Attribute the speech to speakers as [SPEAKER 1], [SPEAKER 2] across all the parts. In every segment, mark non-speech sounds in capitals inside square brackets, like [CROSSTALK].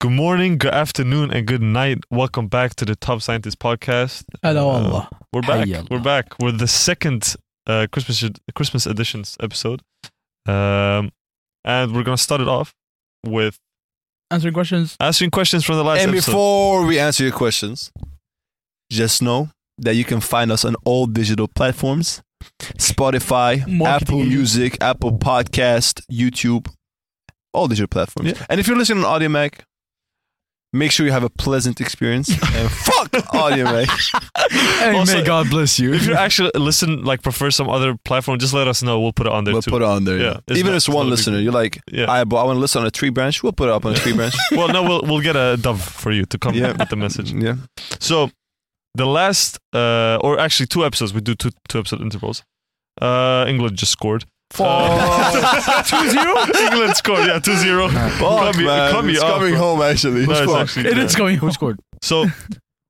[SPEAKER 1] Good morning, good afternoon, and good night. Welcome back to the Top Scientist Podcast.
[SPEAKER 2] Hello,
[SPEAKER 1] Uh,
[SPEAKER 2] Allah.
[SPEAKER 1] We're back.
[SPEAKER 2] Hayallah.
[SPEAKER 1] We're back. We're the second uh, Christmas Christmas editions episode, um, and we're gonna start it off with
[SPEAKER 2] Answering questions.
[SPEAKER 1] answering questions from the last
[SPEAKER 3] and
[SPEAKER 1] episode.
[SPEAKER 3] before we answer your questions, just know that you can find us on all digital platforms Spotify,
[SPEAKER 2] Marketing
[SPEAKER 3] Apple
[SPEAKER 2] agent.
[SPEAKER 3] Music, Apple Podcast, YouTube, all digital platforms. And if you're listening on Audio Mac, make sure you have a pleasant
[SPEAKER 1] [LAUGHS]
[SPEAKER 3] experience. and fuck Audio Mac.
[SPEAKER 1] Also-
[SPEAKER 2] God bless you.
[SPEAKER 1] if
[SPEAKER 3] [LAUGHS]
[SPEAKER 1] you actually listen, like prefer some other platform, just let us know. We'll put it on there
[SPEAKER 3] We'll
[SPEAKER 1] too.
[SPEAKER 3] put it on there.
[SPEAKER 1] Yeah, it's
[SPEAKER 3] Even
[SPEAKER 1] not-
[SPEAKER 3] if
[SPEAKER 1] it's
[SPEAKER 3] it's one
[SPEAKER 1] not a big
[SPEAKER 3] listener,
[SPEAKER 1] deal.
[SPEAKER 3] you're like,
[SPEAKER 1] yeah.
[SPEAKER 3] [LAUGHS] I, but I want to listen on a tree branch. We'll put it up on a tree
[SPEAKER 1] [LAUGHS]
[SPEAKER 3] branch.
[SPEAKER 1] well, no, we'll we'll get a dove for you to come
[SPEAKER 3] Yeah.
[SPEAKER 1] with the message.
[SPEAKER 3] yeah.
[SPEAKER 1] So the last, uh, or actually two episodes, we do two two episode intervals. Uh, England just scored. Uh, 2-0? England scored, yeah, 2-0. [LAUGHS]
[SPEAKER 3] [LAUGHS] Fuck,
[SPEAKER 1] Columbia-
[SPEAKER 3] man.
[SPEAKER 1] Columbia
[SPEAKER 3] it's
[SPEAKER 1] up.
[SPEAKER 3] coming home, actually.
[SPEAKER 1] No, it's
[SPEAKER 3] Fuck.
[SPEAKER 1] actually-
[SPEAKER 2] It is
[SPEAKER 1] [LAUGHS]
[SPEAKER 2] going. Who scored?
[SPEAKER 1] So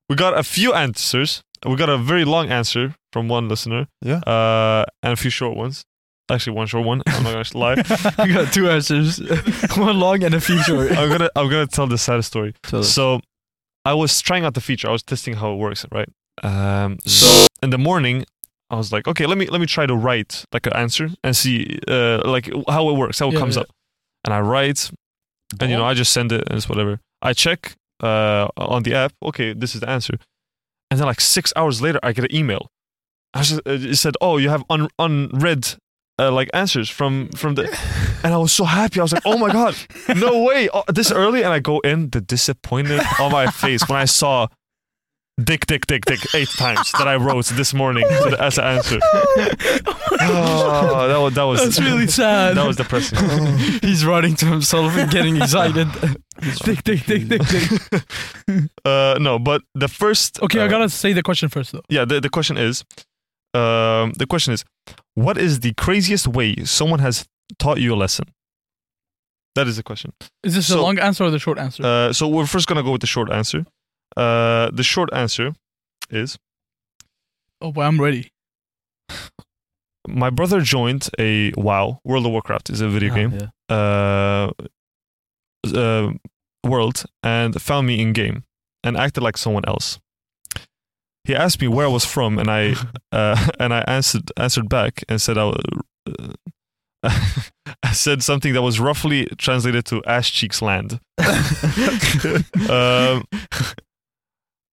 [SPEAKER 1] we got a few answers. We got a very long answer from one listener.
[SPEAKER 3] Yeah.
[SPEAKER 1] Uh, and a few short ones. Actually, one short one. I'm not gonna lie.
[SPEAKER 2] we got two answers, one long and a few short.
[SPEAKER 1] I'm gonna I'm gonna tell the sad story.
[SPEAKER 3] So-
[SPEAKER 1] So I was trying out the feature. I was testing how it works, right? Um, so in the morning, I was like, okay, let me let me try to write like an answer and see uh, like how it works, how it
[SPEAKER 2] Yeah,
[SPEAKER 1] comes
[SPEAKER 2] yeah.
[SPEAKER 1] up. And I write, and you know,
[SPEAKER 2] Oh.
[SPEAKER 1] I just send it and it's whatever. I check uh, on the app. Okay, this is the answer. And then like six hours later, I get an email. I just, it said, oh, you have un- unread uh, like answers from from
[SPEAKER 2] [LAUGHS]
[SPEAKER 1] the and I was so happy. I was like, "Oh my god, no way! Oh, this early!" And I go in, the disappointment on my face when I saw "dick, dick, dick, dick" [LAUGHS] eight times that I wrote this morning
[SPEAKER 2] Oh
[SPEAKER 1] to the, [LAUGHS] as an
[SPEAKER 2] [LAUGHS]
[SPEAKER 1] answer. Oh, that was that was [LAUGHS]
[SPEAKER 2] That's really sad.
[SPEAKER 1] that was depressing.
[SPEAKER 2] [LAUGHS] He's running to himself
[SPEAKER 1] [LAUGHS]
[SPEAKER 2] and getting excited. tick, tick, tick, tick, tick.
[SPEAKER 1] Uh, no, but the first
[SPEAKER 2] Okay, I
[SPEAKER 1] uh,
[SPEAKER 2] gotta say the question first though.
[SPEAKER 1] yeah. The, the question is, um, the question is, what is the craziest way someone has taught you a lesson? That is the question.
[SPEAKER 2] Is this the
[SPEAKER 1] So-
[SPEAKER 2] long answer or the short answer?
[SPEAKER 1] Uh, so we're first gonna go with the short answer. Uh, the short answer is
[SPEAKER 2] oh boy, I'm ready.
[SPEAKER 1] my brother joined a WoW World of Warcraft is a video game uh, uh, world and found me in game and acted like someone else. He asked me where I was from and I uh, [LAUGHS] and I answered answered back and said I. wa- Uh, [LAUGHS] I said something that was roughly translated to ass cheeks land. [LAUGHS]
[SPEAKER 3] [LAUGHS]
[SPEAKER 1] Um,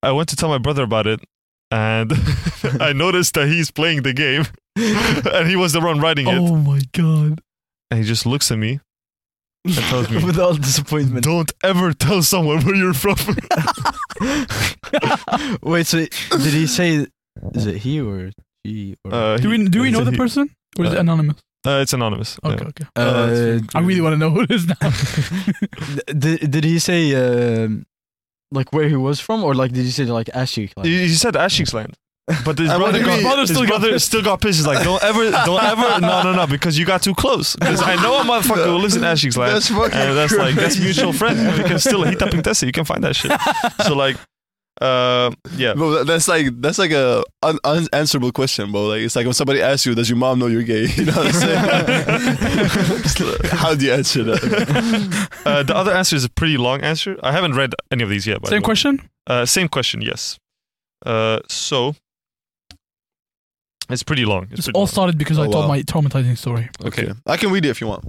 [SPEAKER 1] I went to tell my brother about it, and [LAUGHS] I noticed that he's playing the
[SPEAKER 2] [LAUGHS]
[SPEAKER 1] game, and he was the one writing it.
[SPEAKER 2] Oh my god.
[SPEAKER 1] And he just looks at me and tells
[SPEAKER 4] [LAUGHS]
[SPEAKER 1] me,
[SPEAKER 2] [LAUGHS] With all disappointment.
[SPEAKER 1] "Don't ever tell someone where you're from."
[SPEAKER 4] Wait, so did he say? Is it he or she? Or,
[SPEAKER 1] Uh,
[SPEAKER 2] Do
[SPEAKER 1] he-
[SPEAKER 2] we do we
[SPEAKER 1] he
[SPEAKER 2] know
[SPEAKER 1] said
[SPEAKER 2] the
[SPEAKER 1] he-
[SPEAKER 2] person? Or is it
[SPEAKER 1] Uh,
[SPEAKER 2] anonymous?
[SPEAKER 1] Uh, it's anonymous. yeah.
[SPEAKER 2] Okay, okay.
[SPEAKER 4] Uh,
[SPEAKER 2] I really want to know who it is now.
[SPEAKER 4] did did he say um, like where he was from, or like did he say like Ashi? Like,
[SPEAKER 1] He, he said Ashik's land. But
[SPEAKER 2] [LAUGHS]
[SPEAKER 1] his
[SPEAKER 3] And
[SPEAKER 1] brother,
[SPEAKER 3] what do you
[SPEAKER 1] got,
[SPEAKER 3] mean?
[SPEAKER 1] his
[SPEAKER 2] Brother still got
[SPEAKER 1] brother still got pissed. He's like, don't ever, don't
[SPEAKER 2] [LAUGHS]
[SPEAKER 1] ever, no, no, no, because you got too close. Because I know a motherfucker who lives in Ashik's land.
[SPEAKER 3] That's fucking
[SPEAKER 1] and uh, that's like that's
[SPEAKER 3] crazy.
[SPEAKER 1] mutual friend. You can still hit up in Tessie. You can find
[SPEAKER 2] [LAUGHS]
[SPEAKER 1] that shit. So like, uh, yeah.
[SPEAKER 3] [LAUGHS] Bro, that- that's like that's like a un- unanswerable question, bro. Like it's like when somebody asks you, "Does your mom know you're gay?" [LAUGHS] You know what I'm
[SPEAKER 4] [LAUGHS]
[SPEAKER 3] saying? Just like, How do you answer that?
[SPEAKER 1] Uh, the other answer is a pretty long answer. I haven't read any of these yet. By the
[SPEAKER 2] Same
[SPEAKER 1] way.
[SPEAKER 2] question?
[SPEAKER 1] Uh, same question. Yes. Uh, so it's pretty long. It's
[SPEAKER 2] This
[SPEAKER 1] pretty
[SPEAKER 2] all
[SPEAKER 1] long.
[SPEAKER 2] started because I
[SPEAKER 3] Oh,
[SPEAKER 2] told
[SPEAKER 3] wow.
[SPEAKER 2] my traumatizing story.
[SPEAKER 1] [LAUGHS] Okay.
[SPEAKER 3] [LAUGHS] I can read it if you want.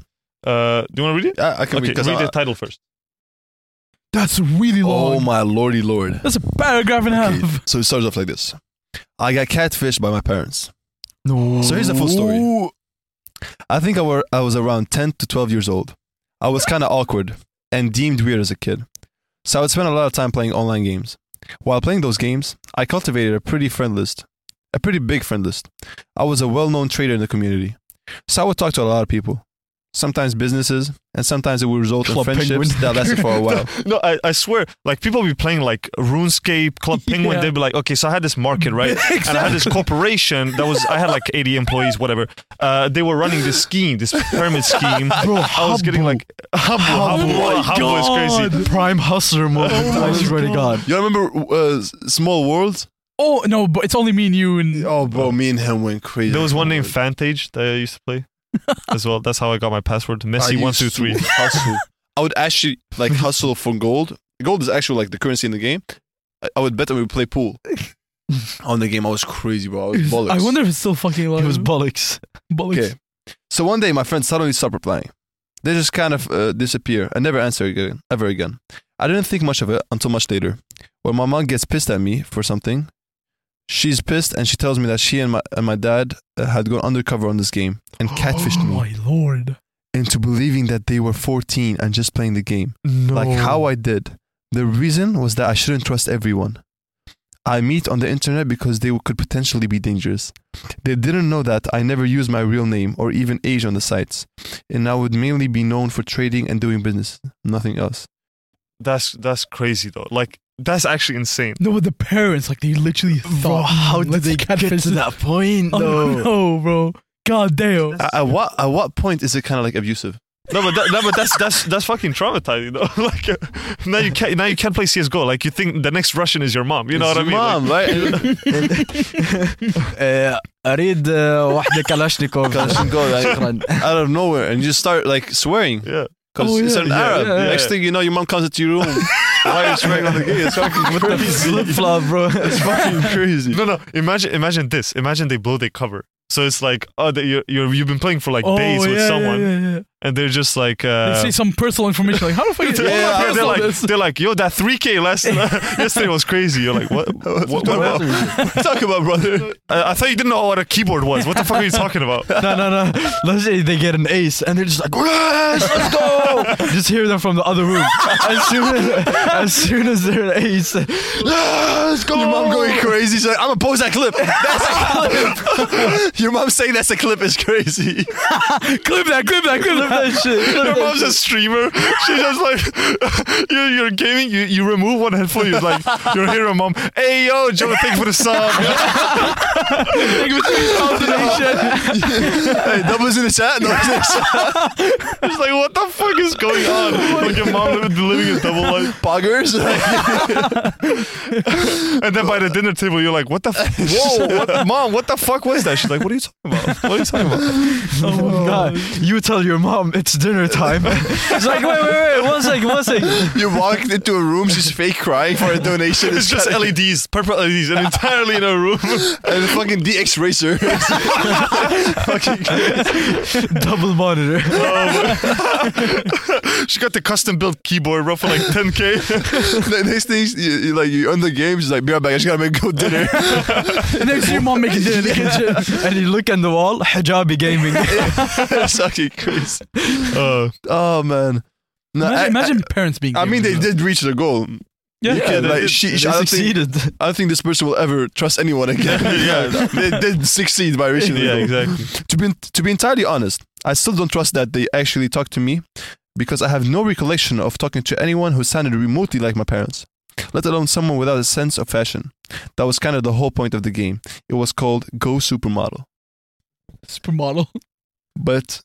[SPEAKER 1] Uh, do you want to read it?
[SPEAKER 3] I, I can
[SPEAKER 1] Okay,
[SPEAKER 3] read, 'cause
[SPEAKER 1] read
[SPEAKER 3] I-
[SPEAKER 1] the title first.
[SPEAKER 2] That's really long.
[SPEAKER 3] Oh my lordy lord!
[SPEAKER 2] That's a paragraph and a
[SPEAKER 3] Okay,
[SPEAKER 2] half.
[SPEAKER 3] so it starts off like this: I got catfished by my parents.
[SPEAKER 2] No.
[SPEAKER 3] So here's the full story. I think I, were, I was around 10 to 12 years old. I was kind of awkward and deemed weird as a kid. So I would spend a lot of time playing online games. While playing those games, I cultivated a pretty friend list, a pretty big friend list. I was a well known trader in the community. So I would talk to a lot of people, sometimes businesses, and sometimes it would result
[SPEAKER 2] Club
[SPEAKER 3] in friendships
[SPEAKER 2] Penguin.
[SPEAKER 3] that lasted for a while.
[SPEAKER 1] [LAUGHS] No, I, I swear, like people be playing like RuneScape, Club Penguin.
[SPEAKER 2] Yeah.
[SPEAKER 1] They'd be like, okay, so I had this market, right? And I had this corporation that was, I had like 80 employees, whatever. Uh, they were running this scheme, this pyramid scheme.
[SPEAKER 4] Bro,
[SPEAKER 1] I was getting
[SPEAKER 4] Habbo.
[SPEAKER 1] like, Habbo, Habbo,
[SPEAKER 2] my
[SPEAKER 1] Habbo is crazy.
[SPEAKER 4] [LAUGHS] prime hustler moment.
[SPEAKER 3] Oh
[SPEAKER 2] my
[SPEAKER 4] I swear to God.
[SPEAKER 3] You remember uh, Small World?
[SPEAKER 2] Oh no, but it's only me and you and
[SPEAKER 3] Oh, bro, me and him went crazy.
[SPEAKER 1] There was one named Fantage that I used to play as well. That's how I got my password. Messi123.
[SPEAKER 3] hustle. I would actually like hustle for gold. Gold is actually like the currency in the game. I- I would bet that we would play
[SPEAKER 2] [LAUGHS]
[SPEAKER 3] pool on the game. I was crazy, bro. I was bollocks.
[SPEAKER 2] I wonder if it's still fucking alive.
[SPEAKER 4] It was bollocks.
[SPEAKER 2] bollocks.
[SPEAKER 3] Okay. So one day, my friends suddenly stopped replying. They just kind of uh, disappear and never answer again, ever again. I didn't think much of it until much later, when my mom gets pissed at me for something. She's pissed and she tells me that she and my and my dad uh, had gone undercover on this game
[SPEAKER 2] [GASPS]
[SPEAKER 3] and catfished
[SPEAKER 2] oh
[SPEAKER 3] me
[SPEAKER 2] my lord.
[SPEAKER 3] into believing that they were 14 and just playing the game
[SPEAKER 1] No.
[SPEAKER 3] like how I did. The reason was that I shouldn't trust everyone. I meet on the internet because they could potentially be dangerous. They didn't know that I never used my real name or even age on the sites, and I would mainly be known for trading and doing business, nothing else.
[SPEAKER 1] That's that's crazy though. Like that's actually insane.
[SPEAKER 2] No, but the parents, like, they literally
[SPEAKER 4] Bro,
[SPEAKER 2] thought. "Mm,
[SPEAKER 4] how did
[SPEAKER 2] "Let's
[SPEAKER 4] they get
[SPEAKER 2] catfish
[SPEAKER 4] to
[SPEAKER 2] this-
[SPEAKER 4] that
[SPEAKER 2] [LAUGHS]
[SPEAKER 4] point
[SPEAKER 2] Oh,
[SPEAKER 4] though?
[SPEAKER 2] no, bro. God damn.
[SPEAKER 3] At, at what at what point is it kind of like abusive?
[SPEAKER 1] No, but that, no, but that's that's that's fucking traumatizing though. [LAUGHS] like uh, now you can't now you can't play CS:GO. Like you think the next Russian is your mom. You know
[SPEAKER 3] It's
[SPEAKER 1] what I mean? Like,
[SPEAKER 3] Mom,
[SPEAKER 1] [LAUGHS]
[SPEAKER 3] right?
[SPEAKER 4] آه، اريد آه، واحده كلاشنيكوف
[SPEAKER 3] Kalashnikov, like, [LAUGHS] out of nowhere, and you just start like swearing
[SPEAKER 1] yeah.
[SPEAKER 3] because
[SPEAKER 2] Oh,
[SPEAKER 3] it's
[SPEAKER 2] yeah,
[SPEAKER 3] an
[SPEAKER 1] yeah,
[SPEAKER 3] Arab.
[SPEAKER 1] yeah,
[SPEAKER 3] Next
[SPEAKER 1] yeah.
[SPEAKER 3] thing you know, your mom comes into your
[SPEAKER 1] [LAUGHS]
[SPEAKER 3] room. Why are you swearing on the gate? It's fucking crazy.
[SPEAKER 4] flip flop bro
[SPEAKER 3] It's
[SPEAKER 1] [LAUGHS]
[SPEAKER 3] fucking crazy.
[SPEAKER 1] No, no. Imagine imagine this. Imagine they blow their cover. So it's like oh, that you're, you're you've been playing for like
[SPEAKER 2] Oh,
[SPEAKER 1] days with
[SPEAKER 2] yeah, yeah,
[SPEAKER 1] someone,
[SPEAKER 2] yeah, yeah.
[SPEAKER 1] and they're just like.
[SPEAKER 2] They
[SPEAKER 1] Uh,
[SPEAKER 2] say some personal information. Like, how the fuck
[SPEAKER 1] [LAUGHS]
[SPEAKER 2] is
[SPEAKER 1] they're,
[SPEAKER 2] all my
[SPEAKER 3] Yeah,
[SPEAKER 1] they're- they're
[SPEAKER 2] personal
[SPEAKER 1] like,
[SPEAKER 2] this?
[SPEAKER 1] they're like, yo, that 3K last [LAUGHS] yesterday was crazy. You're like, what? What? what, what-
[SPEAKER 3] Talk about brother.
[SPEAKER 1] I, I thought you didn't know what a keyboard was. What the fuck are you talking about?
[SPEAKER 4] no, no, no. Let's say they get an ace and they're just like, yes, let's go. just hear them from the other room. As soon as, as, soon as they're an ace,
[SPEAKER 3] Let's go. Your mom going crazy. She's like, I'm gonna post that clip. That's a clip. Your mom saying that's a clip is crazy.
[SPEAKER 2] [LAUGHS] clip that, clip that,
[SPEAKER 3] [LAUGHS]
[SPEAKER 2] clip that.
[SPEAKER 4] that shit.
[SPEAKER 1] Your mom's a streamer. She's just like, [LAUGHS] you're, you're gaming. You, you remove one headphone. You're like, you're here, mom. Hey, yo, Joe, thanks for the sub. [LAUGHS]
[SPEAKER 2] Like, with three thousand and shit.
[SPEAKER 3] hey, doubles in the chat. Doubles in the chat.
[SPEAKER 1] It's like, what the fuck is going
[SPEAKER 4] Oh
[SPEAKER 1] on? Like your mom living, living a double life.
[SPEAKER 3] Poggers.
[SPEAKER 1] And then by the dinner table, you're like, what the?
[SPEAKER 4] [LAUGHS]
[SPEAKER 1] F- Whoa, what, mom, what the fuck was that? She's like, what are you talking about? What are you talking about?
[SPEAKER 2] Oh my
[SPEAKER 4] God,
[SPEAKER 2] god.
[SPEAKER 4] you tell your mom it's dinner time. It's like, wait, wait, wait, one second, one second.
[SPEAKER 3] you walked into a room. She's fake crying for a donation.
[SPEAKER 1] It's just LEDs, purple LEDs, and entirely in a room.
[SPEAKER 3] [LAUGHS] and fucking DX racer. [LAUGHS]
[SPEAKER 4] Double monitor.
[SPEAKER 3] [LAUGHS]
[SPEAKER 1] She got the custom built keyboard, rough for like
[SPEAKER 4] [LAUGHS]
[SPEAKER 1] 10k.
[SPEAKER 3] the next thing, you, you, like you on the game. She's like, be right back. I just gotta make good dinner. [LAUGHS]
[SPEAKER 2] And next your mom making dinner in the kitchen.
[SPEAKER 4] [LAUGHS] and you look on the wall, hijabi gaming.
[SPEAKER 3] it's fucking crazy.
[SPEAKER 1] Uh,
[SPEAKER 3] Oh man. [LAUGHS] No,
[SPEAKER 2] Imagine,
[SPEAKER 3] I- I-
[SPEAKER 2] imagine parents being.
[SPEAKER 3] I, mean, they
[SPEAKER 2] gamers.
[SPEAKER 3] did reach the goal.
[SPEAKER 2] Yeah.
[SPEAKER 3] You
[SPEAKER 2] yeah.
[SPEAKER 3] can,
[SPEAKER 1] they
[SPEAKER 3] like,
[SPEAKER 1] did.
[SPEAKER 3] she,
[SPEAKER 4] They
[SPEAKER 3] I don't think
[SPEAKER 4] succeeded.
[SPEAKER 3] I don't think this person will ever trust anyone again.
[SPEAKER 1] [LAUGHS] Yeah.
[SPEAKER 3] [LAUGHS] they did succeed by reaching the
[SPEAKER 1] yeah,
[SPEAKER 3] goal.
[SPEAKER 1] exactly.
[SPEAKER 3] To be to be entirely honest, I still don't trust that they actually talked to me, because I have no recollection of talking to anyone who sounded remotely like my parents, let alone someone without a sense of fashion. That was kind of the whole point of the game. It was called Go Supermodel,
[SPEAKER 2] Supermodel. [LAUGHS]
[SPEAKER 3] but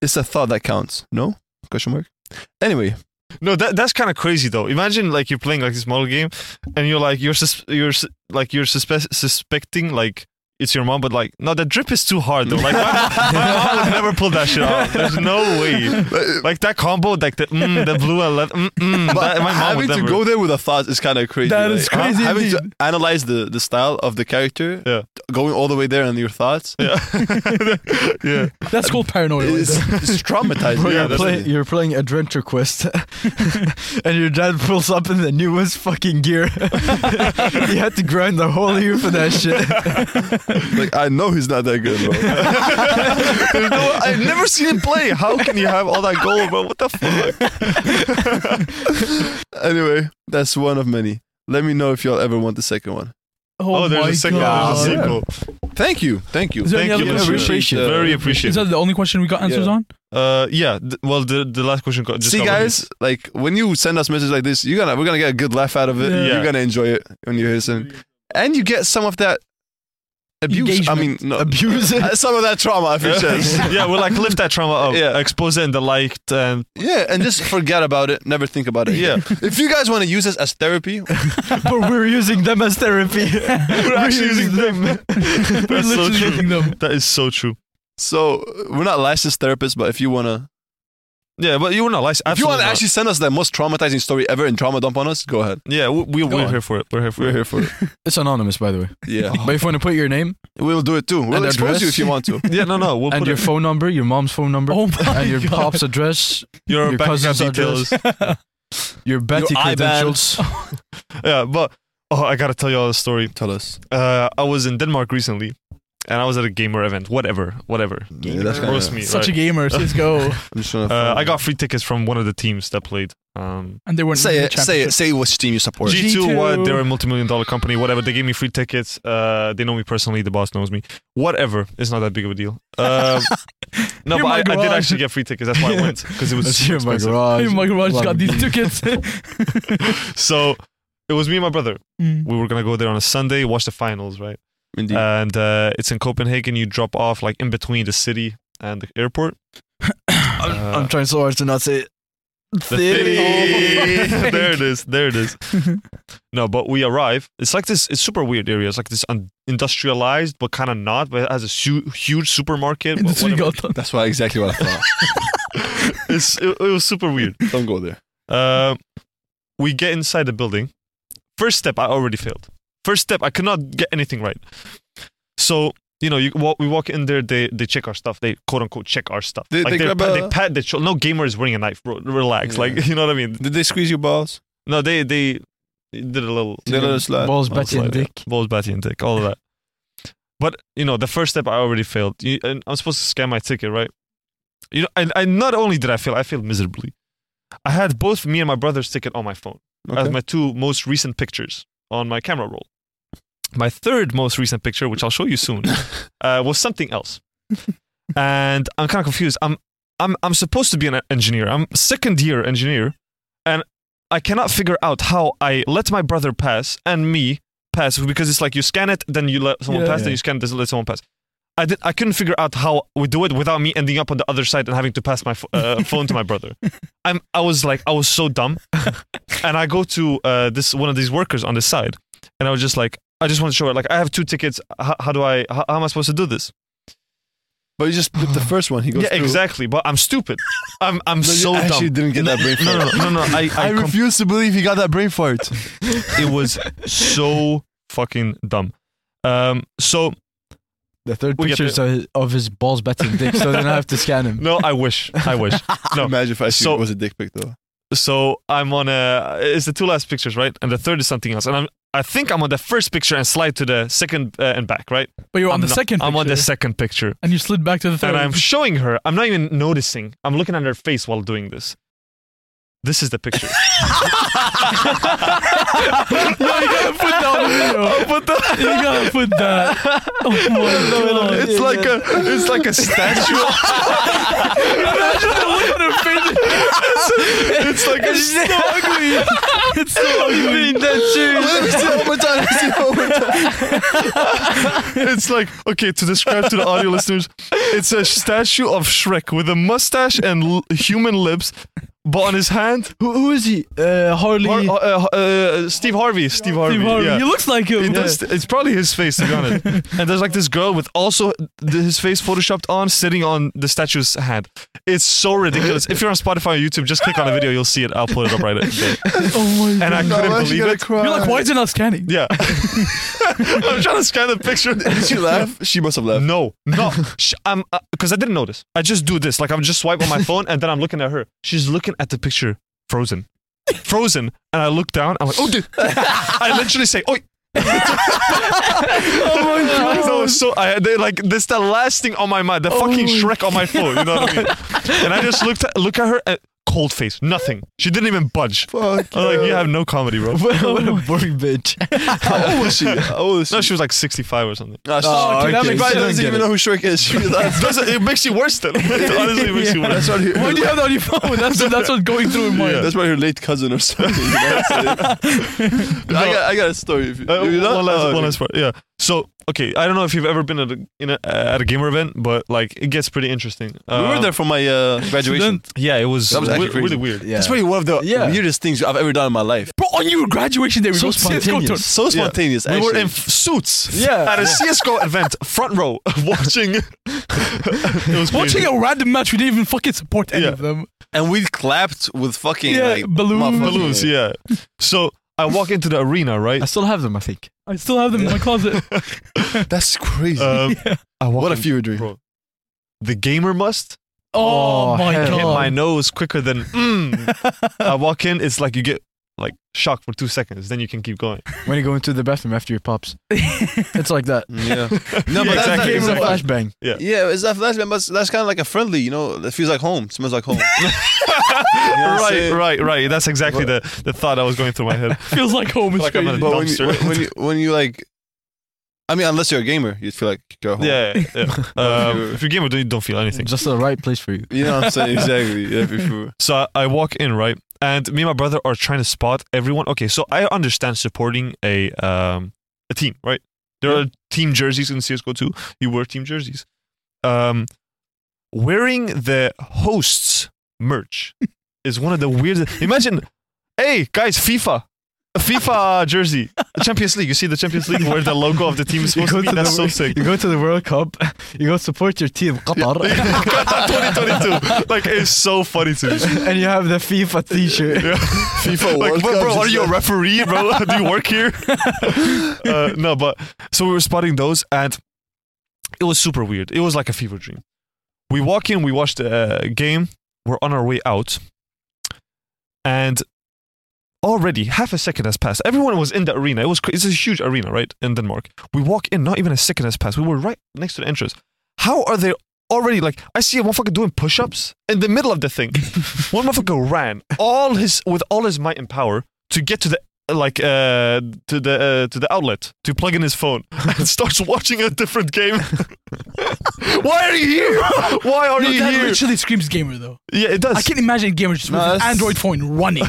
[SPEAKER 3] it's a thought that counts. No question mark. Anyway,
[SPEAKER 1] No, that that's kind of crazy though. Imagine like you're playing like this model game, and you're like you're sus- you're su- like you're suspe- suspecting like it's your mom, but like no, the drip is too hard though. Like my, my mom would never pull that shit out. There's no
[SPEAKER 3] [LAUGHS]
[SPEAKER 1] way. Like that combo, like the mm, the blue and le- mm, mm,
[SPEAKER 3] But
[SPEAKER 1] that, my mom
[SPEAKER 3] having
[SPEAKER 1] would
[SPEAKER 3] to
[SPEAKER 1] never.
[SPEAKER 3] go there with a thought is kind of crazy.
[SPEAKER 2] That is
[SPEAKER 3] ha-
[SPEAKER 2] crazy
[SPEAKER 3] Having to
[SPEAKER 2] indeed.
[SPEAKER 3] analyze the, the style of the character,
[SPEAKER 1] [LAUGHS] Yeah.
[SPEAKER 3] going all the way there and your thoughts,
[SPEAKER 1] yeah, [LAUGHS] yeah.
[SPEAKER 2] That's called paranoia. right [LAUGHS]
[SPEAKER 3] is,
[SPEAKER 2] there.
[SPEAKER 3] is traumatizing.
[SPEAKER 4] Bro,
[SPEAKER 1] Yeah,
[SPEAKER 4] you're,
[SPEAKER 1] that's
[SPEAKER 4] play,
[SPEAKER 3] Honestly.
[SPEAKER 4] you're playing Adventure Quest, [LAUGHS] and your dad pulls up in the newest fucking gear. [LAUGHS] you had to grind the whole year for that shit.
[SPEAKER 3] like I know he's not that
[SPEAKER 2] [LAUGHS]
[SPEAKER 3] good, bro.
[SPEAKER 1] There's no- I've never seen him play. How can you have all that gold, bro? What the fuck?
[SPEAKER 3] [LAUGHS] anyway, that's one of many. Let me know if y'all ever want the second one.
[SPEAKER 2] Oh,
[SPEAKER 1] there's
[SPEAKER 2] my
[SPEAKER 1] a second,
[SPEAKER 2] God.
[SPEAKER 1] there's a
[SPEAKER 3] Yeah.
[SPEAKER 1] sequel.
[SPEAKER 3] Thank you, thank you.
[SPEAKER 2] Is there any
[SPEAKER 1] Thank you,
[SPEAKER 2] other
[SPEAKER 3] Yeah,
[SPEAKER 1] listener.
[SPEAKER 2] question?
[SPEAKER 3] we appreciate it.
[SPEAKER 1] Very
[SPEAKER 2] Is
[SPEAKER 1] appreciate.
[SPEAKER 2] that the only question we got answers
[SPEAKER 3] Yeah.
[SPEAKER 2] on?
[SPEAKER 1] Uh, yeah. th- well, the the last question. Got, just
[SPEAKER 3] See,
[SPEAKER 1] got
[SPEAKER 3] guys, like when you send us messages like this, you're gonna we're gonna get a good laugh out of it.
[SPEAKER 2] Yeah.
[SPEAKER 1] Yeah.
[SPEAKER 3] You're gonna enjoy it when you hear some, and you get some of that abuse. I mean,
[SPEAKER 2] Engagement.
[SPEAKER 3] no, [LAUGHS] Uh,
[SPEAKER 4] Abuse it.
[SPEAKER 3] some of that trauma. I
[SPEAKER 1] [LAUGHS]
[SPEAKER 3] feel says.
[SPEAKER 1] yeah, we'll like lift that trauma up,
[SPEAKER 3] Yeah.
[SPEAKER 1] expose it in the light, and
[SPEAKER 3] Yeah, and just forget about it. Never think about it.
[SPEAKER 1] yeah,
[SPEAKER 3] [LAUGHS] If you guys want to use this as therapy,
[SPEAKER 4] but we're using them as
[SPEAKER 2] [LAUGHS]
[SPEAKER 4] therapy.
[SPEAKER 1] we're actually using them.
[SPEAKER 2] We're
[SPEAKER 1] That's so
[SPEAKER 2] literally
[SPEAKER 1] true.
[SPEAKER 2] making them.
[SPEAKER 1] That is so true.
[SPEAKER 3] uh, so we're not licensed therapists, but if you want to
[SPEAKER 1] Yeah, but you were not licensed.
[SPEAKER 3] If you want
[SPEAKER 1] Absolutely
[SPEAKER 3] to
[SPEAKER 1] not.
[SPEAKER 3] actually send us the most traumatizing story ever and trauma dump on us, go ahead.
[SPEAKER 1] yeah, we, we,
[SPEAKER 3] Go
[SPEAKER 1] we're
[SPEAKER 3] on.
[SPEAKER 1] here for it. We're here for
[SPEAKER 3] We're
[SPEAKER 1] it.
[SPEAKER 3] [LAUGHS] here for it.
[SPEAKER 4] It's anonymous, by the way.
[SPEAKER 1] [LAUGHS]
[SPEAKER 3] Yeah.
[SPEAKER 4] But if you want to put your name
[SPEAKER 3] we'll do it too. We'll
[SPEAKER 4] And
[SPEAKER 3] expose you
[SPEAKER 4] address.
[SPEAKER 3] if you want to.
[SPEAKER 1] Yeah, no, no. We'll
[SPEAKER 4] and
[SPEAKER 1] put
[SPEAKER 4] your phone number, your mom's phone number,
[SPEAKER 2] Oh my
[SPEAKER 4] and your
[SPEAKER 2] God. [LAUGHS]
[SPEAKER 4] pop's address,
[SPEAKER 1] your,
[SPEAKER 4] your
[SPEAKER 1] your bank account
[SPEAKER 4] cousin's address.
[SPEAKER 1] details.
[SPEAKER 4] your Betty
[SPEAKER 3] Your IBAN.
[SPEAKER 4] credentials.
[SPEAKER 1] yeah, but oh, I gotta tell you all a story.
[SPEAKER 3] Tell us.
[SPEAKER 1] Uh, I was in Denmark recently, and I was at a gamer event. Whatever, whatever.
[SPEAKER 3] Yeah, that's
[SPEAKER 2] Gamer.
[SPEAKER 3] kinda,
[SPEAKER 1] Roast me.
[SPEAKER 2] Such a
[SPEAKER 1] right.
[SPEAKER 2] gamer. Let's
[SPEAKER 1] [LAUGHS]
[SPEAKER 2] go.
[SPEAKER 3] I'm just trying to
[SPEAKER 1] uh,
[SPEAKER 3] find
[SPEAKER 1] I
[SPEAKER 3] it.
[SPEAKER 1] got free tickets from one of the teams that played. Um,
[SPEAKER 2] And they were
[SPEAKER 3] Say it. Say it. Say which team you support.
[SPEAKER 1] G2,
[SPEAKER 2] G2.
[SPEAKER 1] what? They're a multi-million dollar company. Whatever. They gave me free tickets. Uh, they know me personally. The boss knows me. Whatever. It's not that big of a deal. Um, no,
[SPEAKER 2] You're
[SPEAKER 1] but
[SPEAKER 2] my
[SPEAKER 1] I, I did
[SPEAKER 2] garage.
[SPEAKER 1] actually get free tickets. That's why I went because it was
[SPEAKER 4] That's
[SPEAKER 1] super
[SPEAKER 4] [LAUGHS] your my
[SPEAKER 1] expensive.
[SPEAKER 4] garage.
[SPEAKER 2] Hey, my garage got these
[SPEAKER 1] [LAUGHS]
[SPEAKER 2] [LAUGHS]
[SPEAKER 4] Lamborghini.
[SPEAKER 2] tickets.
[SPEAKER 1] So it was me and my brother.
[SPEAKER 2] Mm.
[SPEAKER 1] We were gonna go there on a Sunday, watch the finals, right?
[SPEAKER 3] Indeed.
[SPEAKER 1] And uh, it's in Copenhagen. You drop off like in between the city and the airport.
[SPEAKER 4] [COUGHS] I'm, I'm trying so hard to not say it.
[SPEAKER 1] Uh, The
[SPEAKER 4] Theory. [LAUGHS]
[SPEAKER 1] city. [LAUGHS] there it is. There it is. No, but we arrive. It's like this. It's super weird area. It's like this un- industrialized, but kind of not. But it has a su- huge supermarket. but
[SPEAKER 2] Industry
[SPEAKER 1] whatever.
[SPEAKER 2] got done.
[SPEAKER 3] That's why exactly what I [LAUGHS] thought.
[SPEAKER 1] [LAUGHS] It's, it, it was super weird.
[SPEAKER 3] Don't go there.
[SPEAKER 1] Uh, we get inside the building. First step, I already failed. First step, I could not get anything right. So you know, you walk, we walk in there. They they check our stuff. They quote unquote check our stuff.
[SPEAKER 3] They- they
[SPEAKER 1] they're
[SPEAKER 3] grab
[SPEAKER 1] pa-
[SPEAKER 3] a-
[SPEAKER 1] they pat the shoulder. No gamer is wearing a knife, bro. Relax,
[SPEAKER 3] Yeah.
[SPEAKER 1] like [LAUGHS] you know what I mean.
[SPEAKER 3] Did they squeeze your balls?
[SPEAKER 1] No, they they did a little
[SPEAKER 3] They let us slide.
[SPEAKER 4] Balls,
[SPEAKER 1] Oh,
[SPEAKER 4] Betty, and
[SPEAKER 1] slide, yeah.
[SPEAKER 4] Dick.
[SPEAKER 1] balls, batty, and dick, all of that. But you know, the first step I already failed. You, and I'm supposed to scan my ticket, right? You know, and I not only did I fail, I failed miserably. I had both me and my brother's ticket on my phone as
[SPEAKER 3] Okay.
[SPEAKER 1] my two most recent pictures on my camera roll. My third most recent picture, which I'll show you
[SPEAKER 2] [LAUGHS]
[SPEAKER 1] soon, uh, was something else, and I'm kind of confused. I'm I'm I'm supposed to be an e-, engineer. I'm second year engineer, and I cannot figure out how I let my brother pass and me pass because it's like you scan it, then you let someone
[SPEAKER 2] Yeah.
[SPEAKER 1] pass, then you scan it, then let someone pass. I did. I couldn't figure out how we do it without me ending up on the other side and having to pass my ph-
[SPEAKER 2] [LAUGHS]
[SPEAKER 1] uh, phone to my brother. I'm. I was like, I was so dumb, and I go to uh, this one of these workers on the side, and I was just like, I just want to show her, like, I have two tickets. How, how do I? How, how am I supposed to do this?
[SPEAKER 3] But you just put the first one. He goes.
[SPEAKER 1] yeah,
[SPEAKER 3] through.
[SPEAKER 1] exactly. But I'm stupid. I'm. I'm
[SPEAKER 3] No, you
[SPEAKER 1] so
[SPEAKER 3] actually
[SPEAKER 1] dumb.
[SPEAKER 3] didn't get that brain fart.
[SPEAKER 1] No, no, no, no, no.
[SPEAKER 3] [LAUGHS]
[SPEAKER 1] I. I,
[SPEAKER 3] I
[SPEAKER 1] com-
[SPEAKER 3] refuse to believe he got that brain [LAUGHS] fart.
[SPEAKER 1] it was so fucking dumb. Um. So
[SPEAKER 4] The third
[SPEAKER 1] We get
[SPEAKER 4] picture is uh, of his balls, Betty, and Dick, so then I have to scan
[SPEAKER 1] [LAUGHS]
[SPEAKER 4] him.
[SPEAKER 1] no, I wish. I
[SPEAKER 3] [LAUGHS]
[SPEAKER 1] wish. No.
[SPEAKER 3] Imagine if I see
[SPEAKER 1] So-
[SPEAKER 3] it was a dick pic though.
[SPEAKER 1] so I'm on a. It's the two last pictures, right? And the third is something else. And I'm. I think I'm on the first picture and slide to the second uh, and back, right?
[SPEAKER 2] But you're on
[SPEAKER 1] I'm
[SPEAKER 2] the
[SPEAKER 1] not-
[SPEAKER 2] second
[SPEAKER 1] I'm on the
[SPEAKER 2] picture,
[SPEAKER 1] second picture,
[SPEAKER 2] And you slid back to the third.
[SPEAKER 1] and I'm showing her. I'm not even noticing. I'm looking at her face while doing this. This is the [LAUGHS] picture.
[SPEAKER 2] [LAUGHS] you
[SPEAKER 1] [LAUGHS]
[SPEAKER 2] gotta put that on video.
[SPEAKER 1] But the- [LAUGHS]
[SPEAKER 2] You gotta put that. Oh my god.
[SPEAKER 1] it's like a. It's like a [LAUGHS] statue.
[SPEAKER 2] Imagine the look on her
[SPEAKER 1] [LAUGHS]
[SPEAKER 2] face.
[SPEAKER 1] It's like a.
[SPEAKER 2] It's so ugly.
[SPEAKER 1] [LAUGHS]
[SPEAKER 2] [LAUGHS] It's so ugly. that
[SPEAKER 3] [LAUGHS] Let me see one more time. Let me see one more time.
[SPEAKER 1] It's like okay to describe to the [LAUGHS] audio listeners. It's a statue of Shrek with a mustache and l- human lips, but on his hand,
[SPEAKER 4] Who, who is he? Uh, Harley.
[SPEAKER 1] Har- uh, uh, Steve Harvey. Steve Harvey. yeah.
[SPEAKER 2] He looks like him.
[SPEAKER 1] It does, it's probably his face, to be honest. and there's like this girl with also th- his face photoshopped on, sitting on the statue's hand. It's so ridiculous. if you're on Spotify or YouTube, just click on the video, you'll see it. I'll pull it up right there.
[SPEAKER 2] Oh my
[SPEAKER 1] And I
[SPEAKER 2] god.
[SPEAKER 1] couldn't
[SPEAKER 3] I'm actually
[SPEAKER 1] believe
[SPEAKER 3] gonna
[SPEAKER 1] it.
[SPEAKER 3] cry.
[SPEAKER 2] You're like, why is it not scanning? [LAUGHS]
[SPEAKER 1] Yeah. [LAUGHS] I'm trying to scan the picture.
[SPEAKER 3] Did she laugh? [LAUGHS] She must have laughed.
[SPEAKER 1] No, no. Sh- I'm because I didn't notice. I just do this. Like I'm just swipe on my phone, and then I'm looking at her. She's looking at the picture, frozen, frozen. And I look down. I'm like, oh, dude. I literally say, oh. [LAUGHS]
[SPEAKER 2] Oh my
[SPEAKER 1] No, so I they like this the last thing on my mind, the fucking Shrek on my phone. You know what I mean? And I just looked at, look at her, and cold face, nothing. She didn't even budge.
[SPEAKER 3] Fuck.
[SPEAKER 1] I was like, Oh, you have no comedy, bro.
[SPEAKER 4] [LAUGHS] what a boring bitch.
[SPEAKER 3] [LAUGHS] How old is she? [LAUGHS] How old is she?
[SPEAKER 1] No, she was like 65 or something.
[SPEAKER 3] Oh,
[SPEAKER 4] Oh, okay,
[SPEAKER 3] she-
[SPEAKER 4] that
[SPEAKER 3] she
[SPEAKER 4] makes
[SPEAKER 3] probably
[SPEAKER 4] sense.
[SPEAKER 3] doesn't
[SPEAKER 4] Get
[SPEAKER 3] even
[SPEAKER 4] it.
[SPEAKER 3] know who Shrek is. [LAUGHS] She
[SPEAKER 1] It, doesn't- it makes you worse then. It [LAUGHS] honestly makes you worse.
[SPEAKER 3] That's what, her,
[SPEAKER 2] Why do you
[SPEAKER 3] that's
[SPEAKER 2] have that on your phone? That's, that's what's going through in my
[SPEAKER 1] Yeah.
[SPEAKER 3] what her late cousin or something. you know what I'm saying? I, got, I got a story. If you,
[SPEAKER 1] Uh,
[SPEAKER 3] if you
[SPEAKER 1] one
[SPEAKER 3] don't-
[SPEAKER 1] last,
[SPEAKER 3] oh,
[SPEAKER 1] one
[SPEAKER 3] okay.
[SPEAKER 1] last part. Yeah. So okay, I don't know if you've ever been at a, in a, at a gamer event, but like it gets pretty interesting.
[SPEAKER 3] we were
[SPEAKER 1] Um,
[SPEAKER 3] there for my uh, graduation.
[SPEAKER 1] Yeah, it was,
[SPEAKER 3] That was actually
[SPEAKER 1] we-
[SPEAKER 3] crazy.
[SPEAKER 1] really weird.
[SPEAKER 4] Yeah.
[SPEAKER 3] That's probably one of the
[SPEAKER 4] Yeah.
[SPEAKER 3] weirdest things I've ever done in my life.
[SPEAKER 2] Bro, on your graduation day, we
[SPEAKER 4] So
[SPEAKER 2] go to CSGO tour.
[SPEAKER 4] spontaneous.
[SPEAKER 3] So spontaneous.
[SPEAKER 1] We were
[SPEAKER 3] actually.
[SPEAKER 1] in f- suits
[SPEAKER 4] Yeah.
[SPEAKER 1] at a CS:GO event, front row, [LAUGHS] watching. it was
[SPEAKER 2] Watching
[SPEAKER 1] crazy.
[SPEAKER 2] a random match, we didn't even fucking support any
[SPEAKER 1] Yeah.
[SPEAKER 2] of them.
[SPEAKER 3] and we clapped with fucking
[SPEAKER 2] Yeah,
[SPEAKER 3] like,
[SPEAKER 2] balloons.
[SPEAKER 3] motherfucking-
[SPEAKER 1] balloons. Yeah. So I walk into the arena, right?
[SPEAKER 4] I still have them, I think.
[SPEAKER 2] I still have them in my closet.
[SPEAKER 3] That's crazy. [LAUGHS]
[SPEAKER 1] Um, I walk
[SPEAKER 3] what a
[SPEAKER 1] in-
[SPEAKER 3] few dream.
[SPEAKER 1] Bro. The gamer must
[SPEAKER 2] Oh,
[SPEAKER 4] Oh,
[SPEAKER 2] my
[SPEAKER 4] hell.
[SPEAKER 1] hit
[SPEAKER 2] god.
[SPEAKER 1] my nose quicker than.
[SPEAKER 3] [LAUGHS]
[SPEAKER 1] Mm. I walk in. It's like you get like shocked for two seconds. Then you can keep going.
[SPEAKER 4] When you go into the bathroom after your pops. [LAUGHS] it's like
[SPEAKER 1] [LAUGHS]
[SPEAKER 4] that.
[SPEAKER 3] Mm, [LAUGHS] Yeah. No,
[SPEAKER 1] Yeah,
[SPEAKER 3] but that's
[SPEAKER 1] exactly,
[SPEAKER 3] not-
[SPEAKER 4] Game
[SPEAKER 1] exactly.
[SPEAKER 4] of flashbang.
[SPEAKER 3] Yeah, it's that flashback, but that's kind of like a friendly, you know, it feels like home, smells like home. You know what I'm
[SPEAKER 1] right,
[SPEAKER 3] saying?
[SPEAKER 1] right, right. That's exactly the, the thought I was going through my
[SPEAKER 3] [LAUGHS]
[SPEAKER 1] head.
[SPEAKER 2] Feels like home is
[SPEAKER 1] Like I'm
[SPEAKER 2] crazy.
[SPEAKER 1] in a-
[SPEAKER 3] [LAUGHS]
[SPEAKER 1] Dumpster.
[SPEAKER 3] But when you, when you when you like, I mean, unless you're a gamer, you'd feel like you're home.
[SPEAKER 1] yeah,
[SPEAKER 3] [LAUGHS]
[SPEAKER 1] yeah. Um, if you're a gamer, then you don't feel anything.
[SPEAKER 4] Just the right place for you.
[SPEAKER 3] you know what I'm saying [LAUGHS] exactly. Yeah, for sure.
[SPEAKER 1] So I, I walk in, right, and me and my brother are trying to spot everyone. Okay, so I understand supporting a um a team, right? There are team jerseys in CS:GO too. You wear team jerseys. Um, wearing the hosts
[SPEAKER 4] [LAUGHS]
[SPEAKER 1] merch is one of the weirdest. Imagine, hey guys, FIFA. A
[SPEAKER 4] [LAUGHS]
[SPEAKER 1] FIFA jersey, The Champions League. You see the Champions League where the logo of the team is supposed to be. That's so sick. [LAUGHS]
[SPEAKER 4] [LAUGHS] You go to the World Cup, [LAUGHS] you go support your team, Qatar, [LAUGHS]
[SPEAKER 1] 2022, like it's so funny to me.
[SPEAKER 4] and you have the FIFA
[SPEAKER 1] [LAUGHS]
[SPEAKER 4] t shirt.
[SPEAKER 3] FIFA
[SPEAKER 1] like,
[SPEAKER 3] World
[SPEAKER 1] bro,
[SPEAKER 3] Cup
[SPEAKER 1] bro,
[SPEAKER 3] just
[SPEAKER 1] are you a
[SPEAKER 3] like-
[SPEAKER 1] referee, bro? [LAUGHS] Do you work
[SPEAKER 3] [LAUGHS]
[SPEAKER 1] here? uh, no, but so we were spotting those, and it was super weird. It was like a fever dream. We walk in, we watch the uh, game, we're on our way out, and already half a second has passed. Everyone was in the arena. It was cra- it's a huge arena, right, in Denmark. We walk in, not even a second has passed. We were right next to the entrance. How are they already like I see a motherfucker doing push-ups in the middle of the thing. One motherfucker ran all his with all his might and power to get to the like uh to the uh, to the outlet to plug in his phone and starts watching a different game. [LAUGHS] Why are you
[SPEAKER 2] [LAUGHS]
[SPEAKER 1] here? Why are
[SPEAKER 2] No,
[SPEAKER 1] you
[SPEAKER 2] that
[SPEAKER 1] here?
[SPEAKER 2] literally screams gamer though.
[SPEAKER 1] yeah, it
[SPEAKER 2] I
[SPEAKER 1] does.
[SPEAKER 2] can't imagine gamers just
[SPEAKER 3] No,
[SPEAKER 2] with an
[SPEAKER 3] that's-
[SPEAKER 2] Android phone running.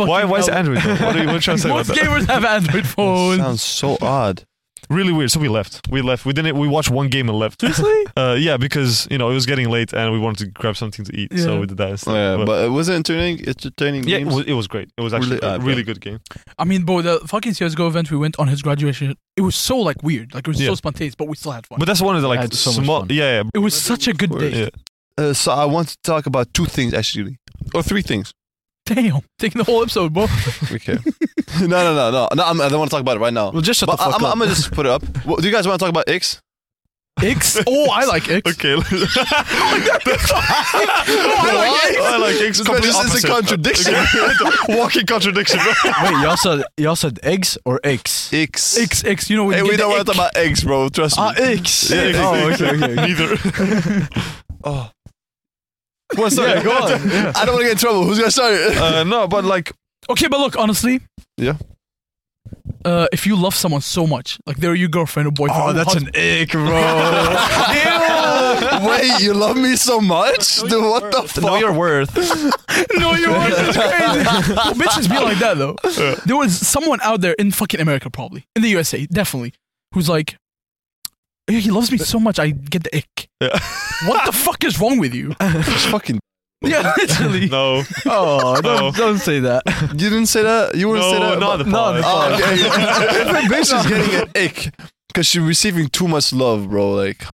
[SPEAKER 1] [LAUGHS] Why why is it
[SPEAKER 2] Android?
[SPEAKER 1] Android? though? What are you what are you trying to say
[SPEAKER 2] [LAUGHS]
[SPEAKER 1] about [LAUGHS]
[SPEAKER 2] Most
[SPEAKER 1] that?
[SPEAKER 2] gamers have Android
[SPEAKER 3] That
[SPEAKER 2] phones.
[SPEAKER 3] Sounds so odd.
[SPEAKER 1] really weird. So we left. We left. We didn't. We watched one game and left.
[SPEAKER 2] Seriously?
[SPEAKER 1] [LAUGHS] Uh, yeah, because you know it was getting late and we wanted to grab something to eat, so
[SPEAKER 2] Yeah.
[SPEAKER 1] we did that instead.
[SPEAKER 3] Yeah,
[SPEAKER 1] But-
[SPEAKER 3] but it was it entertaining? It's entertaining
[SPEAKER 1] yeah, it
[SPEAKER 3] games.
[SPEAKER 1] was, it was great. It was actually
[SPEAKER 3] Really-
[SPEAKER 1] a
[SPEAKER 3] uh,
[SPEAKER 1] really good game.
[SPEAKER 2] I mean, bro, the fucking CSGO event we went on his graduation, it was so like weird. Like, it was
[SPEAKER 1] Yeah.
[SPEAKER 2] so spontaneous, but we still had fun.
[SPEAKER 1] But that's one of the
[SPEAKER 4] I
[SPEAKER 1] like
[SPEAKER 4] had so much
[SPEAKER 1] small.
[SPEAKER 4] fun.
[SPEAKER 1] Yeah, yeah.
[SPEAKER 2] it was such a good day.
[SPEAKER 1] Yeah.
[SPEAKER 3] Uh, so I want to talk about two things actually, or three things.
[SPEAKER 2] Damn, taking the whole
[SPEAKER 1] [LAUGHS]
[SPEAKER 2] episode, bro.
[SPEAKER 3] Okay. no, no, no, no, no. I'm, I don't want to talk about it right now.
[SPEAKER 4] Well, just shut
[SPEAKER 3] But
[SPEAKER 4] the fuck
[SPEAKER 3] I, am
[SPEAKER 4] up.
[SPEAKER 3] gonna just put it up. Well, do you guys want to talk about X?
[SPEAKER 2] X? Oh, I
[SPEAKER 1] [LAUGHS]
[SPEAKER 2] like X.
[SPEAKER 1] Okay. I like eggs.
[SPEAKER 3] This is- this is a contradiction.
[SPEAKER 1] [LAUGHS] Walking contradiction. bro.
[SPEAKER 4] Wait, y'all said, y'all said eggs or X?
[SPEAKER 3] X.
[SPEAKER 2] X, X, you know when
[SPEAKER 3] Hey,
[SPEAKER 2] you
[SPEAKER 3] we
[SPEAKER 2] get
[SPEAKER 3] don't
[SPEAKER 2] the
[SPEAKER 3] want to talk
[SPEAKER 2] ick.
[SPEAKER 3] about eggs, bro. Trust me.
[SPEAKER 4] Ah, X.
[SPEAKER 1] Yeah,
[SPEAKER 4] oh,
[SPEAKER 1] eggs,
[SPEAKER 4] okay,
[SPEAKER 1] [LAUGHS]
[SPEAKER 4] okay.
[SPEAKER 1] Neither.
[SPEAKER 3] oh.
[SPEAKER 4] What's that? Go on. Yeah.
[SPEAKER 3] I don't want to get in trouble. Who's gonna start it?
[SPEAKER 1] Uh, no, but like
[SPEAKER 2] Okay, but look, honestly.
[SPEAKER 3] Yeah.
[SPEAKER 2] Uh, if you love someone so much, like they're your girlfriend or boyfriend.
[SPEAKER 4] Oh,
[SPEAKER 2] or
[SPEAKER 4] that's an
[SPEAKER 2] [LAUGHS] husband-
[SPEAKER 4] ick, bro.
[SPEAKER 3] [LAUGHS] Wait, you love me so much? Dude, what the fuck?
[SPEAKER 1] know your worth.
[SPEAKER 2] no, you are. That's crazy. Well, bitches be like that though. There was someone out there in fucking America, probably in the USA, definitely, who's like, "Yeah, he loves me so much, I get the ick.
[SPEAKER 1] Yeah.
[SPEAKER 2] [LAUGHS] What the fuck is wrong with you?
[SPEAKER 3] It's fucking.
[SPEAKER 2] yeah, literally.
[SPEAKER 1] [LAUGHS] [LAUGHS] No,
[SPEAKER 4] [LAUGHS] Oh,
[SPEAKER 1] No.
[SPEAKER 4] don't, don't say that.
[SPEAKER 3] You didn't say that. You wouldn't say
[SPEAKER 1] no,
[SPEAKER 3] that.
[SPEAKER 1] not the
[SPEAKER 4] no,
[SPEAKER 1] pod.
[SPEAKER 4] the
[SPEAKER 3] Oh, okay. [LAUGHS] if a bitch is getting an ick because she's receiving too much love, bro, like
[SPEAKER 1] [LAUGHS]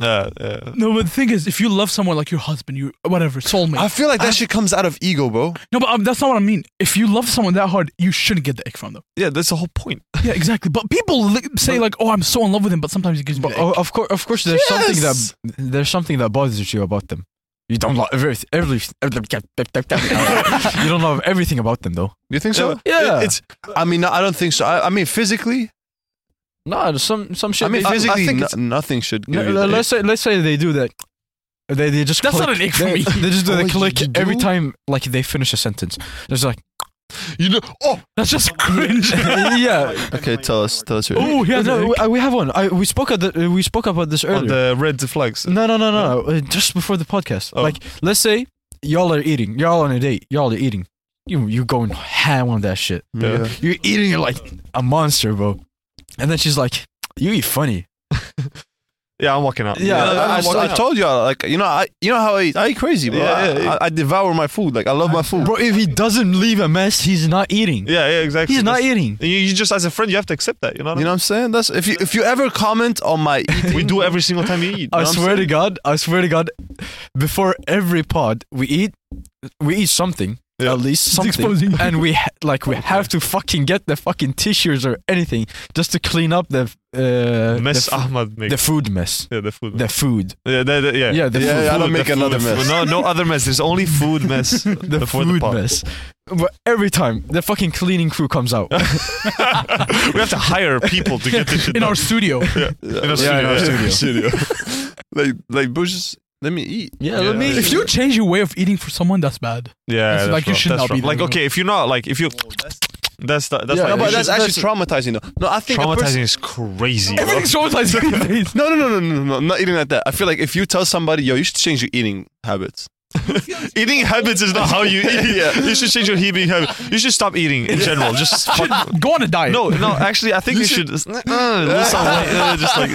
[SPEAKER 1] Yeah, yeah.
[SPEAKER 2] No, but the thing is, if you love someone like your husband, you whatever, soulmate.
[SPEAKER 3] I feel like that shit comes out of ego, bro.
[SPEAKER 2] no, but um, that's not what I mean. If you love someone that hard, you shouldn't get the ick from them.
[SPEAKER 1] Yeah, that's the whole point.
[SPEAKER 2] Yeah, exactly. But people li- say like, "Oh, I'm so in love with him," but sometimes it gives me.
[SPEAKER 4] But oh,
[SPEAKER 2] the ick.
[SPEAKER 4] [LAUGHS] o- of course, of course, there's
[SPEAKER 3] Yes.
[SPEAKER 4] something that there's something that bothers you about them. You don't love everything. everything [LAUGHS] you don't love everything about them, though.
[SPEAKER 3] You think so?
[SPEAKER 4] Yeah.
[SPEAKER 3] It- it's. I mean, no, I don't think so. I, I mean, physically.
[SPEAKER 4] No, some some shit.
[SPEAKER 3] I mean,
[SPEAKER 4] they-
[SPEAKER 3] physically,
[SPEAKER 4] I think
[SPEAKER 3] no-
[SPEAKER 4] it's-
[SPEAKER 3] nothing should. Give
[SPEAKER 4] no,
[SPEAKER 3] you
[SPEAKER 4] no,
[SPEAKER 3] the
[SPEAKER 4] let's say let's say they do that. They they just
[SPEAKER 2] That's
[SPEAKER 4] click.
[SPEAKER 2] not an ick for
[SPEAKER 4] they,
[SPEAKER 2] me.
[SPEAKER 4] [LAUGHS] They just do
[SPEAKER 3] Oh,
[SPEAKER 4] the
[SPEAKER 3] you-
[SPEAKER 4] click
[SPEAKER 3] you
[SPEAKER 4] every
[SPEAKER 3] do?
[SPEAKER 4] time like they finish a sentence. There's like [LAUGHS]
[SPEAKER 1] You know. Oh,
[SPEAKER 2] That's just [LAUGHS] cringe.
[SPEAKER 4] [LAUGHS] yeah.
[SPEAKER 3] ick. Okay, tell us. Tell us your.
[SPEAKER 2] oh, yeah,
[SPEAKER 4] No,
[SPEAKER 2] no,
[SPEAKER 4] we, we have one. I, we spoke at the, we spoke about this
[SPEAKER 1] on
[SPEAKER 4] earlier.
[SPEAKER 1] the red flags.
[SPEAKER 4] No, no, no, no, no. uh, Just before the podcast.
[SPEAKER 1] Oh.
[SPEAKER 4] Like, let's say y'all are eating. Y'all on a date. Y'all are eating. You you going ham on that shit.
[SPEAKER 1] Yeah.
[SPEAKER 4] You're eating. You're like a monster, bro. And then she's like, You eat funny.
[SPEAKER 1] Yeah, I'm walking out.
[SPEAKER 3] Yeah,
[SPEAKER 4] Yeah,
[SPEAKER 3] I,
[SPEAKER 1] I'm
[SPEAKER 3] I-
[SPEAKER 1] walking
[SPEAKER 3] I
[SPEAKER 1] out.
[SPEAKER 3] told you, like you know, I you know how I eat. I eat crazy, bro.
[SPEAKER 1] Yeah, yeah,
[SPEAKER 3] I-
[SPEAKER 1] yeah.
[SPEAKER 3] I, I devour my food. Like I love my food.
[SPEAKER 4] Bro, if he doesn't leave a mess, he's not eating.
[SPEAKER 1] Yeah, yeah, exactly.
[SPEAKER 4] He's not
[SPEAKER 1] That's-
[SPEAKER 4] eating.
[SPEAKER 1] You, you just as a friend, you have to accept that. You know. What
[SPEAKER 3] You know what I'm saying? That's if you if you ever comment on my
[SPEAKER 1] I mean?
[SPEAKER 3] eating,
[SPEAKER 1] We do every single time you eat. you
[SPEAKER 4] I
[SPEAKER 1] know what I'm
[SPEAKER 4] swear to God, I swear to God, before every pod we eat, we eat something
[SPEAKER 1] Yeah.
[SPEAKER 4] at least something,
[SPEAKER 2] exposing.
[SPEAKER 4] and we ha- like
[SPEAKER 1] [LAUGHS]
[SPEAKER 4] we have to fucking get the fucking tissues or anything just to clean up the uh,
[SPEAKER 1] saying? mess
[SPEAKER 4] the, f-
[SPEAKER 1] Ahmad
[SPEAKER 4] the
[SPEAKER 1] makes.
[SPEAKER 4] food mess,
[SPEAKER 1] yeah, the food.
[SPEAKER 4] the food.
[SPEAKER 1] yeah, the, the, yeah.
[SPEAKER 4] Yeah, the
[SPEAKER 3] Yeah, yeah, I
[SPEAKER 4] food,
[SPEAKER 1] Food,
[SPEAKER 3] don't
[SPEAKER 1] the
[SPEAKER 3] make another
[SPEAKER 1] food, the
[SPEAKER 3] mess.
[SPEAKER 1] food. No, no other mess. There's only food mess.
[SPEAKER 4] the
[SPEAKER 1] before
[SPEAKER 4] food
[SPEAKER 1] pod.
[SPEAKER 4] mess. But every time the fucking cleaning crew comes out,
[SPEAKER 1] we have to hire people to get this shit
[SPEAKER 2] [LAUGHS] in
[SPEAKER 1] done.
[SPEAKER 2] our studio.
[SPEAKER 1] in our
[SPEAKER 4] Yeah, in our
[SPEAKER 1] [LAUGHS] studio.
[SPEAKER 3] [LAUGHS] like like Bush, is- let me eat.
[SPEAKER 4] yeah,
[SPEAKER 1] let
[SPEAKER 4] let
[SPEAKER 1] me-
[SPEAKER 4] me.
[SPEAKER 2] If you change your way of eating for someone, that's bad.
[SPEAKER 1] Yeah,
[SPEAKER 2] It's
[SPEAKER 1] that's
[SPEAKER 2] like you
[SPEAKER 1] wrong.
[SPEAKER 2] should
[SPEAKER 1] That's
[SPEAKER 2] not be
[SPEAKER 1] wrong.
[SPEAKER 2] there,
[SPEAKER 1] like
[SPEAKER 2] bro.
[SPEAKER 1] okay, if you're not like if you Oh, that's the, that's
[SPEAKER 4] Yeah,
[SPEAKER 1] like,
[SPEAKER 3] No,
[SPEAKER 4] no,
[SPEAKER 3] but
[SPEAKER 1] you
[SPEAKER 3] that's
[SPEAKER 1] should-
[SPEAKER 3] actually traumatizing. though. No, I think a person-
[SPEAKER 1] traumatizing is crazy. bro.
[SPEAKER 2] Everything's traumatizing these days.
[SPEAKER 3] No, no, no, no, no, no, no, not eating like that. I feel like if you tell somebody, yo, you should change your eating habits.
[SPEAKER 1] Eating habits is not how you eat.
[SPEAKER 3] Yeah.
[SPEAKER 1] You should change your eating habit. You should stop eating in general. Just fuck.
[SPEAKER 2] [LAUGHS] Go on a diet.
[SPEAKER 1] no, no. Actually, I think you,
[SPEAKER 3] You
[SPEAKER 1] should, uh, lose some weight. Uh, just like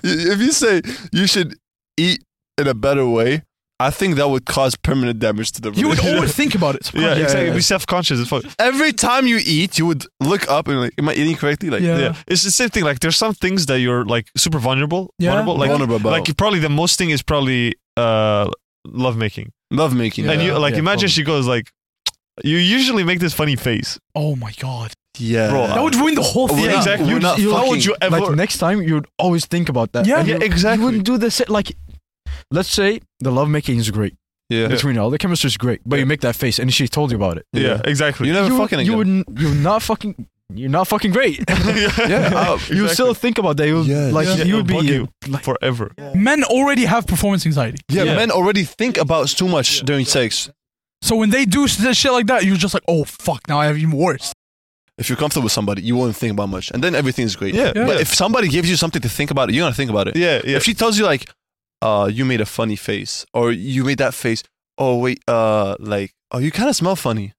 [SPEAKER 3] [LAUGHS] if you say you should eat in a better way, I think that would cause permanent damage to the.
[SPEAKER 2] You would
[SPEAKER 3] relationship.
[SPEAKER 2] always think about it.
[SPEAKER 1] yeah, exactly.
[SPEAKER 4] yeah.
[SPEAKER 1] Be self conscious. Fuck.
[SPEAKER 3] [LAUGHS] Every time you eat, you would look up and like, am I eating correctly? Like,
[SPEAKER 2] Yeah.
[SPEAKER 1] Yeah. it's the same thing. Like there's some things that you're like super vulnerable.
[SPEAKER 2] Yeah.
[SPEAKER 1] Vulnerable. Like
[SPEAKER 3] vulnerable. about
[SPEAKER 1] like probably the most thing is probably uh love making.
[SPEAKER 3] love making.
[SPEAKER 1] and you
[SPEAKER 4] Yeah,
[SPEAKER 1] like
[SPEAKER 4] yeah,
[SPEAKER 1] imagine she
[SPEAKER 4] probably.
[SPEAKER 1] goes like. You usually make this funny face.
[SPEAKER 2] Oh my god.
[SPEAKER 3] yeah,
[SPEAKER 1] Bro,
[SPEAKER 2] That would ruin the whole thing.
[SPEAKER 3] We're not-
[SPEAKER 1] exactly.
[SPEAKER 3] we're
[SPEAKER 1] You'd-
[SPEAKER 3] not
[SPEAKER 1] you- how would you
[SPEAKER 3] fucking-
[SPEAKER 1] ever?
[SPEAKER 4] like next time, you'd always think about that.
[SPEAKER 2] Yeah.
[SPEAKER 4] and
[SPEAKER 1] yeah,
[SPEAKER 4] you-
[SPEAKER 1] exactly.
[SPEAKER 4] You wouldn't do the same. Like, let's say the lovemaking is great
[SPEAKER 3] yeah.
[SPEAKER 4] between all the chemistry is great, but
[SPEAKER 1] Yeah.
[SPEAKER 4] you make that face, and she told you about it.
[SPEAKER 1] yeah, exactly.
[SPEAKER 3] You
[SPEAKER 1] [LAUGHS]
[SPEAKER 3] never
[SPEAKER 4] you,
[SPEAKER 3] fucking
[SPEAKER 4] you
[SPEAKER 3] again.
[SPEAKER 4] would you're not fucking you're not fucking great.
[SPEAKER 1] yeah,
[SPEAKER 4] [LAUGHS]
[SPEAKER 3] uh,
[SPEAKER 4] You would still think about that. You
[SPEAKER 3] Yeah.
[SPEAKER 4] like
[SPEAKER 3] Yeah,
[SPEAKER 1] it
[SPEAKER 4] you
[SPEAKER 1] would
[SPEAKER 4] would
[SPEAKER 1] bug
[SPEAKER 4] be
[SPEAKER 1] you.
[SPEAKER 4] like
[SPEAKER 1] forever.
[SPEAKER 2] Men already have performance anxiety.
[SPEAKER 3] yeah,
[SPEAKER 1] Yeah.
[SPEAKER 3] men already think about too much during sex.
[SPEAKER 2] So when they do s- shit like that, you're just like, oh fuck, now I have even worse.
[SPEAKER 3] If you're comfortable with somebody, you won't think about much, and then everything's great.
[SPEAKER 1] Yeah, yeah,
[SPEAKER 3] But
[SPEAKER 1] yeah.
[SPEAKER 3] if somebody gives you something to think about, you're gonna think about it.
[SPEAKER 1] yeah,
[SPEAKER 3] If she tells you like, uh, you made a funny face, or you made that face, oh wait, uh, like, oh, you kind of smell funny.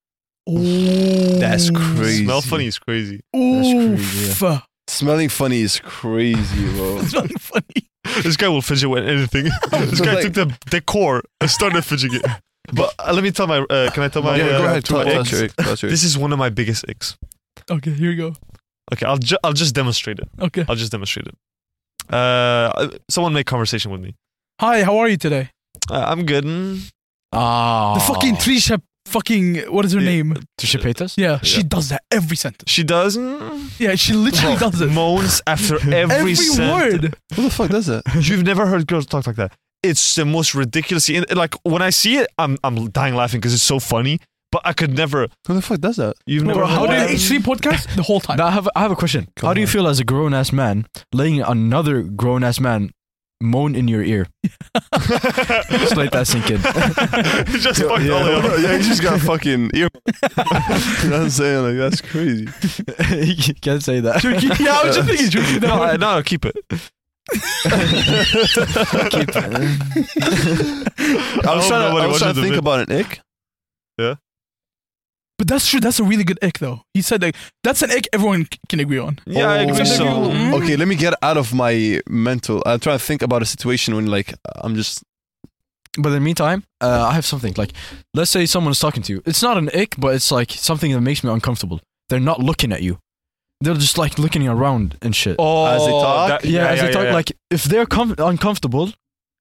[SPEAKER 2] Ooh.
[SPEAKER 3] That's crazy.
[SPEAKER 1] Smell funny is crazy.
[SPEAKER 2] Oof. [LAUGHS]
[SPEAKER 3] Smelling funny is crazy, bro.
[SPEAKER 2] It's not funny.
[SPEAKER 1] This guy will fidget with anything.
[SPEAKER 3] [LAUGHS]
[SPEAKER 1] this guy
[SPEAKER 3] Oh, Like-
[SPEAKER 1] took the decor and started fidgeting. But uh, let me tell my. Uh, can I tell my?
[SPEAKER 3] yeah,
[SPEAKER 1] uh,
[SPEAKER 3] go ahead.
[SPEAKER 1] two
[SPEAKER 3] Tell, tell us
[SPEAKER 1] icks?
[SPEAKER 3] your- tell us your-
[SPEAKER 1] This is one of my biggest icks.
[SPEAKER 2] Okay, here we go.
[SPEAKER 1] Okay, I'll ju- I'll just demonstrate it.
[SPEAKER 2] Okay.
[SPEAKER 1] I'll just demonstrate it. Uh, someone make conversation with me.
[SPEAKER 2] Hi, how are you today?
[SPEAKER 1] Uh, I'm good. mm.
[SPEAKER 4] [LAUGHS] ah
[SPEAKER 2] The fucking Trisha fucking what is her
[SPEAKER 1] Oh, Yeah.
[SPEAKER 2] name?
[SPEAKER 4] Trisha Paytas.
[SPEAKER 2] Yeah, she does that every sentence.
[SPEAKER 1] She does
[SPEAKER 2] [LAUGHS]
[SPEAKER 1] mm,
[SPEAKER 2] Yeah, she literally
[SPEAKER 1] [LAUGHS]
[SPEAKER 2] does it.
[SPEAKER 1] moans after every,
[SPEAKER 2] Every
[SPEAKER 1] sentence.
[SPEAKER 2] word.
[SPEAKER 3] [LAUGHS] Who the fuck does that?
[SPEAKER 1] You've never heard girls talk like that. It's the most ridiculous. and, Like when I see it, I'm I'm dying laughing because it's so funny. But I could never.
[SPEAKER 3] Who the fuck does that?
[SPEAKER 1] You've never.
[SPEAKER 2] Bro, how
[SPEAKER 1] heard
[SPEAKER 2] did
[SPEAKER 1] that?
[SPEAKER 2] H3 podcast the whole time?
[SPEAKER 4] Now I have I have a question.
[SPEAKER 3] Go
[SPEAKER 4] How do you
[SPEAKER 3] on.
[SPEAKER 4] feel as a grown ass man laying another grown ass man moan in your ear? Just let that sink in.
[SPEAKER 1] just fucked all the
[SPEAKER 3] Oh, yeah,
[SPEAKER 1] other-
[SPEAKER 3] yeah, he
[SPEAKER 1] [LAUGHS]
[SPEAKER 3] just got fucking ear. [LAUGHS] you know what I'm saying? Like that's crazy.
[SPEAKER 4] [LAUGHS] you can't say that. [LAUGHS]
[SPEAKER 2] yeah, I was just thinking Turkey.
[SPEAKER 1] No, I- no, keep it.
[SPEAKER 4] Keep
[SPEAKER 1] [LAUGHS]
[SPEAKER 4] it.
[SPEAKER 3] I was
[SPEAKER 1] hope
[SPEAKER 3] trying
[SPEAKER 1] nobody
[SPEAKER 3] to, I was
[SPEAKER 1] watches
[SPEAKER 3] trying
[SPEAKER 1] the
[SPEAKER 3] to think
[SPEAKER 1] vid-
[SPEAKER 3] about an ick.
[SPEAKER 2] But that's true. That's a really good ick, though. He said like that's an ick everyone c- can agree on.
[SPEAKER 1] Yeah,
[SPEAKER 3] Oh.
[SPEAKER 1] I agree.
[SPEAKER 2] It's
[SPEAKER 1] So,
[SPEAKER 2] like you- Mm.
[SPEAKER 3] Okay, let me get out of my mental. I'm trying to think about a situation when like I'm just
[SPEAKER 4] But in the meantime, uh, I have something. Like, let's say someone's talking to you. It's not an ick, but it's like something that makes me uncomfortable. They're not looking at you. They're just like looking around and shit.
[SPEAKER 1] oh,
[SPEAKER 3] As they talk?
[SPEAKER 1] that-
[SPEAKER 4] yeah, as they talk,
[SPEAKER 1] yeah.
[SPEAKER 4] like if they're com- uncomfortable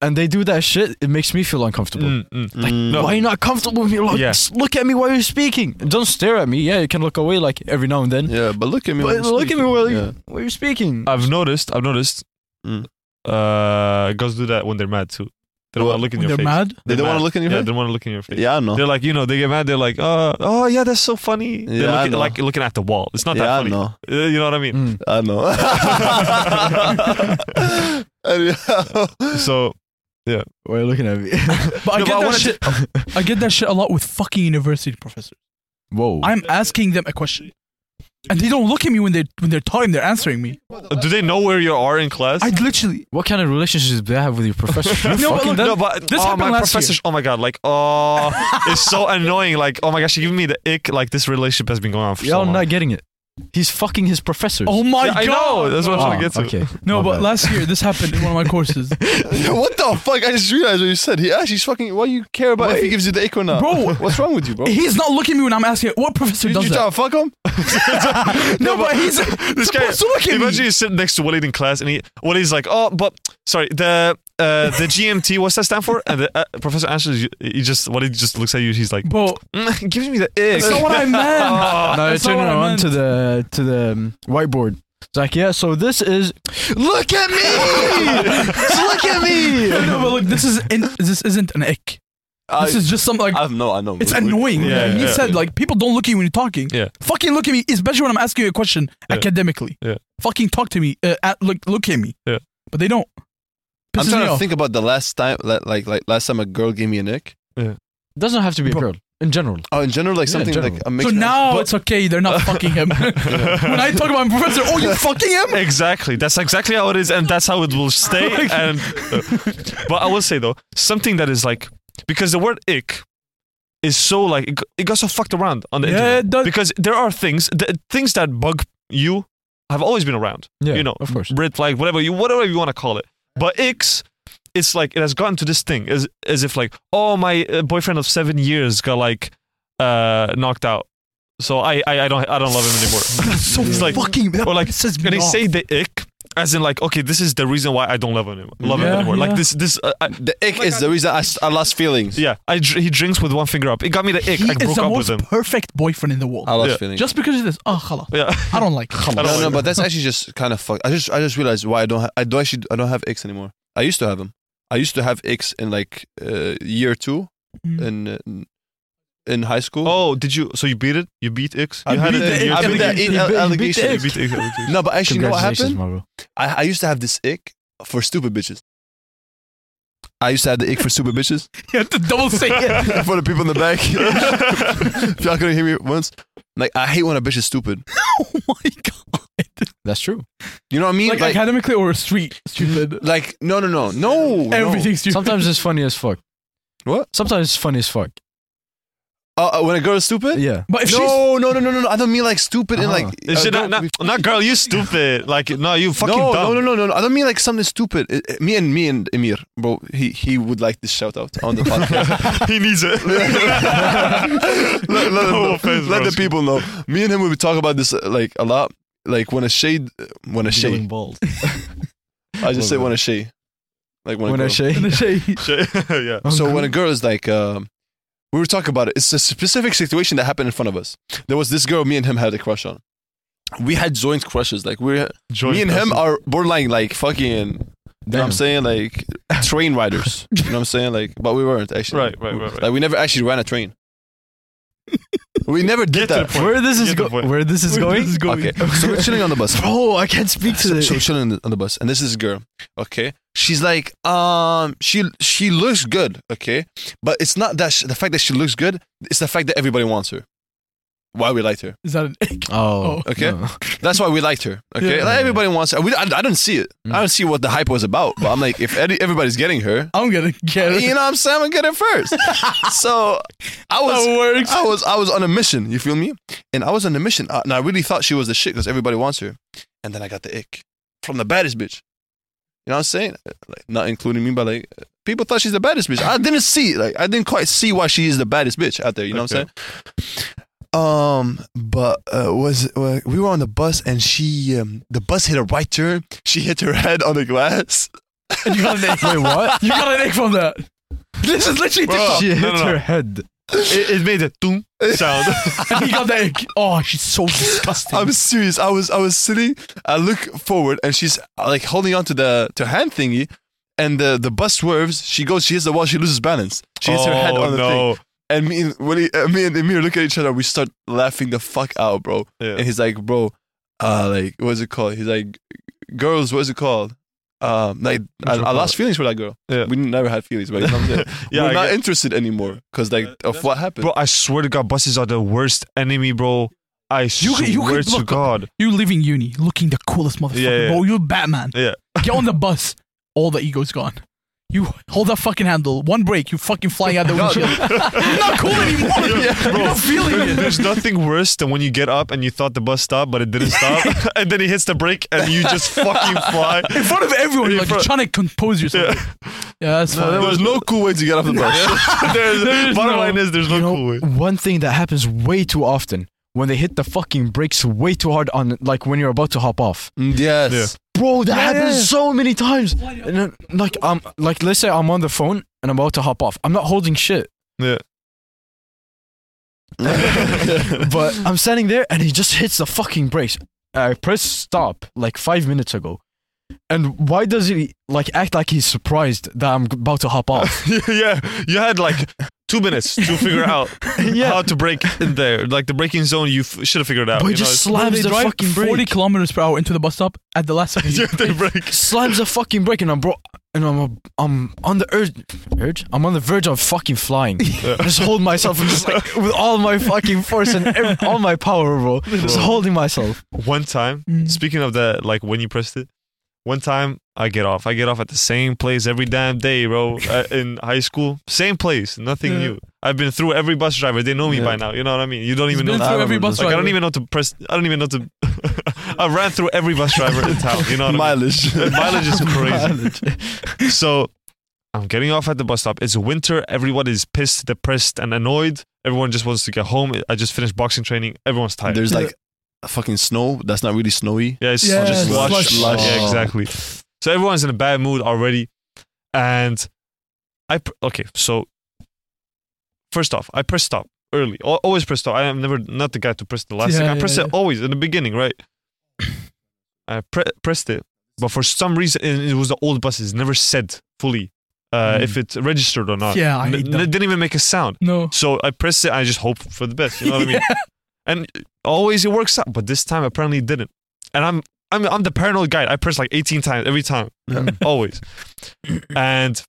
[SPEAKER 4] and they do that shit, it makes me feel uncomfortable.
[SPEAKER 1] Mm, mm.
[SPEAKER 3] like no.
[SPEAKER 4] Why are you not comfortable with me? Look,
[SPEAKER 1] Yeah.
[SPEAKER 4] s- look at me while you're speaking. Don't stare at me. Yeah, you can look away like every now and then.
[SPEAKER 3] Yeah, but look at me.
[SPEAKER 4] But
[SPEAKER 3] when I'm
[SPEAKER 4] look at me
[SPEAKER 3] speaking.
[SPEAKER 4] while,
[SPEAKER 3] Yeah.
[SPEAKER 4] you, while you're speaking.
[SPEAKER 1] I've noticed. I've noticed.
[SPEAKER 3] Mm.
[SPEAKER 1] Uh, girls do that when they're mad too. They don't
[SPEAKER 3] What?
[SPEAKER 1] want to look in
[SPEAKER 2] When
[SPEAKER 1] your
[SPEAKER 2] they're
[SPEAKER 1] face.
[SPEAKER 2] mad.
[SPEAKER 3] They don't want to look in your
[SPEAKER 1] Yeah,
[SPEAKER 3] face.
[SPEAKER 1] they don't want to look in your face.
[SPEAKER 3] Yeah, I know.
[SPEAKER 1] They're like, you know, they get mad. They're like, uh, oh yeah, that's so funny.
[SPEAKER 3] Yeah,
[SPEAKER 1] they're
[SPEAKER 3] I
[SPEAKER 1] looking,
[SPEAKER 3] know.
[SPEAKER 1] like looking at the wall. It's not
[SPEAKER 3] yeah,
[SPEAKER 1] that
[SPEAKER 3] I
[SPEAKER 1] funny.
[SPEAKER 3] know.
[SPEAKER 1] Uh, You know what I mean?
[SPEAKER 4] Mm.
[SPEAKER 3] I [LAUGHS] know. Anyhow.
[SPEAKER 1] So
[SPEAKER 4] Why are you looking at me? [LAUGHS]
[SPEAKER 2] But I
[SPEAKER 1] No, but I
[SPEAKER 2] get that
[SPEAKER 1] wanna
[SPEAKER 2] shit. I get that shit a lot with fucking university professors.
[SPEAKER 4] Whoa.
[SPEAKER 2] I'm asking them a question, and they don't look at me when they when they're talking. They're answering me.
[SPEAKER 1] do they know where you are in class?
[SPEAKER 2] I literally.
[SPEAKER 4] what kind of relationship do I have with your professor? [LAUGHS] You
[SPEAKER 2] No, but
[SPEAKER 4] fucking
[SPEAKER 2] look-
[SPEAKER 1] no, but
[SPEAKER 2] this
[SPEAKER 1] oh,
[SPEAKER 2] happened
[SPEAKER 1] my
[SPEAKER 2] last year.
[SPEAKER 1] professor. Oh my god, like oh, it's so annoying. Like oh my gosh, you giving me the ick. Like this relationship has been going on for
[SPEAKER 4] Y'all
[SPEAKER 1] so long.
[SPEAKER 4] not getting it. He's fucking his professors.
[SPEAKER 2] Oh my
[SPEAKER 1] Yeah, I
[SPEAKER 2] god!
[SPEAKER 1] know. That's what I'm trying to
[SPEAKER 4] Ah,
[SPEAKER 1] get to.
[SPEAKER 4] Okay.
[SPEAKER 2] no,
[SPEAKER 4] My
[SPEAKER 2] but
[SPEAKER 4] bad.
[SPEAKER 2] last year this happened in one of my
[SPEAKER 1] [LAUGHS]
[SPEAKER 2] courses.
[SPEAKER 3] what the fuck? I just realized what you said. He actually's fucking. Why you care about if he
[SPEAKER 2] Wait.
[SPEAKER 3] gives you the ick or not,
[SPEAKER 2] Bro.
[SPEAKER 3] What's wrong with you, bro?
[SPEAKER 2] He's not looking at me when I'm asking what professor
[SPEAKER 3] Did
[SPEAKER 2] does
[SPEAKER 3] you
[SPEAKER 2] that.
[SPEAKER 3] try to fuck him?
[SPEAKER 2] No, but he's
[SPEAKER 1] This guy.
[SPEAKER 2] supposed to look at
[SPEAKER 1] Imagine
[SPEAKER 2] me.
[SPEAKER 1] you sit next to Walid in class, and he Walid's like, "Oh, but sorry, the uh, the GMT, what's that stand for?" And the, uh, Professor answers, you- he just Walid just looks at you. He's like,
[SPEAKER 2] Bro,
[SPEAKER 1] mm, [LAUGHS] "Gives me the ick."
[SPEAKER 2] that's not
[SPEAKER 1] [LAUGHS]
[SPEAKER 2] what I meant.
[SPEAKER 1] Oh,
[SPEAKER 4] No,
[SPEAKER 2] That's not
[SPEAKER 4] turn
[SPEAKER 2] what I
[SPEAKER 4] around
[SPEAKER 2] meant.
[SPEAKER 4] to the to the um, whiteboard. It's like, yeah. So this is. Look at [LAUGHS] me! Look at me!
[SPEAKER 2] no, but look, this is in, this isn't an ick. This is just something like
[SPEAKER 3] I know. I know.
[SPEAKER 2] it's annoying.
[SPEAKER 1] Yeah,
[SPEAKER 2] Like you
[SPEAKER 1] yeah.
[SPEAKER 2] said like people don't look at you when you're talking.
[SPEAKER 1] Yeah.
[SPEAKER 2] Fucking look at me, especially when I'm asking you a question
[SPEAKER 1] Yeah.
[SPEAKER 2] academically.
[SPEAKER 1] Yeah.
[SPEAKER 2] Fucking talk to me. Uh, at, look, look at me.
[SPEAKER 1] Yeah.
[SPEAKER 2] But they don't.
[SPEAKER 3] I'm
[SPEAKER 2] Pisses me
[SPEAKER 3] trying to
[SPEAKER 2] off.
[SPEAKER 3] think about the last time, like, like, like last time a girl gave me a nick.
[SPEAKER 4] Doesn't have to be a
[SPEAKER 2] Bro.
[SPEAKER 4] girl. In general.
[SPEAKER 3] Oh, in general, like
[SPEAKER 4] Yeah,
[SPEAKER 3] something
[SPEAKER 4] general.
[SPEAKER 3] like a
[SPEAKER 2] So
[SPEAKER 3] mixture.
[SPEAKER 2] now
[SPEAKER 1] But-
[SPEAKER 2] it's okay. They're not fucking
[SPEAKER 1] [LAUGHS]
[SPEAKER 2] him. when I talk about my professor, oh, you fucking him?
[SPEAKER 1] Exactly. That's exactly how it is, and that's how it will
[SPEAKER 2] [LAUGHS]
[SPEAKER 1] stay. and uh, but I will say though, something that is like because the word "ick" is so like it, g- it got so fucked around on the
[SPEAKER 2] Yeah,
[SPEAKER 1] internet
[SPEAKER 2] it does.
[SPEAKER 1] because there are things the, things that bug you have always been around.
[SPEAKER 4] Yeah.
[SPEAKER 1] you know,
[SPEAKER 4] Of course.
[SPEAKER 1] red flag, whatever you whatever you want to call it. But icks, it's like it has gotten to this thing as as if like oh my uh, boyfriend of seven years got like uh knocked out, so I I, I don't I don't love him anymore.
[SPEAKER 2] [LAUGHS]
[SPEAKER 1] [LAUGHS]
[SPEAKER 2] That's so
[SPEAKER 1] It's like-
[SPEAKER 2] fucking. That
[SPEAKER 1] or like
[SPEAKER 2] pisses me
[SPEAKER 1] can I
[SPEAKER 2] off.
[SPEAKER 1] say the ick as in like okay this is the reason why I don't love him love him
[SPEAKER 2] Yeah,
[SPEAKER 1] anymore like
[SPEAKER 2] yeah.
[SPEAKER 1] this this uh, I,
[SPEAKER 3] the ick is the reason I, s- I lost feelings.
[SPEAKER 1] yeah I dr- he drinks with one finger up it got me the ick
[SPEAKER 2] He
[SPEAKER 1] I
[SPEAKER 2] is
[SPEAKER 1] broke
[SPEAKER 2] the
[SPEAKER 1] up with
[SPEAKER 2] most
[SPEAKER 1] him
[SPEAKER 2] perfect boyfriend in the world.
[SPEAKER 3] I lost
[SPEAKER 1] Yeah.
[SPEAKER 3] feelings.
[SPEAKER 2] Just because of this. Oh, khala.
[SPEAKER 3] [LAUGHS]
[SPEAKER 1] yeah [LAUGHS]
[SPEAKER 2] I don't like
[SPEAKER 1] I
[SPEAKER 3] no,
[SPEAKER 1] don't
[SPEAKER 3] no,
[SPEAKER 1] like
[SPEAKER 3] but that's actually just kind of fucked. I just, I just realized why I don't, ha- I don't actually, I don't have icks anymore. I used to have them. I used to have icks in like uh, year two
[SPEAKER 2] Mm.
[SPEAKER 3] in uh, in high school.
[SPEAKER 1] oh did you so you beat it you beat icks you
[SPEAKER 3] I
[SPEAKER 1] it
[SPEAKER 3] beat
[SPEAKER 1] in
[SPEAKER 3] the
[SPEAKER 1] year
[SPEAKER 3] ick. I
[SPEAKER 1] two?
[SPEAKER 3] beat the
[SPEAKER 1] You
[SPEAKER 3] ick allegation.
[SPEAKER 1] beat the ick
[SPEAKER 3] [LAUGHS]
[SPEAKER 1] allegation.
[SPEAKER 3] No, but actually, you know what
[SPEAKER 4] Congratulations,
[SPEAKER 3] happened?
[SPEAKER 4] my bro.
[SPEAKER 3] I, I used to have this ick for stupid bitches. I used to have the ick for stupid bitches. [LAUGHS]
[SPEAKER 2] You have to double say it.
[SPEAKER 3] for the people in the back, [LAUGHS] if y'all couldn't hear me once, like I hate when a bitch is stupid.
[SPEAKER 2] [LAUGHS] oh my god.
[SPEAKER 4] That's true.
[SPEAKER 3] You know what I mean?
[SPEAKER 2] Like,
[SPEAKER 3] Like,
[SPEAKER 2] academically or street stupid.
[SPEAKER 3] like, no, no, no, no. no.
[SPEAKER 2] Everything's stupid.
[SPEAKER 4] [LAUGHS] Sometimes it's funny as fuck.
[SPEAKER 3] What?
[SPEAKER 4] Sometimes it's funny as fuck.
[SPEAKER 3] Uh, uh, when a girl is stupid.
[SPEAKER 4] Yeah.
[SPEAKER 2] But if she's
[SPEAKER 3] No, no, no, no, no, no. I don't mean like stupid and
[SPEAKER 4] Uh-huh.
[SPEAKER 3] like.
[SPEAKER 1] Is
[SPEAKER 3] uh,
[SPEAKER 1] it not,
[SPEAKER 3] don't- [LAUGHS]
[SPEAKER 1] not, not girl you stupid like no you fucking
[SPEAKER 3] no,
[SPEAKER 1] dumb
[SPEAKER 3] no, no, no, no. I don't mean like something stupid. It- it- me and me and Emir, bro. He he would like this shout out
[SPEAKER 1] [LAUGHS]
[SPEAKER 3] on the podcast.
[SPEAKER 1] [LAUGHS] he needs
[SPEAKER 3] [LAUGHS]
[SPEAKER 1] it
[SPEAKER 3] let let,
[SPEAKER 1] No
[SPEAKER 3] him know.
[SPEAKER 1] offense,
[SPEAKER 3] Let
[SPEAKER 1] bro.
[SPEAKER 3] the people know. Me and him we would talk about this uh, like a lot. Like when a shade, when a shade.
[SPEAKER 4] bald.
[SPEAKER 3] I just say when a shade. Like when,
[SPEAKER 4] When I Oh,
[SPEAKER 3] girl-
[SPEAKER 4] say.
[SPEAKER 2] in
[SPEAKER 3] [LAUGHS]
[SPEAKER 2] the shade.
[SPEAKER 1] Shit. [LAUGHS] yeah
[SPEAKER 3] So when a girl is like, um, we were talking about it. It's a specific situation that happened in front of us. There was this girl me and him had a crush on. We had joint crushes. Like we, are
[SPEAKER 1] Joint
[SPEAKER 3] me and him
[SPEAKER 1] person.
[SPEAKER 3] are borderline like fucking You know what I'm saying? Like train riders. you know what I'm saying? Like but we weren't actually.
[SPEAKER 1] Right, right, right, right.
[SPEAKER 3] Like we never actually ran a train. we never
[SPEAKER 1] Get to
[SPEAKER 3] did
[SPEAKER 1] the
[SPEAKER 3] that.
[SPEAKER 1] point.
[SPEAKER 4] Where this is
[SPEAKER 1] Get the
[SPEAKER 4] go-
[SPEAKER 1] point.
[SPEAKER 4] where this is going?
[SPEAKER 3] Okay. So we're chilling on
[SPEAKER 1] [LAUGHS]
[SPEAKER 3] the bus.
[SPEAKER 4] Bro, I can't speak to
[SPEAKER 3] So, so we're
[SPEAKER 4] this.
[SPEAKER 3] chilling on the- on the bus, and this is a girl. Okay, she's like, um, she she looks good. Okay, but it's not that sh- the fact that she looks good. It's the fact that everybody wants her. Why we liked her.
[SPEAKER 2] Is that an ick?
[SPEAKER 4] Oh,
[SPEAKER 3] Oh. Okay.
[SPEAKER 4] no.
[SPEAKER 3] That's why we liked her. Okay,
[SPEAKER 2] Yeah.
[SPEAKER 3] like, everybody wants her. We, I, I don't see it. I don't see what the hype was about. But I'm like, if any- everybody's
[SPEAKER 2] [LAUGHS]
[SPEAKER 3] getting her,
[SPEAKER 2] I'm gonna get it.
[SPEAKER 3] you know what I'm saying? I'm gonna get it first. so I was
[SPEAKER 2] That works.
[SPEAKER 3] [LAUGHS] I was I was on a mission, you feel me? And I was on a mission. uh, and I really thought she was the shit because everybody wants her. And then I got the ick. From the baddest bitch. You know what I'm saying? Like not including me, but like people thought she's the baddest bitch. I didn't see like I didn't quite see why she is the baddest bitch out there, you know what I'm saying?
[SPEAKER 1] Okay.
[SPEAKER 3] Um, but uh, was uh, we were on the bus and she um, the bus hit a right turn. She hit her head on the glass.
[SPEAKER 2] And you got an ick.
[SPEAKER 4] Wait, what?
[SPEAKER 2] You got an ick from that. This is literally TikTok.
[SPEAKER 4] She
[SPEAKER 1] No,
[SPEAKER 4] hit
[SPEAKER 1] no, no.
[SPEAKER 4] her head.
[SPEAKER 1] it, it made a doom [LAUGHS] sound
[SPEAKER 2] And he got the ick. Oh, she's so disgusting.
[SPEAKER 3] I'm serious. I was I was sitting. I look forward, and she's uh, like holding on to the to hand thingy, and the the bus swerves. She goes. She hits the wall. She loses balance. [LAUGHS] She hits her head
[SPEAKER 1] Oh,
[SPEAKER 3] on the
[SPEAKER 1] no.
[SPEAKER 3] thing. And me and Willie, uh, me and Emir look at each other. We start laughing the fuck out, bro.
[SPEAKER 1] Yeah.
[SPEAKER 3] And he's like, bro, uh, like what's it called? He's like, girls, what's it called? Um, like I,
[SPEAKER 1] it
[SPEAKER 3] I
[SPEAKER 1] called?
[SPEAKER 3] lost feelings for that girl.
[SPEAKER 1] Yeah.
[SPEAKER 3] We never had feelings, but you know what I'm saying?
[SPEAKER 1] [LAUGHS] Yeah,
[SPEAKER 3] we're
[SPEAKER 1] I
[SPEAKER 3] not
[SPEAKER 1] get-
[SPEAKER 3] interested anymore because like of what happened.
[SPEAKER 1] Bro, I swear to God, buses are the worst enemy, bro. I
[SPEAKER 2] You
[SPEAKER 1] swear
[SPEAKER 2] could- you could
[SPEAKER 1] to
[SPEAKER 2] look-
[SPEAKER 1] God.
[SPEAKER 2] You leaving uni looking the coolest motherfucker.
[SPEAKER 1] Yeah, yeah. [LAUGHS]
[SPEAKER 2] Bro, you're Batman.
[SPEAKER 1] Yeah.
[SPEAKER 2] Get on the bus. All the ego's gone. You hold that fucking handle. One break, you fucking flying
[SPEAKER 1] [LAUGHS]
[SPEAKER 2] out the windshield. [LAUGHS] not cool anymore.
[SPEAKER 1] Bro,
[SPEAKER 2] You're not feeling it.
[SPEAKER 1] [LAUGHS] There's nothing worse than when you get up and you thought the bus stopped, but it didn't stop, and then it hits the brake and you just fucking fly.
[SPEAKER 2] In front of everyone,
[SPEAKER 1] In
[SPEAKER 2] you're like
[SPEAKER 1] front-
[SPEAKER 2] trying to compose yourself.
[SPEAKER 1] Yeah.
[SPEAKER 2] Yeah, that's fine.
[SPEAKER 3] there was no cool way to get off the
[SPEAKER 1] [LAUGHS]
[SPEAKER 3] bus.
[SPEAKER 1] There's-
[SPEAKER 2] There is
[SPEAKER 1] bottom
[SPEAKER 2] no-
[SPEAKER 1] line is there's no
[SPEAKER 4] You know,
[SPEAKER 1] cool
[SPEAKER 4] [LAUGHS]
[SPEAKER 1] way. [LAUGHS]
[SPEAKER 4] One thing that happens way too often when they hit the fucking brakes way too hard on, like when you're about to hop off.
[SPEAKER 3] Mm, yes.
[SPEAKER 4] Bro, that
[SPEAKER 2] Yeah,
[SPEAKER 4] happens
[SPEAKER 2] yeah.
[SPEAKER 4] so many times. And then, like um, like let's say I'm on the phone and I'm about to hop off. I'm not holding shit,
[SPEAKER 1] Yeah.
[SPEAKER 3] [LAUGHS]
[SPEAKER 1] [LAUGHS]
[SPEAKER 4] but I'm standing there and he just hits the fucking brakes. I press stop like five minutes ago. And why does he like act like he's surprised that I'm about to
[SPEAKER 2] [LAUGHS]
[SPEAKER 4] hop off?
[SPEAKER 1] yeah, you had like two minutes to figure out
[SPEAKER 4] Yeah.
[SPEAKER 1] how to break in there. Like the braking zone, you f- should have figured out.
[SPEAKER 4] But he
[SPEAKER 1] you
[SPEAKER 4] just
[SPEAKER 1] know,
[SPEAKER 2] They
[SPEAKER 4] slams the
[SPEAKER 2] drive
[SPEAKER 4] fucking
[SPEAKER 2] 40
[SPEAKER 4] brake.
[SPEAKER 2] kilometers per hour into the bus stop at the last second.
[SPEAKER 1] it's- [LAUGHS] [LAUGHS] yeah, they break.
[SPEAKER 4] slams the fucking brake and I'm bro and I'm I'm on the urge urge I'm on the verge of fucking
[SPEAKER 2] [LAUGHS]
[SPEAKER 4] flying. just hold myself and just like with all my fucking force and every, all my power, bro. Just
[SPEAKER 1] Bro.
[SPEAKER 4] holding myself.
[SPEAKER 1] One time,
[SPEAKER 2] Mm.
[SPEAKER 1] speaking of that, like when you pressed it, one time I get off. I get off at the same place every damn day,
[SPEAKER 2] [LAUGHS]
[SPEAKER 1] bro. Uh, in high school, same place, nothing
[SPEAKER 2] Yeah.
[SPEAKER 1] new. I've been through every bus driver. They know me
[SPEAKER 3] Yeah.
[SPEAKER 1] by now. You know what I mean? You don't
[SPEAKER 2] He's
[SPEAKER 1] even know.
[SPEAKER 2] been
[SPEAKER 3] I
[SPEAKER 2] through every
[SPEAKER 3] remember
[SPEAKER 2] bus
[SPEAKER 3] this.
[SPEAKER 1] Like I
[SPEAKER 2] driver.
[SPEAKER 1] don't even know to press. I don't even know to. [LAUGHS] I ran through every bus driver in town. You know what I mean?
[SPEAKER 3] Mileage.
[SPEAKER 1] [LAUGHS] Mileage
[SPEAKER 3] [LAUGHS]
[SPEAKER 1] is
[SPEAKER 2] [LAUGHS]
[SPEAKER 1] crazy. so I'm getting off at the bus stop. It's winter. Everyone is pissed, depressed, and annoyed. Everyone just wants to get home. I just finished boxing training. Everyone's tired.
[SPEAKER 3] There's like fucking snow that's not really snowy.
[SPEAKER 1] yeah, it's
[SPEAKER 2] Yeah, Oh.
[SPEAKER 1] just
[SPEAKER 2] slush.
[SPEAKER 1] slush.
[SPEAKER 3] Slush.
[SPEAKER 1] Yeah, exactly. So everyone's in a bad mood already, and I pr- okay. So first off, I press stop early. Al- Always press stop. I am never not the guy to press the last
[SPEAKER 2] Yeah,
[SPEAKER 1] thing. I
[SPEAKER 2] yeah,
[SPEAKER 1] press it
[SPEAKER 2] yeah.
[SPEAKER 1] always in the beginning, right? [COUGHS] I pre- pressed it, but for some reason and it was the old buses. Never said fully uh,
[SPEAKER 4] Mm.
[SPEAKER 1] if it's registered or not.
[SPEAKER 2] Yeah, I
[SPEAKER 1] N-
[SPEAKER 2] hate
[SPEAKER 1] n-
[SPEAKER 2] that.
[SPEAKER 1] didn't even make a sound.
[SPEAKER 2] No.
[SPEAKER 1] So I pressed it. I just hope for the best. You know what
[SPEAKER 2] [LAUGHS]
[SPEAKER 1] I mean? And always it works out, but this time apparently it didn't. And I'm I'm I'm the paranoid guy. I press like 18 times every
[SPEAKER 2] [LAUGHS]
[SPEAKER 1] time, always. And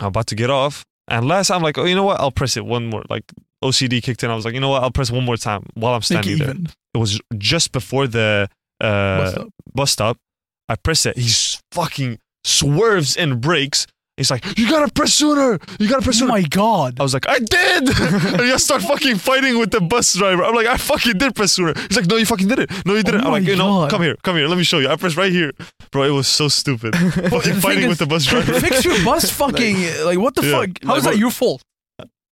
[SPEAKER 1] I'm about to get off. And last time, I'm like, oh, you know what? I'll press it one more. Like OCD kicked in. I was like, you know what? I'll press one more time while I'm
[SPEAKER 2] Make it
[SPEAKER 1] standing there.
[SPEAKER 2] even.
[SPEAKER 1] It was just before the uh,
[SPEAKER 2] Bus stop.
[SPEAKER 1] bus stop. I press it. He s- fucking swerves and brakes. He's like, you gotta press sooner. You gotta press
[SPEAKER 2] Oh
[SPEAKER 1] sooner.
[SPEAKER 2] my god.
[SPEAKER 1] I was like, I
[SPEAKER 2] [LAUGHS]
[SPEAKER 1] did! and you start fucking fighting with the bus driver. I'm like, I fucking did press sooner. He's like, no, you fucking did it. No, you didn't.
[SPEAKER 2] Oh
[SPEAKER 1] I'm like,
[SPEAKER 2] my
[SPEAKER 1] you know,
[SPEAKER 2] God.
[SPEAKER 1] come here, come here, let me show you. I pressed right here. Bro, it was so
[SPEAKER 2] [LAUGHS]
[SPEAKER 1] stupid. fucking
[SPEAKER 2] thing
[SPEAKER 1] fighting
[SPEAKER 2] is-
[SPEAKER 1] with the
[SPEAKER 2] [LAUGHS]
[SPEAKER 1] bus driver.
[SPEAKER 2] Fix your bus fucking. Like, what the
[SPEAKER 1] Yeah.
[SPEAKER 2] fuck? How is that your fault?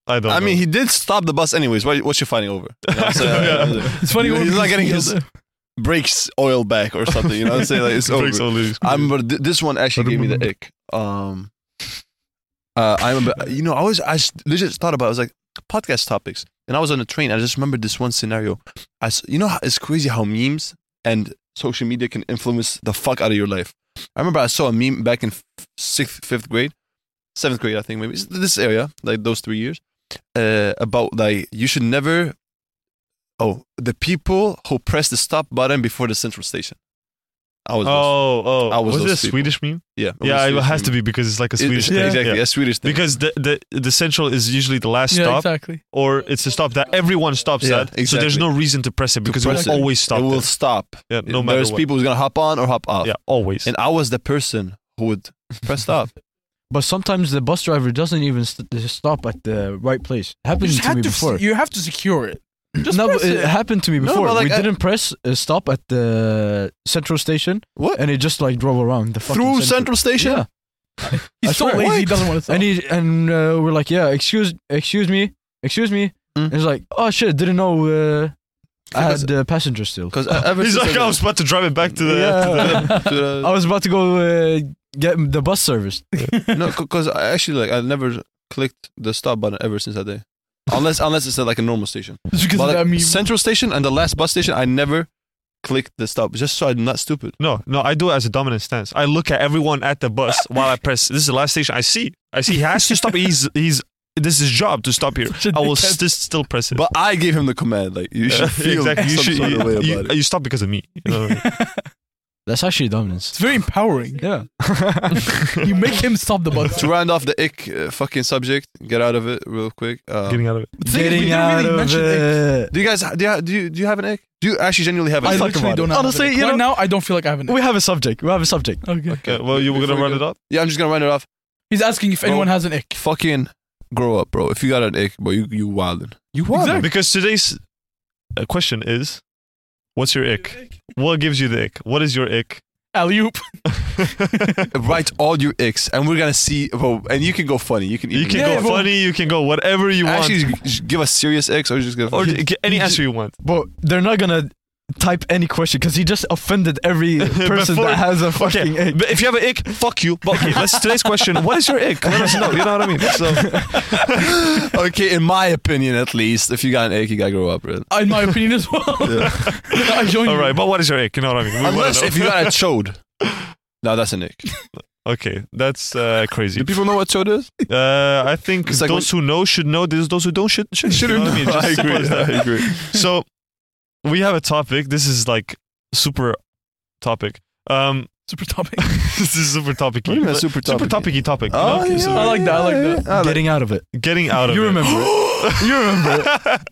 [SPEAKER 1] I don't
[SPEAKER 3] I
[SPEAKER 1] know.
[SPEAKER 3] mean, he did stop the bus anyways. What, what's you fighting over? You know what I'm saying?
[SPEAKER 1] [LAUGHS]
[SPEAKER 2] It's funny.
[SPEAKER 3] He-
[SPEAKER 2] when
[SPEAKER 3] he's not
[SPEAKER 2] people
[SPEAKER 3] getting
[SPEAKER 2] feel
[SPEAKER 3] his
[SPEAKER 2] that.
[SPEAKER 3] brakes oil back or something. You know what I'm saying? Like,
[SPEAKER 1] [LAUGHS]
[SPEAKER 3] it's over.
[SPEAKER 1] Breaks all these-
[SPEAKER 3] I remember th- this one actually gave me the ick. Um, uh, I remember, you know, I was, I s- legit thought about, it. I was like, podcast topics. And I was on a train. I just remembered this one scenario. I, s- you know, how- it's crazy how memes and social media can influence the fuck out of your life. I remember I saw a meme back in f- sixth, fifth grade, seventh grade, I think maybe it's this area, like those three years, uh, about like you should never. Oh, the people who press the stop button before the central station. I was. those.
[SPEAKER 1] Oh, oh.
[SPEAKER 3] I was
[SPEAKER 1] was it a
[SPEAKER 3] those people.
[SPEAKER 1] Swedish meme?
[SPEAKER 3] Yeah.
[SPEAKER 1] yeah,
[SPEAKER 3] Swedish
[SPEAKER 1] it has
[SPEAKER 3] meme.
[SPEAKER 1] to be because it's like a
[SPEAKER 3] It-
[SPEAKER 1] Swedish thing.
[SPEAKER 3] Exactly,
[SPEAKER 1] Yeah.
[SPEAKER 3] a Swedish thing.
[SPEAKER 1] Because the, the the central is usually the last
[SPEAKER 2] Yeah,
[SPEAKER 1] stop,
[SPEAKER 2] exactly.
[SPEAKER 1] or it's a stop that everyone stops
[SPEAKER 3] Yeah,
[SPEAKER 1] at. So there's
[SPEAKER 3] exactly.
[SPEAKER 1] no reason to press it because
[SPEAKER 3] press
[SPEAKER 1] it will
[SPEAKER 3] it.
[SPEAKER 1] always stop.
[SPEAKER 3] it will
[SPEAKER 1] there.
[SPEAKER 3] stop.
[SPEAKER 1] yeah, no matter
[SPEAKER 3] There's
[SPEAKER 1] what.
[SPEAKER 3] people who's gonna hop on or hop off.
[SPEAKER 1] yeah, always.
[SPEAKER 3] And I was the person who would press
[SPEAKER 1] [LAUGHS]
[SPEAKER 3] stop.
[SPEAKER 4] But sometimes the bus driver doesn't even st- stop at the right place.
[SPEAKER 2] You
[SPEAKER 4] Happened
[SPEAKER 2] just
[SPEAKER 4] to
[SPEAKER 2] had
[SPEAKER 4] me
[SPEAKER 2] to.
[SPEAKER 4] before.
[SPEAKER 2] You have to secure it. Just
[SPEAKER 4] no,
[SPEAKER 2] press
[SPEAKER 4] but it,
[SPEAKER 2] it.
[SPEAKER 4] happened to me
[SPEAKER 3] No,
[SPEAKER 4] before.
[SPEAKER 3] but, like,
[SPEAKER 4] we
[SPEAKER 3] I-
[SPEAKER 4] didn't press uh, stop at the central station,
[SPEAKER 3] what?
[SPEAKER 4] and it just like drove around the fucking
[SPEAKER 3] Through Central Station? [LAUGHS]
[SPEAKER 4] Yeah. I
[SPEAKER 2] He's so
[SPEAKER 4] swear.
[SPEAKER 2] lazy. He
[SPEAKER 4] What?
[SPEAKER 2] doesn't want to stop.
[SPEAKER 4] And he and uh, we're like, yeah, excuse, excuse me, excuse me.
[SPEAKER 3] Mm.
[SPEAKER 4] And he's like, oh shit, didn't know uh, I
[SPEAKER 3] Because-
[SPEAKER 4] had uh, passenger
[SPEAKER 3] [LAUGHS]
[SPEAKER 4] still.
[SPEAKER 3] Because
[SPEAKER 1] [LAUGHS]
[SPEAKER 3] ever
[SPEAKER 1] He's
[SPEAKER 3] since
[SPEAKER 1] like,
[SPEAKER 3] I
[SPEAKER 1] I was about to drive it back to the. To the
[SPEAKER 4] Yeah.
[SPEAKER 3] [LAUGHS] to the-
[SPEAKER 4] [LAUGHS] I was about to go uh, get the bus service.
[SPEAKER 1] Oh.
[SPEAKER 3] no, because I actually like I never clicked the stop button ever since that day. Unless unless it's at like a normal
[SPEAKER 1] [LAUGHS]
[SPEAKER 3] station.
[SPEAKER 2] Just because of
[SPEAKER 3] But like,
[SPEAKER 2] that meme.
[SPEAKER 3] Central Station and the last bus station, I never clicked the stop just so I'm not stupid.
[SPEAKER 1] No, no, I do it as a dominant stance. I look at everyone at the bus while I press. This is the last station I see. I see he has to stop. He's he's. This is his job to stop here.
[SPEAKER 2] Such a
[SPEAKER 1] I will
[SPEAKER 2] dickhead.
[SPEAKER 1] st- still press it.
[SPEAKER 3] But I gave him the command. Like you
[SPEAKER 1] [LAUGHS]
[SPEAKER 3] should
[SPEAKER 1] Yeah,
[SPEAKER 3] feel
[SPEAKER 1] exactly. You
[SPEAKER 3] some
[SPEAKER 1] should.
[SPEAKER 3] sort of way
[SPEAKER 1] You,
[SPEAKER 3] about
[SPEAKER 1] you-
[SPEAKER 3] it.
[SPEAKER 1] you stop because of me. You know what I mean?
[SPEAKER 4] That's actually dominance.
[SPEAKER 2] It's very empowering.
[SPEAKER 4] Yeah.
[SPEAKER 2] [LAUGHS]
[SPEAKER 3] [LAUGHS]
[SPEAKER 2] You make him stop the [LAUGHS] bus.
[SPEAKER 3] to round off the ick uh, fucking subject, get out of it real quick.
[SPEAKER 1] [LAUGHS]
[SPEAKER 3] Uh,
[SPEAKER 1] Getting out of it.
[SPEAKER 2] The thing is, we didn't really mention
[SPEAKER 4] it.
[SPEAKER 3] do you guys do you, do you do you have an ick? Do you actually genuinely have an
[SPEAKER 2] I
[SPEAKER 3] ick?
[SPEAKER 2] literally don't have
[SPEAKER 4] Honestly,
[SPEAKER 2] an ick.
[SPEAKER 4] you
[SPEAKER 2] right
[SPEAKER 4] know-
[SPEAKER 2] now I don't feel like I have an. ick.
[SPEAKER 4] We have a subject. We have a subject.
[SPEAKER 2] Okay.
[SPEAKER 1] Okay, well, you were gonna
[SPEAKER 3] Before we
[SPEAKER 1] run
[SPEAKER 3] go-
[SPEAKER 1] it up.
[SPEAKER 3] Yeah, I'm just gonna round it off.
[SPEAKER 2] He's asking if
[SPEAKER 3] Bro.
[SPEAKER 2] anyone has an ick.
[SPEAKER 3] Fucking grow up, bro. If you got an ick, bro, you you
[SPEAKER 1] [LAUGHS]
[SPEAKER 3] wildin. You wildin.
[SPEAKER 1] Because today's uh, question is, what's your ick? What gives you the ick? What is your ick? [LAUGHS]
[SPEAKER 2] Alley oop.
[SPEAKER 3] Write all your icks, and we're gonna see, bro. And you can go funny. You can.
[SPEAKER 1] you
[SPEAKER 3] even-
[SPEAKER 1] can
[SPEAKER 2] Yeah,
[SPEAKER 1] go
[SPEAKER 2] but-
[SPEAKER 1] funny. You can go whatever you want,
[SPEAKER 3] actually just give us serious icks, or just give.
[SPEAKER 1] or g- any
[SPEAKER 4] you
[SPEAKER 1] answer you want.
[SPEAKER 4] But they're not gonna type any question because he just offended
[SPEAKER 2] [LAUGHS]
[SPEAKER 4] every person
[SPEAKER 1] Before-
[SPEAKER 4] that has a fucking
[SPEAKER 1] Okay,
[SPEAKER 4] ick.
[SPEAKER 1] but if you have an ick, fuck you. But okay, let's today's question. What is your ick? Let us know. You know what I mean. So
[SPEAKER 3] [LAUGHS] okay, in my opinion, at least, if you got an ick, you gotta grow up, bro.
[SPEAKER 2] [LAUGHS] In my opinion as [LAUGHS] well. I join
[SPEAKER 1] [LAUGHS] all
[SPEAKER 2] you.
[SPEAKER 1] right, but what is your ick? You know what I mean. We wanna
[SPEAKER 3] Unless
[SPEAKER 1] know. [LAUGHS]
[SPEAKER 3] if you got a chode. Now that's an ick.
[SPEAKER 1] okay, that's uh, crazy.
[SPEAKER 3] Do people know what chode is?
[SPEAKER 1] Uh, I think
[SPEAKER 3] It's like
[SPEAKER 1] those who know should know. Those those who don't should should
[SPEAKER 3] Should
[SPEAKER 1] know. what I
[SPEAKER 3] [LAUGHS]
[SPEAKER 1] mean? Just simple as that.
[SPEAKER 3] agree.
[SPEAKER 1] so we have a topic. This is like super topic. Um, [LAUGHS]
[SPEAKER 2] Super topic. [LAUGHS]
[SPEAKER 1] this is super topic.
[SPEAKER 3] What do you mean, super topic?
[SPEAKER 1] Super topic-y topic.
[SPEAKER 3] Oh,
[SPEAKER 1] Okay,
[SPEAKER 3] yeah,
[SPEAKER 1] so
[SPEAKER 2] I like that, I like that.
[SPEAKER 3] yeah, yeah.
[SPEAKER 4] Getting out of it.
[SPEAKER 1] getting out of
[SPEAKER 4] You
[SPEAKER 1] it.
[SPEAKER 4] remember
[SPEAKER 2] [GASPS]
[SPEAKER 4] it. You remember it.
[SPEAKER 3] [LAUGHS]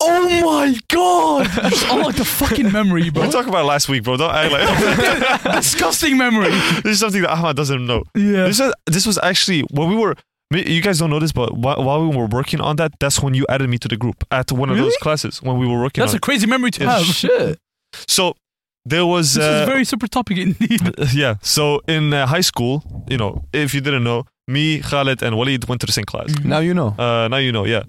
[SPEAKER 2] Oh my god! You just unlocked a fucking memory,
[SPEAKER 1] we
[SPEAKER 2] bro.
[SPEAKER 1] talked about it last week, bro. Don't act
[SPEAKER 3] [LAUGHS]
[SPEAKER 1] like [LAUGHS]
[SPEAKER 2] Disgusting memory.
[SPEAKER 1] this is something that Ahmad doesn't know.
[SPEAKER 2] [LAUGHS] Yeah.
[SPEAKER 1] This is, this was actually when we were. me- You guys don't know this, but whi- while we were working on that, that's when you added me to the group at one of those classes when we were working
[SPEAKER 2] That's
[SPEAKER 1] on.
[SPEAKER 2] a crazy memory to
[SPEAKER 1] Yeah,
[SPEAKER 2] have.
[SPEAKER 4] Shit.
[SPEAKER 1] it. So there was
[SPEAKER 2] [LAUGHS] This
[SPEAKER 1] uh,
[SPEAKER 2] is very super topic
[SPEAKER 4] [LAUGHS]
[SPEAKER 2] indeed.
[SPEAKER 1] [LAUGHS] yeah. So in uh, high school, you know, if you didn't know, me, Khaled, and Walid went to the same class.
[SPEAKER 2] Mm.
[SPEAKER 3] Now you know.
[SPEAKER 1] Uh, now you know, yeah.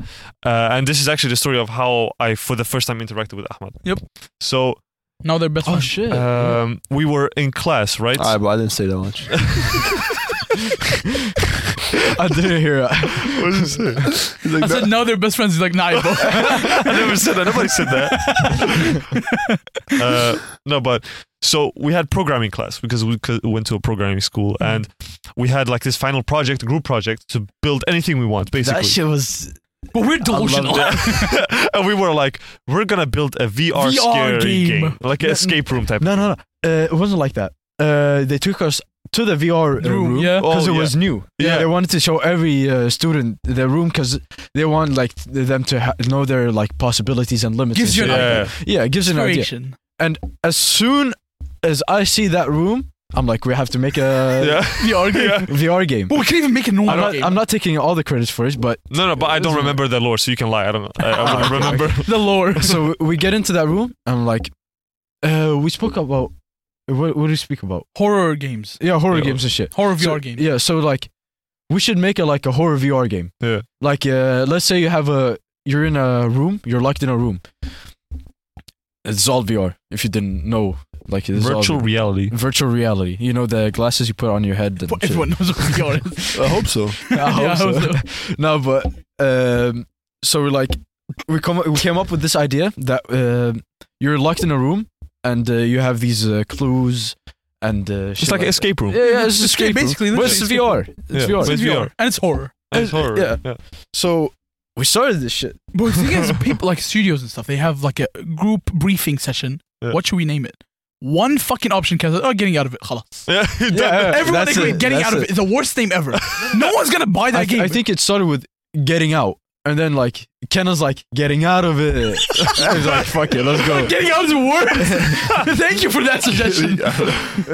[SPEAKER 1] Uh, and this is actually the story of how I, for the first time, interacted with Ahmad.
[SPEAKER 2] Yep.
[SPEAKER 1] So
[SPEAKER 2] Now they're best
[SPEAKER 4] Oh
[SPEAKER 2] friends.
[SPEAKER 4] shit.
[SPEAKER 1] um, we were in class, right?
[SPEAKER 2] [LAUGHS]
[SPEAKER 3] Alright, but I didn't say that [LAUGHS] much.
[SPEAKER 4] I didn't hear
[SPEAKER 2] [LAUGHS]
[SPEAKER 4] it.
[SPEAKER 1] [LAUGHS] what did you say?
[SPEAKER 2] I said now they're best friends. He's like, nah, bro.
[SPEAKER 4] [LAUGHS]
[SPEAKER 1] I never said that. Nobody said that. [LAUGHS] uh, no, but so we had programming class because we c- went to a programming school, and we had like this final project, group project, to build anything we want, basically.
[SPEAKER 4] That shit was
[SPEAKER 2] But we're
[SPEAKER 1] [LAUGHS]
[SPEAKER 2] delusional. [LAUGHS]
[SPEAKER 1] and we were like, we're gonna build a VR,
[SPEAKER 2] VR
[SPEAKER 1] scary game.
[SPEAKER 2] game.
[SPEAKER 1] like an
[SPEAKER 4] No,
[SPEAKER 1] escape room type.
[SPEAKER 4] no, no, no. Uh, it wasn't like that. Uh, they took us to the VR
[SPEAKER 2] Room,
[SPEAKER 4] room
[SPEAKER 2] yeah.
[SPEAKER 4] because
[SPEAKER 1] Oh,
[SPEAKER 4] it
[SPEAKER 1] yeah.
[SPEAKER 4] was new.
[SPEAKER 1] Yeah.
[SPEAKER 4] they wanted to show every uh, student their room because they want like th- them to ha- know their like possibilities and limits.
[SPEAKER 2] Gives
[SPEAKER 4] and
[SPEAKER 2] you
[SPEAKER 4] shit.
[SPEAKER 2] an
[SPEAKER 1] yeah,
[SPEAKER 4] yeah, it gives you an idea.
[SPEAKER 2] Inspiration.
[SPEAKER 4] As soon as I see that room, I'm like, we have to
[SPEAKER 2] [LAUGHS]
[SPEAKER 4] make a
[SPEAKER 1] yeah. [LAUGHS]
[SPEAKER 2] VR game.
[SPEAKER 1] Yeah.
[SPEAKER 4] VR game.
[SPEAKER 2] Well, we can even make a normal
[SPEAKER 4] I'm not,
[SPEAKER 2] game.
[SPEAKER 4] I'm not taking all the credits for it, but
[SPEAKER 1] No, no, but I don't remember the lore, so you can lie. I don't. know. I, [LAUGHS] I wouldn't
[SPEAKER 4] Okay, okay.
[SPEAKER 1] remember.
[SPEAKER 2] [LAUGHS] the
[SPEAKER 4] [LAUGHS]
[SPEAKER 2] lore.
[SPEAKER 4] so we get into that room. I'm like, uh, we spoke about what, what do we speak about?
[SPEAKER 2] Horror games.
[SPEAKER 4] Yeah, horror
[SPEAKER 1] Yeah.
[SPEAKER 4] games and shit.
[SPEAKER 2] Horror VR
[SPEAKER 4] So-
[SPEAKER 2] games.
[SPEAKER 4] Yeah, so like we should make it like a horror VR game.
[SPEAKER 1] Yeah.
[SPEAKER 4] Like uh let's say you have a you're in a room, you're locked in a room. It's all VR if you didn't know like it's all
[SPEAKER 1] Virtual reality.
[SPEAKER 4] virtual reality. You know the glasses you put on your head and
[SPEAKER 2] But
[SPEAKER 4] shit.
[SPEAKER 2] everyone knows what VR
[SPEAKER 4] [LAUGHS]
[SPEAKER 2] is.
[SPEAKER 3] I hope so.
[SPEAKER 4] I hope
[SPEAKER 2] Yeah, I
[SPEAKER 4] so.
[SPEAKER 2] hope
[SPEAKER 4] no, but um, so we're like, we come we came up with this idea that um you're locked in a room and uh, you have these uh, clues and uh,
[SPEAKER 1] It's like an escape room.
[SPEAKER 4] Yeah, yeah, it's
[SPEAKER 2] It's
[SPEAKER 4] escape
[SPEAKER 2] basically
[SPEAKER 4] room. But it's
[SPEAKER 2] literally
[SPEAKER 4] VR. It's
[SPEAKER 1] Yeah.
[SPEAKER 4] VR.
[SPEAKER 1] But
[SPEAKER 2] It's
[SPEAKER 1] it's VR.
[SPEAKER 2] VR. And it's horror.
[SPEAKER 1] It's horror.
[SPEAKER 4] yeah.
[SPEAKER 1] yeah.
[SPEAKER 4] So we started this shit.
[SPEAKER 2] But the thing is, people like studios and stuff, they have like a group briefing session.
[SPEAKER 1] Yeah.
[SPEAKER 2] What should we name it? One fucking option comes out, oh, getting out of it. Khalas.
[SPEAKER 1] Yeah, [LAUGHS]
[SPEAKER 4] Yeah.
[SPEAKER 2] Everyone
[SPEAKER 4] that's
[SPEAKER 2] agreed,
[SPEAKER 4] it,
[SPEAKER 2] getting
[SPEAKER 4] that's
[SPEAKER 2] out of it is the worst name ever.
[SPEAKER 4] [LAUGHS]
[SPEAKER 2] no one's gonna buy that
[SPEAKER 4] I, th-
[SPEAKER 2] game.
[SPEAKER 4] I think it started with getting out, and then like Kenna's like getting out of it. I was like, fuck it, let's
[SPEAKER 2] [LAUGHS]
[SPEAKER 4] go.
[SPEAKER 2] getting out is the
[SPEAKER 4] [LAUGHS]
[SPEAKER 2] worst. Thank you for that suggestion.
[SPEAKER 4] We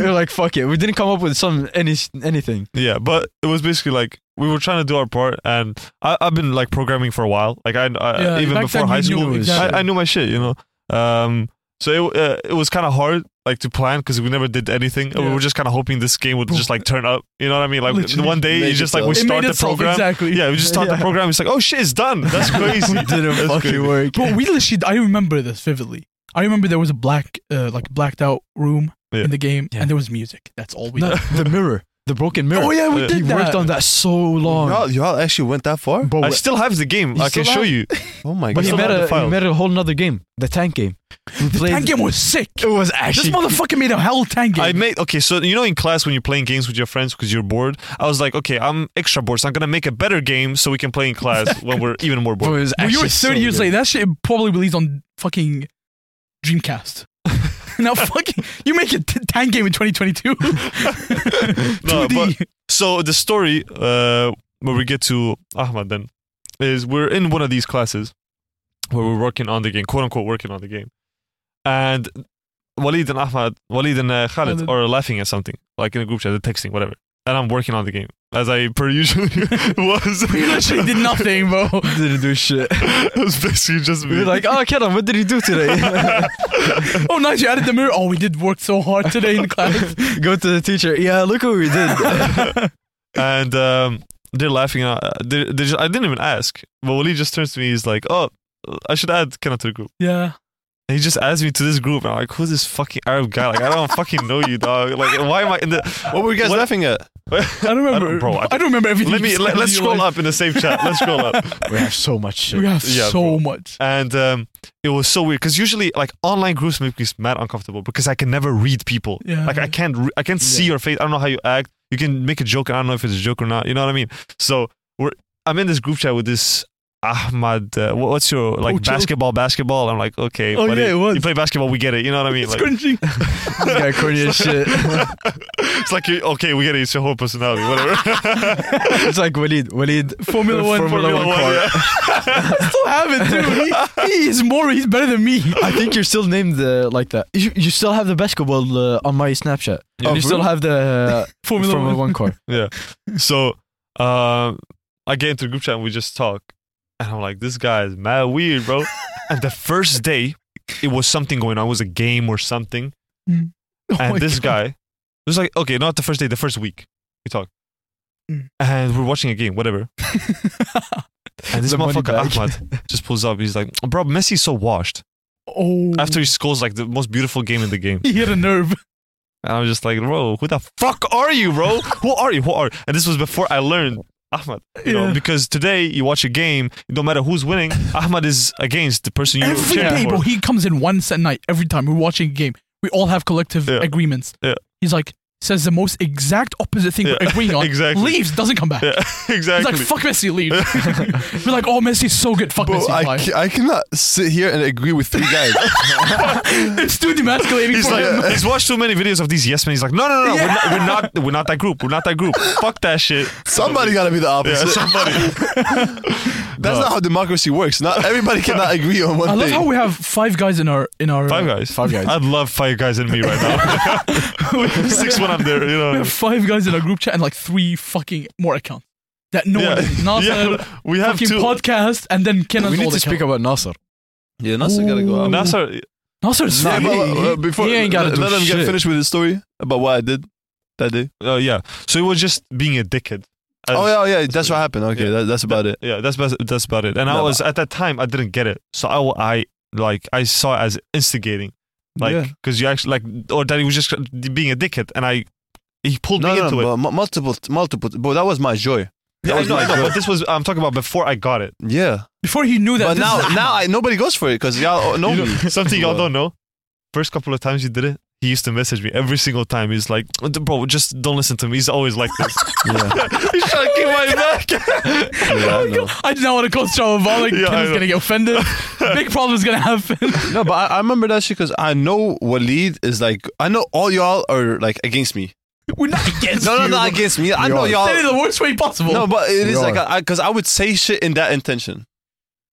[SPEAKER 4] uh, were like, fuck it. We didn't come up with some any anything.
[SPEAKER 1] Yeah, but it was basically like we were trying to do our part, and I, I've been like programming for a while. Like I, I
[SPEAKER 2] Yeah,
[SPEAKER 1] even
[SPEAKER 2] back
[SPEAKER 1] before
[SPEAKER 2] then
[SPEAKER 1] high
[SPEAKER 2] you knew
[SPEAKER 1] school,
[SPEAKER 2] exactly.
[SPEAKER 1] I, I knew my shit, you know. Um, so it uh, it was kind of hard like to plan because we never did anything. and We
[SPEAKER 2] Yeah.
[SPEAKER 1] were just kind of hoping this game would just like turn up. You know what I mean? Like
[SPEAKER 2] Literally.
[SPEAKER 1] one day,
[SPEAKER 3] Made
[SPEAKER 1] you just like we
[SPEAKER 2] It
[SPEAKER 1] start
[SPEAKER 2] made
[SPEAKER 1] the
[SPEAKER 2] itself,
[SPEAKER 1] program.
[SPEAKER 2] exactly.
[SPEAKER 1] Yeah, we just start the
[SPEAKER 4] Yeah.
[SPEAKER 1] program. It's like, oh shit, it's done.
[SPEAKER 4] [LAUGHS]
[SPEAKER 1] That's crazy.
[SPEAKER 4] Didn't
[SPEAKER 1] That's
[SPEAKER 4] fucking
[SPEAKER 1] crazy.
[SPEAKER 4] work.
[SPEAKER 2] Bro, we legit. I remember this vividly. I remember there was a black, uh, like blacked out room
[SPEAKER 1] Yeah.
[SPEAKER 2] in the game,
[SPEAKER 4] Yeah.
[SPEAKER 2] and there was music. That's all we.
[SPEAKER 4] No,
[SPEAKER 2] did.
[SPEAKER 4] the mirror, the broken mirror.
[SPEAKER 2] Oh yeah, we [LAUGHS]
[SPEAKER 1] Yeah.
[SPEAKER 4] He
[SPEAKER 2] did that.
[SPEAKER 4] worked on that so long.
[SPEAKER 3] Y'all, y'all actually went that far?
[SPEAKER 4] But,
[SPEAKER 1] I still have the game.
[SPEAKER 4] You
[SPEAKER 1] I can show
[SPEAKER 4] still have-
[SPEAKER 1] you.
[SPEAKER 3] Oh my
[SPEAKER 4] but
[SPEAKER 1] I
[SPEAKER 4] he
[SPEAKER 1] still
[SPEAKER 3] god.
[SPEAKER 4] made
[SPEAKER 1] have the
[SPEAKER 4] a
[SPEAKER 1] file.
[SPEAKER 4] he made a whole nother game, the tank game. We played.
[SPEAKER 2] Tank game was sick.
[SPEAKER 4] It was
[SPEAKER 2] This
[SPEAKER 4] actually.
[SPEAKER 2] motherfucker made a hell tank game.
[SPEAKER 1] I made okay. So you know, in class when you're playing games with your friends because you're bored, I was like, okay, I'm extra bored, so I'm gonna make a better game so we can play in
[SPEAKER 4] [LAUGHS]
[SPEAKER 1] class when we're even more
[SPEAKER 4] Bro,
[SPEAKER 1] bored.
[SPEAKER 4] it was
[SPEAKER 2] Well, you were
[SPEAKER 4] actually
[SPEAKER 2] 30
[SPEAKER 4] so
[SPEAKER 2] years
[SPEAKER 4] good.
[SPEAKER 2] late. That shit probably released on fucking
[SPEAKER 1] [LAUGHS]
[SPEAKER 2] Dreamcast. now fucking, you make a t- tank game in 2022.
[SPEAKER 1] [LAUGHS]
[SPEAKER 2] [LAUGHS]
[SPEAKER 1] No,
[SPEAKER 2] 2D.
[SPEAKER 1] So the story, uh, when we get to Ahmad, then is we're in one of these classes where we're working on the game, quote unquote, working on the game, and Walid and Ahmad, Walid and uh, Khalid
[SPEAKER 2] Khalid.
[SPEAKER 1] are laughing at something, like in a group chat, they're texting, whatever. and I'm working on the game as I per usually [LAUGHS] was.
[SPEAKER 2] You literally
[SPEAKER 1] [LAUGHS]
[SPEAKER 2] did nothing, bro.
[SPEAKER 4] Didn't do shit.
[SPEAKER 1] it was basically just me.
[SPEAKER 4] We're like, oh, Kenan, what did you do
[SPEAKER 2] [LAUGHS]
[SPEAKER 4] today? [LAUGHS]
[SPEAKER 2] Oh, nice. You added the mirror. Oh, we did work so hard today in
[SPEAKER 1] [LAUGHS]
[SPEAKER 2] class.
[SPEAKER 4] Go to the teacher. Yeah, look what we
[SPEAKER 2] [LAUGHS]
[SPEAKER 4] did.
[SPEAKER 1] and um, they're laughing. And I, they they just, I didn't even ask, but Waleed just turns to me. He's like, "Oh, I should add Kenan to the group."
[SPEAKER 2] Yeah.
[SPEAKER 1] And he just adds me to this group. And I'm like, "Who's this fucking Arab guy? Like, I don't [LAUGHS] fucking know you, dog. Like, why am I in the?"
[SPEAKER 3] What were you guys
[SPEAKER 1] What-
[SPEAKER 3] laughing at?
[SPEAKER 2] I don't remember.
[SPEAKER 1] bro, I-
[SPEAKER 2] I don't remember everything.
[SPEAKER 1] Let me
[SPEAKER 2] you
[SPEAKER 1] let,
[SPEAKER 2] said
[SPEAKER 1] let's
[SPEAKER 2] in your
[SPEAKER 1] scroll
[SPEAKER 2] life.
[SPEAKER 1] up in the same chat. Let's scroll up.
[SPEAKER 4] we have so much shit.
[SPEAKER 2] We have
[SPEAKER 1] Yeah, bro.
[SPEAKER 2] so much.
[SPEAKER 1] and um, it was so weird because usually like online groups make me mad uncomfortable because I can never read people.
[SPEAKER 2] Yeah.
[SPEAKER 1] Like I can't re- I can't see
[SPEAKER 4] Yeah.
[SPEAKER 1] your face. I don't know how you act. You can make a joke and I don't know if it's a joke or not. You know what I mean? So we're I'm in this group chat with this Ahmad. Uh, what- what's your like
[SPEAKER 2] Oh, chill.
[SPEAKER 1] basketball? Basketball. I'm like okay.
[SPEAKER 2] Oh,
[SPEAKER 1] buddy,
[SPEAKER 2] yeah, it was.
[SPEAKER 1] You play basketball. We get it. You know what I mean?
[SPEAKER 2] It's
[SPEAKER 1] Like,
[SPEAKER 2] cringing.
[SPEAKER 4] This guy
[SPEAKER 2] [LAUGHS]
[SPEAKER 4] corny as shit. [LAUGHS]
[SPEAKER 1] it's like you- okay, we get it. It's your whole personality. Whatever.
[SPEAKER 4] it's like Walid. Walid.
[SPEAKER 2] [LAUGHS] Formula One.
[SPEAKER 4] Formula One car.
[SPEAKER 2] I still have it, dude. He, he is more. He's better than
[SPEAKER 1] [LAUGHS]
[SPEAKER 2] me.
[SPEAKER 4] [LAUGHS] I think you're still named uh, like that. You, you still have the basketball uh, on my Snapchat.
[SPEAKER 1] Yeah.
[SPEAKER 4] and you still have the uh,
[SPEAKER 2] Oh, [LAUGHS] Formula, One.
[SPEAKER 4] car.
[SPEAKER 1] So um, I get into the group chat and we just talk. And I'm like, this guy is mad weird,
[SPEAKER 2] [LAUGHS]
[SPEAKER 1] bro. and the first day, it was something going on. It was a game or something.
[SPEAKER 2] [LAUGHS] Oh my
[SPEAKER 1] and this
[SPEAKER 2] God.
[SPEAKER 1] guy, it was like, okay, not the first day, the first week we talk.
[SPEAKER 2] Mm.
[SPEAKER 1] And we're watching a game,
[SPEAKER 2] [LAUGHS]
[SPEAKER 1] whatever. And this
[SPEAKER 4] The money
[SPEAKER 1] motherfucker
[SPEAKER 4] bag.
[SPEAKER 1] Ahmad just pulls up. He's like, bro, Messi's so washed.
[SPEAKER 2] Oh.
[SPEAKER 1] After he scores like the most beautiful game in the game.
[SPEAKER 2] he hit a nerve.
[SPEAKER 1] And I was just like, bro, who the fuck are you,
[SPEAKER 2] [LAUGHS]
[SPEAKER 1] bro? who are you? Who are you? And this was before I learned Ahmad. You know,
[SPEAKER 2] Yeah.
[SPEAKER 1] because today you watch a game, it don't matter who's winning, Ahmad is against the person you're
[SPEAKER 2] Every
[SPEAKER 1] cheering
[SPEAKER 2] day,
[SPEAKER 1] for. [LAUGHS]
[SPEAKER 2] bro. He comes in once at night. Every time we're watching a game, we all have collective
[SPEAKER 1] Yeah.
[SPEAKER 2] agreements.
[SPEAKER 1] Yeah.
[SPEAKER 2] He's like says the most exact opposite thing
[SPEAKER 1] Yeah.
[SPEAKER 2] we're agreeing on.
[SPEAKER 1] Exactly.
[SPEAKER 2] Leaves, doesn't come back.
[SPEAKER 1] Yeah,
[SPEAKER 2] He's
[SPEAKER 1] exactly.
[SPEAKER 2] like, fuck Messi, leave. [LAUGHS] we're like, oh, Messi's so good. Fuck
[SPEAKER 3] Bro,
[SPEAKER 2] Messi,
[SPEAKER 3] I,
[SPEAKER 2] why?
[SPEAKER 3] ca- I cannot sit here and agree with three guys.
[SPEAKER 2] [LAUGHS] It's too demasculating
[SPEAKER 1] He's
[SPEAKER 2] for him.
[SPEAKER 1] like, he's watched too many videos of these yes men. He's like, no, no, no, no, we're, not,
[SPEAKER 2] [LAUGHS]
[SPEAKER 1] we're not, we're not that group. We're not that group. Fuck that shit.
[SPEAKER 3] Somebody gotta be the
[SPEAKER 1] Yeah,
[SPEAKER 3] opposite.
[SPEAKER 1] somebody.
[SPEAKER 3] [LAUGHS] That's not how democracy works. Not everybody cannot agree on one
[SPEAKER 2] I love
[SPEAKER 3] thing.
[SPEAKER 2] how we have five guys in our in our
[SPEAKER 1] Five guys.
[SPEAKER 2] [LAUGHS]
[SPEAKER 4] Five Guys.
[SPEAKER 1] I'd love five guys in me right now. [LAUGHS] Six when I'm there, you
[SPEAKER 2] uh, We
[SPEAKER 1] know.
[SPEAKER 2] have five guys in our group chat and like three fucking more accounts that no one is. Not
[SPEAKER 1] yeah, we have
[SPEAKER 2] fucking
[SPEAKER 1] two.
[SPEAKER 2] podcast and then Kenan's
[SPEAKER 4] we need
[SPEAKER 2] old
[SPEAKER 4] to speak
[SPEAKER 2] account.
[SPEAKER 4] about Nasser.
[SPEAKER 3] yeah, Nasser gotta go out.
[SPEAKER 1] Nasser,
[SPEAKER 2] Nasser's
[SPEAKER 3] Yeah,
[SPEAKER 2] fine.
[SPEAKER 3] but, uh,
[SPEAKER 4] he-
[SPEAKER 3] before,
[SPEAKER 4] he ain't gotta
[SPEAKER 3] let,
[SPEAKER 4] do
[SPEAKER 3] let him get
[SPEAKER 4] shit.
[SPEAKER 3] finished with his story about what I did that day.
[SPEAKER 1] uh, yeah. So it was just being a dickhead. As-
[SPEAKER 3] oh yeah, oh, yeah, that's what happened. Okay,
[SPEAKER 1] Yeah.
[SPEAKER 3] that, that's about it.
[SPEAKER 1] Yeah, that's bas- that's about it. And I
[SPEAKER 3] No,
[SPEAKER 1] was at that time I didn't get it, so I wa- I like I saw it as instigating, like
[SPEAKER 3] Yeah.
[SPEAKER 1] because you actually like or that he was just being a dickhead, and I he pulled
[SPEAKER 3] No,
[SPEAKER 1] me
[SPEAKER 3] no,
[SPEAKER 1] into
[SPEAKER 3] no,
[SPEAKER 1] it.
[SPEAKER 3] but mu- multiple, multiple. But that was my joy. That
[SPEAKER 1] Yeah, I
[SPEAKER 3] was
[SPEAKER 1] know,
[SPEAKER 3] my
[SPEAKER 1] I know,
[SPEAKER 3] joy.
[SPEAKER 1] but this was I'm talking about before I got it.
[SPEAKER 3] Yeah,
[SPEAKER 2] Before he knew that.
[SPEAKER 3] but
[SPEAKER 2] this
[SPEAKER 3] now,
[SPEAKER 2] is-
[SPEAKER 3] now I, nobody goes for it because y'all know
[SPEAKER 1] You know,
[SPEAKER 3] [LAUGHS] me.
[SPEAKER 1] something y'all don't know. First couple of times you did it, he used to message me every single time. He's like, "Bro, just don't listen to him. He's always like this.
[SPEAKER 3] [LAUGHS] Yeah,
[SPEAKER 1] [LAUGHS] He's trying to keep
[SPEAKER 3] [LAUGHS]
[SPEAKER 1] my back."
[SPEAKER 3] yeah,
[SPEAKER 2] [LAUGHS]
[SPEAKER 3] I know.
[SPEAKER 2] I did not want to call Strava Ball. Like,
[SPEAKER 1] Yeah, I
[SPEAKER 2] Kenan's
[SPEAKER 1] know.
[SPEAKER 2] gonna get offended. Big problem's gonna happen. [LAUGHS]
[SPEAKER 3] No, but I, I remember that shit because I know Waleed is like I know all y'all are like against me.
[SPEAKER 2] We're not against
[SPEAKER 3] [LAUGHS] No, no,
[SPEAKER 2] you.
[SPEAKER 3] [LAUGHS] not against me. I
[SPEAKER 4] We
[SPEAKER 3] know
[SPEAKER 4] are.
[SPEAKER 3] y'all.
[SPEAKER 2] Said it the worst way possible.
[SPEAKER 3] No, but it is
[SPEAKER 4] We
[SPEAKER 3] like
[SPEAKER 4] are.
[SPEAKER 3] I because I, would say shit in that intention.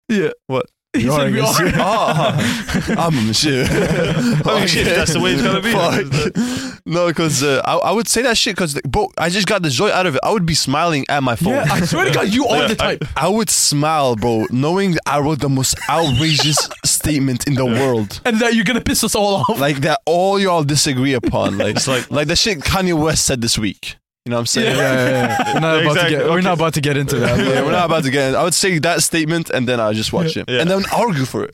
[SPEAKER 2] Yeah.
[SPEAKER 3] What?
[SPEAKER 2] He
[SPEAKER 4] You are
[SPEAKER 2] said we
[SPEAKER 4] against
[SPEAKER 2] are.
[SPEAKER 3] [LAUGHS] Oh, [LAUGHS] uh-huh. I'm a [LAUGHS] shit.
[SPEAKER 1] I
[SPEAKER 3] Oh,
[SPEAKER 1] mean, shit, that's the way it's gonna be.
[SPEAKER 3] [LAUGHS] Fuck. No, because uh, I, I would say that shit because, bro, I just got the joy out of it. I would be smiling at my phone.
[SPEAKER 2] Yeah, I swear to God, you are the type.
[SPEAKER 3] I would smile, bro, knowing that I wrote the most
[SPEAKER 4] [LAUGHS]
[SPEAKER 3] outrageous statement in the world.
[SPEAKER 2] and that you're gonna piss us all off. [LAUGHS]
[SPEAKER 3] Like that all y'all disagree upon. Like it's like like the shit Kanye West said this week. You know what I'm saying?
[SPEAKER 4] yeah, yeah. We're not,
[SPEAKER 1] Yeah,
[SPEAKER 4] about,
[SPEAKER 1] exactly.
[SPEAKER 4] to get, we're
[SPEAKER 1] Okay.
[SPEAKER 4] not about to get into
[SPEAKER 3] [LAUGHS]
[SPEAKER 4] that.
[SPEAKER 3] Yeah, we're not about to get in. I would say that statement and then I just watch him.
[SPEAKER 1] Yeah.
[SPEAKER 3] And then argue for it.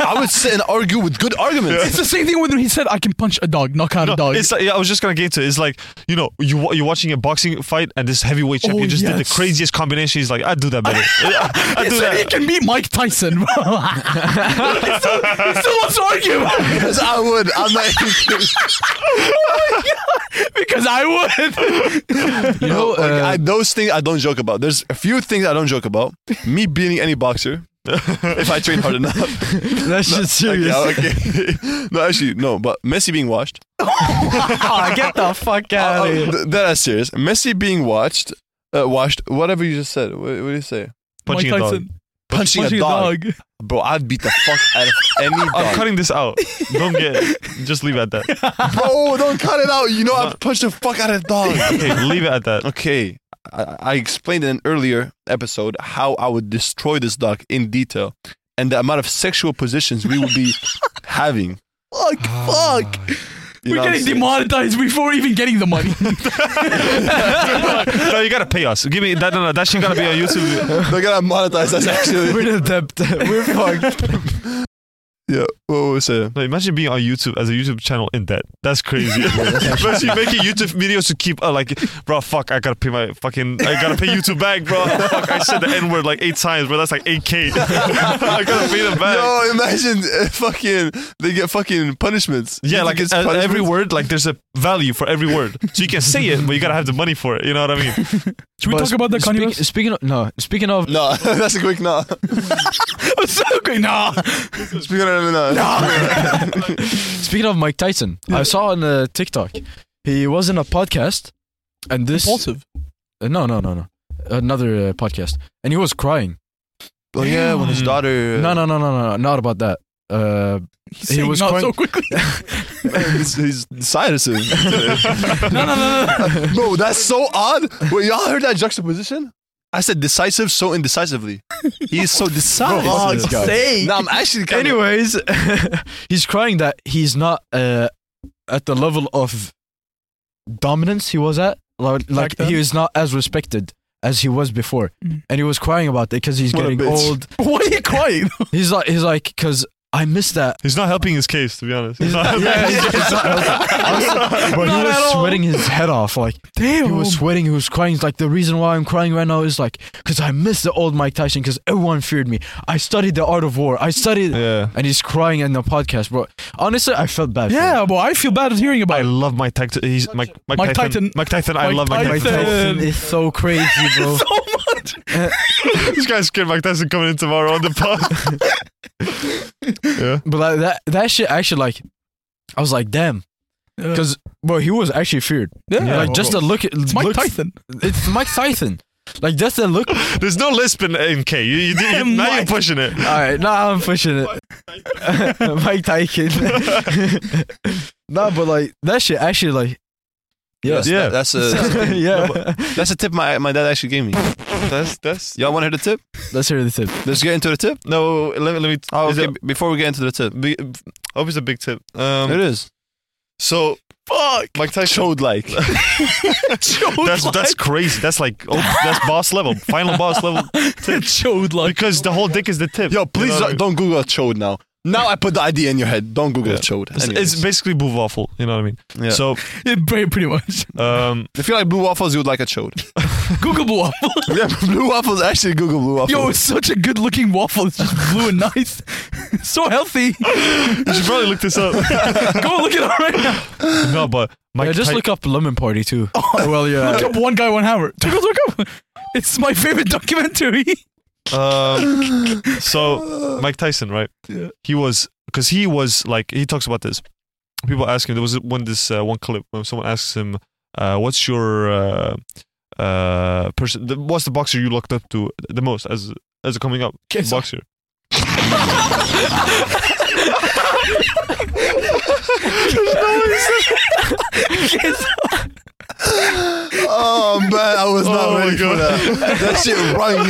[SPEAKER 3] I would sit and argue with good arguments.
[SPEAKER 2] It's the same thing when he said, "I can punch a dog, knock out
[SPEAKER 1] No,
[SPEAKER 2] a dog."
[SPEAKER 1] It's like, yeah, I was just gonna get to it. It's like you know you wa- you're watching a boxing fight and this heavyweight champion
[SPEAKER 2] Oh,
[SPEAKER 1] just did the
[SPEAKER 2] yes.
[SPEAKER 1] craziest combination. He's like, I do that better. I,
[SPEAKER 2] he
[SPEAKER 1] do
[SPEAKER 2] said he
[SPEAKER 1] that.
[SPEAKER 2] can beat Mike Tyson. [LAUGHS] he, still, he still wants to argue [LAUGHS]
[SPEAKER 3] Because I would. I'm [LAUGHS] not even kidding.
[SPEAKER 2] because I would.
[SPEAKER 4] [LAUGHS] You know,
[SPEAKER 3] Like,
[SPEAKER 4] uh,
[SPEAKER 3] I, those things I don't joke about. There's a few things I don't joke about. Me beating any
[SPEAKER 4] [LAUGHS]
[SPEAKER 3] boxer. if I train hard enough.
[SPEAKER 4] that [LAUGHS] shit's serious.
[SPEAKER 3] Yeah, okay. [LAUGHS] no, actually, no. But Messi being watched.
[SPEAKER 4] [LAUGHS] Ah, get the fuck
[SPEAKER 3] Uh,
[SPEAKER 4] out of here.
[SPEAKER 3] th- that is serious. Messi being watched. Uh, watched. Whatever you just said. What, what do you say?
[SPEAKER 1] Punching a
[SPEAKER 2] Mike
[SPEAKER 1] dog.
[SPEAKER 2] Tyson.
[SPEAKER 3] punching, a dog. Bro, I'd beat the fuck [LAUGHS] out of any
[SPEAKER 1] I'm
[SPEAKER 3] dog.
[SPEAKER 1] cutting this out. Don't get it. Just leave it at that.
[SPEAKER 3] Bro, don't cut it out. You know I'd punch the fuck out of a dog.
[SPEAKER 1] Okay, leave it at that.
[SPEAKER 3] [LAUGHS] Okay. I, I explained in an earlier episode how I would destroy this dog in detail and the amount of sexual positions we would [LAUGHS] be having. Fuck, fuck. You
[SPEAKER 2] We're
[SPEAKER 3] know what I'm
[SPEAKER 2] getting
[SPEAKER 3] saying?
[SPEAKER 2] demonetized before even getting the money. [LAUGHS]
[SPEAKER 1] no, you gotta pay us. Give me that. No, no, that shit gotta be on YouTube.
[SPEAKER 3] They're gonna monetize us actually.
[SPEAKER 4] We're in debt. We're fucked.
[SPEAKER 3] [LAUGHS] yeah. What was it?
[SPEAKER 1] No, imagine being on YouTube as a YouTube channel in debt. That's crazy. [LAUGHS] Imagine making YouTube videos to keep uh, like, bro, fuck, I gotta pay my fucking, I gotta pay YouTube back, bro. Fuck, I said the N word like eight times, bro. That's like 8K. [LAUGHS] I gotta pay them back.
[SPEAKER 3] Yo, imagine uh, fucking they get fucking punishments.
[SPEAKER 1] Yeah, like
[SPEAKER 3] it's
[SPEAKER 1] uh, every word, like there's a value for every word. So you can say it, but you gotta have the money for it. You know what I mean?
[SPEAKER 2] Should we talk about the Kanye
[SPEAKER 4] speak,
[SPEAKER 2] [LAUGHS] West?
[SPEAKER 4] Speaking of no, speaking of
[SPEAKER 3] No, [LAUGHS] that's a quick no.
[SPEAKER 2] I'm Oh, so good. Nah.
[SPEAKER 3] Speaking of no, no,
[SPEAKER 4] speaking of Mike Tyson, I saw on uh, TikTok he was in a podcast, and this
[SPEAKER 2] Impulsive.
[SPEAKER 4] uh, no no no no another uh, podcast, and he was crying.
[SPEAKER 3] [LAUGHS] Oh yeah, when his
[SPEAKER 1] Damn.
[SPEAKER 3] daughter. uh,
[SPEAKER 4] No no no no no, not about that. Uh,
[SPEAKER 2] He's
[SPEAKER 4] He
[SPEAKER 2] saying
[SPEAKER 4] was
[SPEAKER 2] not
[SPEAKER 4] going-
[SPEAKER 2] so quickly.
[SPEAKER 3] [LAUGHS] he's, he's Cyrus.
[SPEAKER 2] no, no, no, no.
[SPEAKER 3] [LAUGHS] Bro, that's so odd. Wait, y'all heard that juxtaposition? I said decisive so indecisively. He is so decisive.
[SPEAKER 4] Fuck's
[SPEAKER 3] No, I'm actually kind of.
[SPEAKER 4] anyways, [LAUGHS] he's crying that he's not uh, at the level of dominance he was at. Like, like
[SPEAKER 2] then?
[SPEAKER 4] he is not as respected as he was before,
[SPEAKER 2] Mm.
[SPEAKER 4] and he was crying about it because he's
[SPEAKER 3] What a
[SPEAKER 4] getting
[SPEAKER 3] bitch.
[SPEAKER 4] old.
[SPEAKER 2] Why are you crying?
[SPEAKER 4] He's like he's like because I miss that
[SPEAKER 1] He's not helping his case, to be honest. He's not
[SPEAKER 4] yeah, it's- it's not- [LAUGHS] I was- I was- bro, he
[SPEAKER 2] Not at
[SPEAKER 4] was
[SPEAKER 2] all.
[SPEAKER 4] sweating his head off. Like
[SPEAKER 2] [LAUGHS] Damn.
[SPEAKER 4] he was sweating, he was crying. He's like the reason why I'm crying right now is like because I miss the old Mike Tyson because everyone feared me. I studied the art of war. I studied,
[SPEAKER 1] yeah.
[SPEAKER 4] and he's crying in the podcast, bro. Honestly, I felt bad. for
[SPEAKER 2] [LAUGHS]
[SPEAKER 4] him.
[SPEAKER 2] yeah, but I feel bad hearing
[SPEAKER 1] I
[SPEAKER 2] about it.
[SPEAKER 1] love Mike Tyson. He's Mike, Mike,
[SPEAKER 2] Mike
[SPEAKER 1] Tyson.
[SPEAKER 2] Tyson.
[SPEAKER 1] Mike Tyson. I
[SPEAKER 2] Mike
[SPEAKER 1] love Mike
[SPEAKER 4] Mike
[SPEAKER 1] Tyson.
[SPEAKER 4] Tyson is so crazy,
[SPEAKER 2] [LAUGHS]
[SPEAKER 4] bro.
[SPEAKER 2] so much.
[SPEAKER 1] this guy's scared Mike Tyson coming in tomorrow on the pod. yeah.
[SPEAKER 4] but like, that that shit actually like. I was like, damn, because bro, he was actually feared.
[SPEAKER 2] yeah,
[SPEAKER 4] like just the look.
[SPEAKER 2] it's Mike Tyson.
[SPEAKER 4] [LAUGHS] It's Mike Tyson. Like just the look.
[SPEAKER 1] There's no lisp in, in K. You, you, you, now you're
[SPEAKER 2] Mike.
[SPEAKER 1] pushing it.
[SPEAKER 4] All right, no, I'm pushing it. [LAUGHS] Mike Tyson. [LAUGHS] no, but like that shit actually like
[SPEAKER 3] Yes,
[SPEAKER 1] Yeah.
[SPEAKER 3] that- that's
[SPEAKER 4] [LAUGHS]
[SPEAKER 3] a
[SPEAKER 4] yeah.
[SPEAKER 3] [LAUGHS] that's a tip my my dad actually gave me.
[SPEAKER 1] That's that's
[SPEAKER 3] Y'all want to hear the tip?
[SPEAKER 4] Let's hear the tip.
[SPEAKER 3] Let's get into the tip.
[SPEAKER 1] no. Let me let me.
[SPEAKER 3] Oh,
[SPEAKER 1] is
[SPEAKER 3] okay.
[SPEAKER 1] it-
[SPEAKER 3] b- Before we get into the tip,
[SPEAKER 1] be- I hope it's a big tip.
[SPEAKER 3] it
[SPEAKER 1] Um,
[SPEAKER 3] is
[SPEAKER 1] so
[SPEAKER 2] Fuck.
[SPEAKER 1] Mike Tyson.
[SPEAKER 3] showed [LAUGHS] like.
[SPEAKER 1] That's that's crazy. That's like oh, that's boss level, final boss level.
[SPEAKER 2] it showed like.
[SPEAKER 1] Because the whole dick is the tip.
[SPEAKER 3] Yo, please
[SPEAKER 1] You know what I mean?
[SPEAKER 3] don't, don't Google chode now. Now I put the idea in your head. Don't Google
[SPEAKER 1] Yeah.
[SPEAKER 3] chode.
[SPEAKER 1] It's, it's
[SPEAKER 3] Anyways.
[SPEAKER 1] basically blue waffle. You know what I mean.
[SPEAKER 3] Yeah.
[SPEAKER 1] So
[SPEAKER 2] [LAUGHS] Yeah, pretty, pretty much.
[SPEAKER 1] um,
[SPEAKER 3] if you like blue waffles, you would like a chode.
[SPEAKER 2] Google blue waffle.
[SPEAKER 3] [LAUGHS] yeah, blue waffles. Actually, Google blue waffles.
[SPEAKER 2] Yo, it's such a good looking waffle. It's just blue and nice. [LAUGHS] so healthy.
[SPEAKER 1] you should probably look this up.
[SPEAKER 2] [LAUGHS]
[SPEAKER 1] [LAUGHS]
[SPEAKER 2] Go look it up right now.
[SPEAKER 1] no, but Mike.
[SPEAKER 4] yeah, just
[SPEAKER 1] Ty-
[SPEAKER 4] look up Lemon Party too. well, yeah.
[SPEAKER 2] Look [LAUGHS] up one guy, one hammer. Tuckles, look up. It's my favorite documentary. [LAUGHS]
[SPEAKER 1] Um, so Mike Tyson, right?
[SPEAKER 2] Yeah.
[SPEAKER 1] He was because he was like he talks about this. People ask him. There was one this uh, one clip when someone asks him, uh, "What's your uh, uh, person? The, what's the boxer you looked up to the most as as a coming up
[SPEAKER 2] Kesa.
[SPEAKER 1] boxer?"
[SPEAKER 3] [LAUGHS] Oh man, I was not
[SPEAKER 1] Oh, my
[SPEAKER 3] ready for
[SPEAKER 1] God.
[SPEAKER 3] that. That shit rung.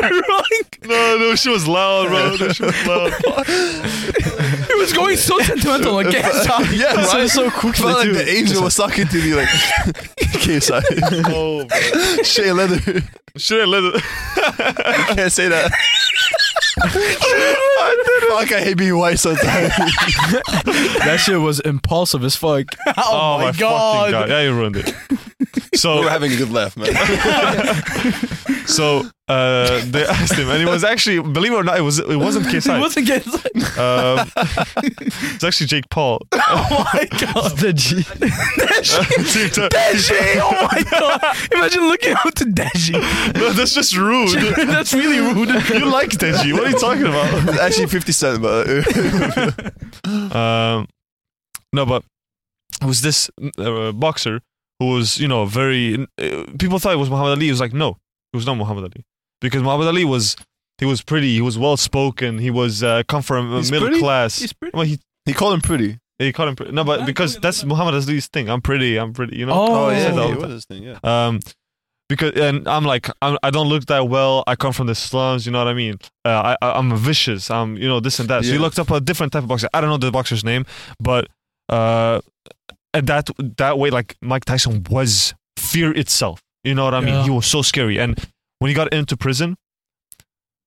[SPEAKER 2] Right?
[SPEAKER 1] No, no, she was loud, bro.
[SPEAKER 2] [LAUGHS]
[SPEAKER 1] No, she was loud.
[SPEAKER 2] It was going so sentimental. Like, yes, I-
[SPEAKER 3] [LAUGHS] yeah,
[SPEAKER 4] So
[SPEAKER 3] right?
[SPEAKER 4] it's so quickly
[SPEAKER 3] felt like
[SPEAKER 4] too.
[SPEAKER 3] the angel was talking to me like, [LAUGHS] okay, [LAUGHS] sorry.
[SPEAKER 1] oh, bro.
[SPEAKER 3] Shea Leather. [LAUGHS]
[SPEAKER 1] should I let it?
[SPEAKER 3] Can't say [LAUGHS] that. Fuck, I hate being white sometimes.
[SPEAKER 4] that shit was impulsive as fuck.
[SPEAKER 2] oh, my,
[SPEAKER 1] fucking
[SPEAKER 2] god.
[SPEAKER 1] Yeah, you ruined
[SPEAKER 2] [LAUGHS]
[SPEAKER 1] it. So
[SPEAKER 3] We're having a good laugh, man.
[SPEAKER 1] So uh, they [LAUGHS] asked him, and it was actually, believe it or not, it was it wasn't
[SPEAKER 2] It
[SPEAKER 1] KSI.
[SPEAKER 2] wasn't good.
[SPEAKER 1] [LAUGHS] Um, it's actually Jake Paul. [LAUGHS]
[SPEAKER 2] Oh my god.
[SPEAKER 4] the G.
[SPEAKER 1] Dude, uh,
[SPEAKER 2] [LAUGHS] Deji! [LAUGHS] Oh my god! Imagine looking out to Deji.
[SPEAKER 1] no, that's just rude.
[SPEAKER 2] [LAUGHS] That's really rude.
[SPEAKER 1] You like Deji? What are you talking about?
[SPEAKER 3] [LAUGHS] Actually, 50 Cent, but. uh,
[SPEAKER 1] Um, no, but it was this uh, boxer who was, you know, very. Uh, people thought it was Muhammad Ali. It was like, no, it was not Muhammad Ali because Muhammad Ali was He was pretty. He was well spoken. He was uh, come from uh,
[SPEAKER 3] He's
[SPEAKER 1] middle
[SPEAKER 3] pretty?
[SPEAKER 1] class.
[SPEAKER 2] He's pretty.
[SPEAKER 1] well, he,
[SPEAKER 3] [LAUGHS] He called him pretty.
[SPEAKER 1] he called him pretty. No, but
[SPEAKER 2] I
[SPEAKER 1] because
[SPEAKER 2] don't
[SPEAKER 1] that's
[SPEAKER 2] know.
[SPEAKER 1] Muhammad Azli's thing. I'm pretty. I'm pretty. You know.
[SPEAKER 2] Oh,
[SPEAKER 1] He
[SPEAKER 3] yeah,
[SPEAKER 1] said that all
[SPEAKER 3] yeah,
[SPEAKER 1] the
[SPEAKER 3] it
[SPEAKER 1] time.
[SPEAKER 3] was his thing. Yeah.
[SPEAKER 1] Um, because and I'm like I'm, I don't look that well. I come from the slums. You know what I mean? Uh, I I- I'm vicious. I'm you know this and that. So you
[SPEAKER 3] Yeah.
[SPEAKER 1] looked up a different type of boxer. I don't know the boxer's name, but uh, and that that way like Mike Tyson was fear itself. You know what I mean?
[SPEAKER 2] Yeah.
[SPEAKER 1] He was so scary. And when he got into prison,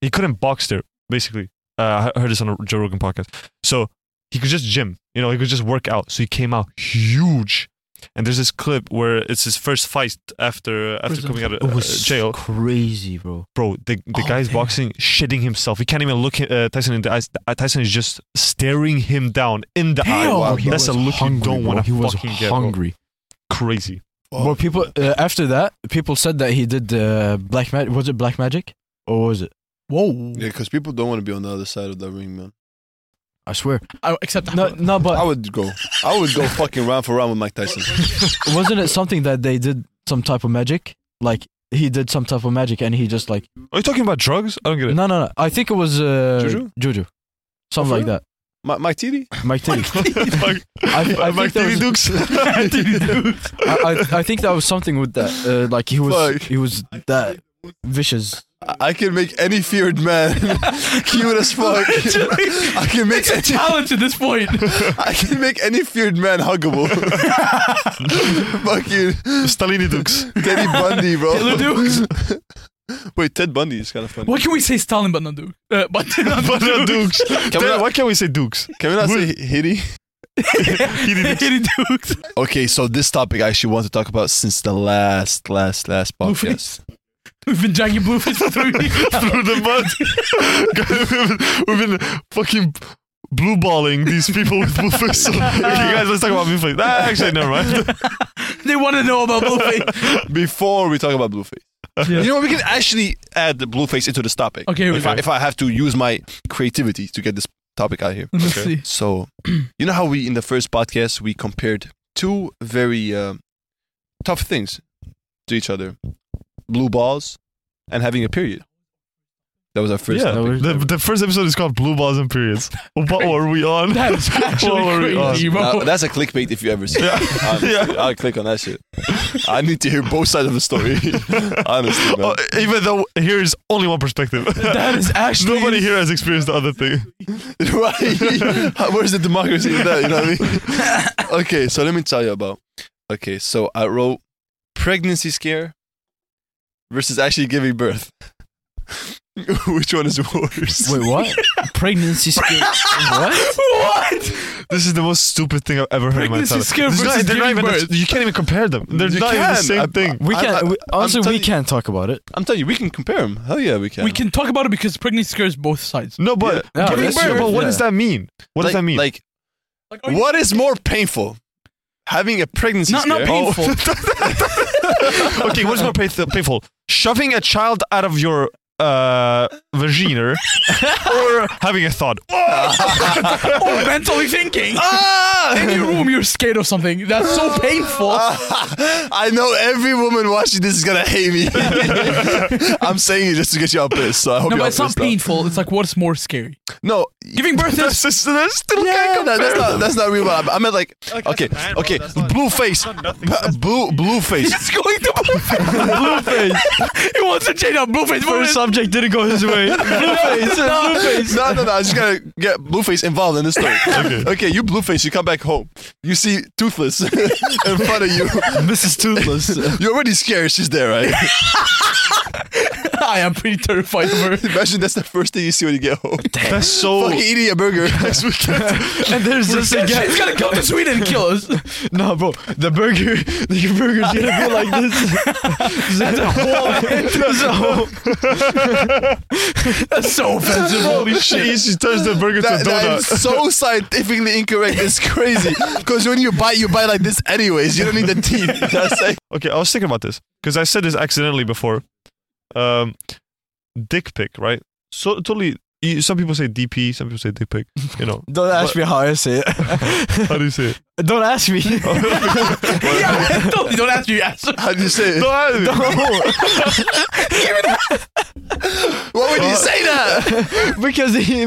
[SPEAKER 1] he couldn't box there. Basically, uh, I heard this on a Joe Rogan podcast. So he could just gym. You know, he could just work out. So he came out huge. And there's this clip where it's his first fight after after
[SPEAKER 2] Prison.
[SPEAKER 1] coming out of uh, jail.
[SPEAKER 4] crazy, bro.
[SPEAKER 1] Bro, the the
[SPEAKER 2] Oh,
[SPEAKER 1] guy's
[SPEAKER 2] damn.
[SPEAKER 1] boxing, shitting himself. He can't even look uh, Tyson in the eyes. Uh, Tyson is just staring him down in the
[SPEAKER 2] Damn.
[SPEAKER 1] eye.
[SPEAKER 4] Oh,
[SPEAKER 2] Wow,
[SPEAKER 3] he
[SPEAKER 1] That's a look you don't want
[SPEAKER 4] He
[SPEAKER 1] to
[SPEAKER 4] was
[SPEAKER 1] fucking get. Bro.
[SPEAKER 4] hungry.
[SPEAKER 1] Crazy.
[SPEAKER 4] Well, people uh, after that, people said that he did uh, black magic. Was it black magic or was it?
[SPEAKER 2] Whoa.
[SPEAKER 3] Yeah, because people don't want to be on the other side of that ring, man.
[SPEAKER 4] I swear.
[SPEAKER 2] I accept
[SPEAKER 4] No,
[SPEAKER 2] [LAUGHS]
[SPEAKER 4] no,
[SPEAKER 3] I
[SPEAKER 4] but
[SPEAKER 3] would go. I would go fucking round for round with Mike Tyson.
[SPEAKER 4] wasn't it something that they did some type of magic? Like he did some type of magic and he just like
[SPEAKER 1] Are you talking about drugs? I don't get it.
[SPEAKER 4] no, no, no. I think it was uh,
[SPEAKER 3] Juju?
[SPEAKER 4] Juju, something
[SPEAKER 3] Oh,
[SPEAKER 4] like
[SPEAKER 3] for
[SPEAKER 4] that.
[SPEAKER 3] My, Mike Titi?
[SPEAKER 1] [LAUGHS]
[SPEAKER 4] Mike Tilly.
[SPEAKER 1] Like-
[SPEAKER 4] I, I,
[SPEAKER 1] like
[SPEAKER 4] think that
[SPEAKER 1] TV
[SPEAKER 4] was, [LAUGHS]
[SPEAKER 1] Dukes.
[SPEAKER 3] [LAUGHS]
[SPEAKER 4] I, I, I think that was something with that. Uh, like he was,
[SPEAKER 3] Fuck.
[SPEAKER 4] he was that vicious.
[SPEAKER 3] I, I can make any feared
[SPEAKER 4] [LAUGHS]
[SPEAKER 3] man cute as fuck. I can make any,
[SPEAKER 2] Challenge at this point.
[SPEAKER 3] [LAUGHS] I can make any feared man
[SPEAKER 4] [LAUGHS]
[SPEAKER 3] huggable. fucking
[SPEAKER 1] Stalini Dukes.
[SPEAKER 3] Teddy Bundy, bro.
[SPEAKER 2] Taylor Dukes.
[SPEAKER 3] [LAUGHS] Wait, Ted Bundy is kind of funny.
[SPEAKER 2] What can we say, Stalin but not Duke? Uh, but [LAUGHS] not
[SPEAKER 1] [LAUGHS] But not
[SPEAKER 2] Duke.
[SPEAKER 1] Dukes.
[SPEAKER 3] Can we
[SPEAKER 1] Then
[SPEAKER 3] not-
[SPEAKER 1] why can't we say Dukes?
[SPEAKER 3] Can we not say Hitty?
[SPEAKER 2] Hitty Dukes.
[SPEAKER 3] Okay, so this topic I actually want to talk about since the last, last, last podcast.
[SPEAKER 2] Blueface. We've been dragging Blueface for three weeks.
[SPEAKER 1] [LAUGHS] Through the
[SPEAKER 3] [LAUGHS]
[SPEAKER 1] mud. [LAUGHS] we've, been, we've been fucking blue balling these people
[SPEAKER 4] [LAUGHS]
[SPEAKER 1] with blue fists. [LAUGHS] okay, guys, let's talk about blue fists. Ah, actually, never mind.
[SPEAKER 2] [LAUGHS] They want to know about Blueface.
[SPEAKER 3] Before we talk about Blueface. You know, we can actually add the Blueface into this topic.
[SPEAKER 2] Okay,
[SPEAKER 3] if, I, if I have to use my creativity to get this topic out here.
[SPEAKER 2] let's see.
[SPEAKER 3] So, [CLEARS THROAT] you know how we in the first podcast we compared two very uh, tough things to each other: blue balls and having a period. That was our first.
[SPEAKER 1] yeah, [LAUGHS]
[SPEAKER 3] topic.
[SPEAKER 1] the, the first episode is called Blue Balls and Periods. What were we on? [LAUGHS]
[SPEAKER 2] That [LAUGHS] is
[SPEAKER 1] What were
[SPEAKER 2] actually
[SPEAKER 1] we on?
[SPEAKER 2] crazy,
[SPEAKER 3] Now,
[SPEAKER 2] bro.
[SPEAKER 3] that's a clickbait if you ever see.
[SPEAKER 1] Yeah.
[SPEAKER 3] it. Honestly,
[SPEAKER 1] [LAUGHS] Yeah.
[SPEAKER 3] I'll click on that shit. I need to hear both sides of
[SPEAKER 1] [LAUGHS]
[SPEAKER 3] the story. Honestly, man.
[SPEAKER 1] Oh, even though here is only one perspective. [LAUGHS]
[SPEAKER 2] That is actually.
[SPEAKER 1] Nobody here has experienced the other thing.
[SPEAKER 3] [LAUGHS] Why? How- Where's the democracy in that? You know what I mean? [LAUGHS] okay, so let me tell you about. Okay, so I wrote pregnancy scare versus actually giving birth. [LAUGHS] Which one is worse?
[SPEAKER 4] Wait,
[SPEAKER 3] [LAUGHS]
[SPEAKER 4] what? Pregnancy scare? what?
[SPEAKER 2] What?
[SPEAKER 1] This is the most stupid thing I've ever heard in my
[SPEAKER 2] Pregnancy
[SPEAKER 1] entire life.
[SPEAKER 2] scare
[SPEAKER 1] This is not-
[SPEAKER 2] versus
[SPEAKER 1] they're not
[SPEAKER 2] giving
[SPEAKER 1] even-
[SPEAKER 2] birth.
[SPEAKER 1] You can't even compare them. They're
[SPEAKER 3] You
[SPEAKER 1] not even the
[SPEAKER 3] can.
[SPEAKER 1] same
[SPEAKER 3] I-
[SPEAKER 1] thing.
[SPEAKER 4] We
[SPEAKER 3] I-
[SPEAKER 4] can't.
[SPEAKER 3] I-
[SPEAKER 4] we, honestly, we
[SPEAKER 3] telling you-
[SPEAKER 4] can't talk about it.
[SPEAKER 3] I'm telling you, we can compare them. Hell yeah, we can.
[SPEAKER 2] We can talk about it because pregnancy scares both sides.
[SPEAKER 1] No, but
[SPEAKER 4] Yeah. Yeah,
[SPEAKER 1] giving
[SPEAKER 4] that's
[SPEAKER 1] birth.
[SPEAKER 4] true.
[SPEAKER 1] But what
[SPEAKER 4] Yeah.
[SPEAKER 1] does that mean? What
[SPEAKER 3] like,
[SPEAKER 1] does that mean?
[SPEAKER 3] Like,
[SPEAKER 2] Like, are you-
[SPEAKER 3] what is more painful? Having a pregnancy
[SPEAKER 2] Not, not
[SPEAKER 3] scare. [LAUGHS]
[SPEAKER 2] painful.
[SPEAKER 1] okay, what's more painful? painful? Shoving a child out of your uh,
[SPEAKER 2] [LAUGHS]
[SPEAKER 1] vagina or having a thought?
[SPEAKER 2] or Oh, mentally [LAUGHS] thinking.
[SPEAKER 3] Ah!
[SPEAKER 2] In your room, you're scared of something. That's [GASPS] so painful.
[SPEAKER 3] [LAUGHS] I know every woman watching this is gonna hate [LAUGHS] me. I'm saying it just to get y'all pissed. So I hope
[SPEAKER 2] No,
[SPEAKER 3] y'all
[SPEAKER 2] but it's not
[SPEAKER 3] pissed off.
[SPEAKER 2] painful. It's like what's more scary?
[SPEAKER 3] No,
[SPEAKER 2] Giving
[SPEAKER 1] [LAUGHS]
[SPEAKER 2] birth is.
[SPEAKER 1] That's, that's still
[SPEAKER 3] Yeah, no, that's not that's not real. I, I meant like, okay,
[SPEAKER 1] man, bro,
[SPEAKER 3] okay,
[SPEAKER 1] that's not-
[SPEAKER 3] blue face,
[SPEAKER 1] that's not nothing.
[SPEAKER 3] b- blue
[SPEAKER 1] [LAUGHS]
[SPEAKER 3] blue face.
[SPEAKER 2] [LAUGHS] It's going to Blueface. Blueface. he wants to change up Blueface. First subject didn't go his
[SPEAKER 3] [LAUGHS]
[SPEAKER 2] way. Blueface. Blueface.
[SPEAKER 3] No, no, no! I just gotta get Blueface involved in this
[SPEAKER 1] [LAUGHS]
[SPEAKER 3] story. okay. you Blueface, you come back home. You see Toothless [LAUGHS] in front of you.
[SPEAKER 1] Mrs. Toothless.
[SPEAKER 3] [LAUGHS] You're already scared. She's there, right?
[SPEAKER 1] [LAUGHS]
[SPEAKER 2] I am pretty terrified of her.
[SPEAKER 3] Imagine that's the first thing you see when you get home.
[SPEAKER 1] That's so.
[SPEAKER 3] Fucking eating a
[SPEAKER 1] [LAUGHS]
[SPEAKER 3] burger.
[SPEAKER 1] and there's just a
[SPEAKER 2] She's gonna come to Sweden and kill us.
[SPEAKER 4] No, bro. The burger, the burger's gonna be like this.
[SPEAKER 2] [LAUGHS]
[SPEAKER 4] That's a whole.
[SPEAKER 2] [LAUGHS] That's so offensive.
[SPEAKER 1] [LAUGHS] Holy shit! She turns the burger
[SPEAKER 3] That,
[SPEAKER 1] to a
[SPEAKER 3] that
[SPEAKER 1] donut.
[SPEAKER 3] is
[SPEAKER 1] [LAUGHS]
[SPEAKER 3] so scientifically incorrect. It's crazy. Because when you bite, you bite like this anyways. You don't need the teeth.
[SPEAKER 1] [LAUGHS]
[SPEAKER 3] That's like,
[SPEAKER 1] Okay, I was thinking about this because I said this accidentally before. Um, dick pic, right? So totally. [LAUGHS] you- Some people say DP, some people say dick pic. You know,
[SPEAKER 4] Don't ask me how I say it. [LAUGHS]
[SPEAKER 1] how do you say it?
[SPEAKER 4] Don't ask
[SPEAKER 3] [LAUGHS]
[SPEAKER 4] me.
[SPEAKER 2] yeah, [LAUGHS] don't, don't ask me. Ask.
[SPEAKER 3] How do you say it?
[SPEAKER 1] [LAUGHS]
[SPEAKER 3] Why would you say that?
[SPEAKER 4] [LAUGHS] because he,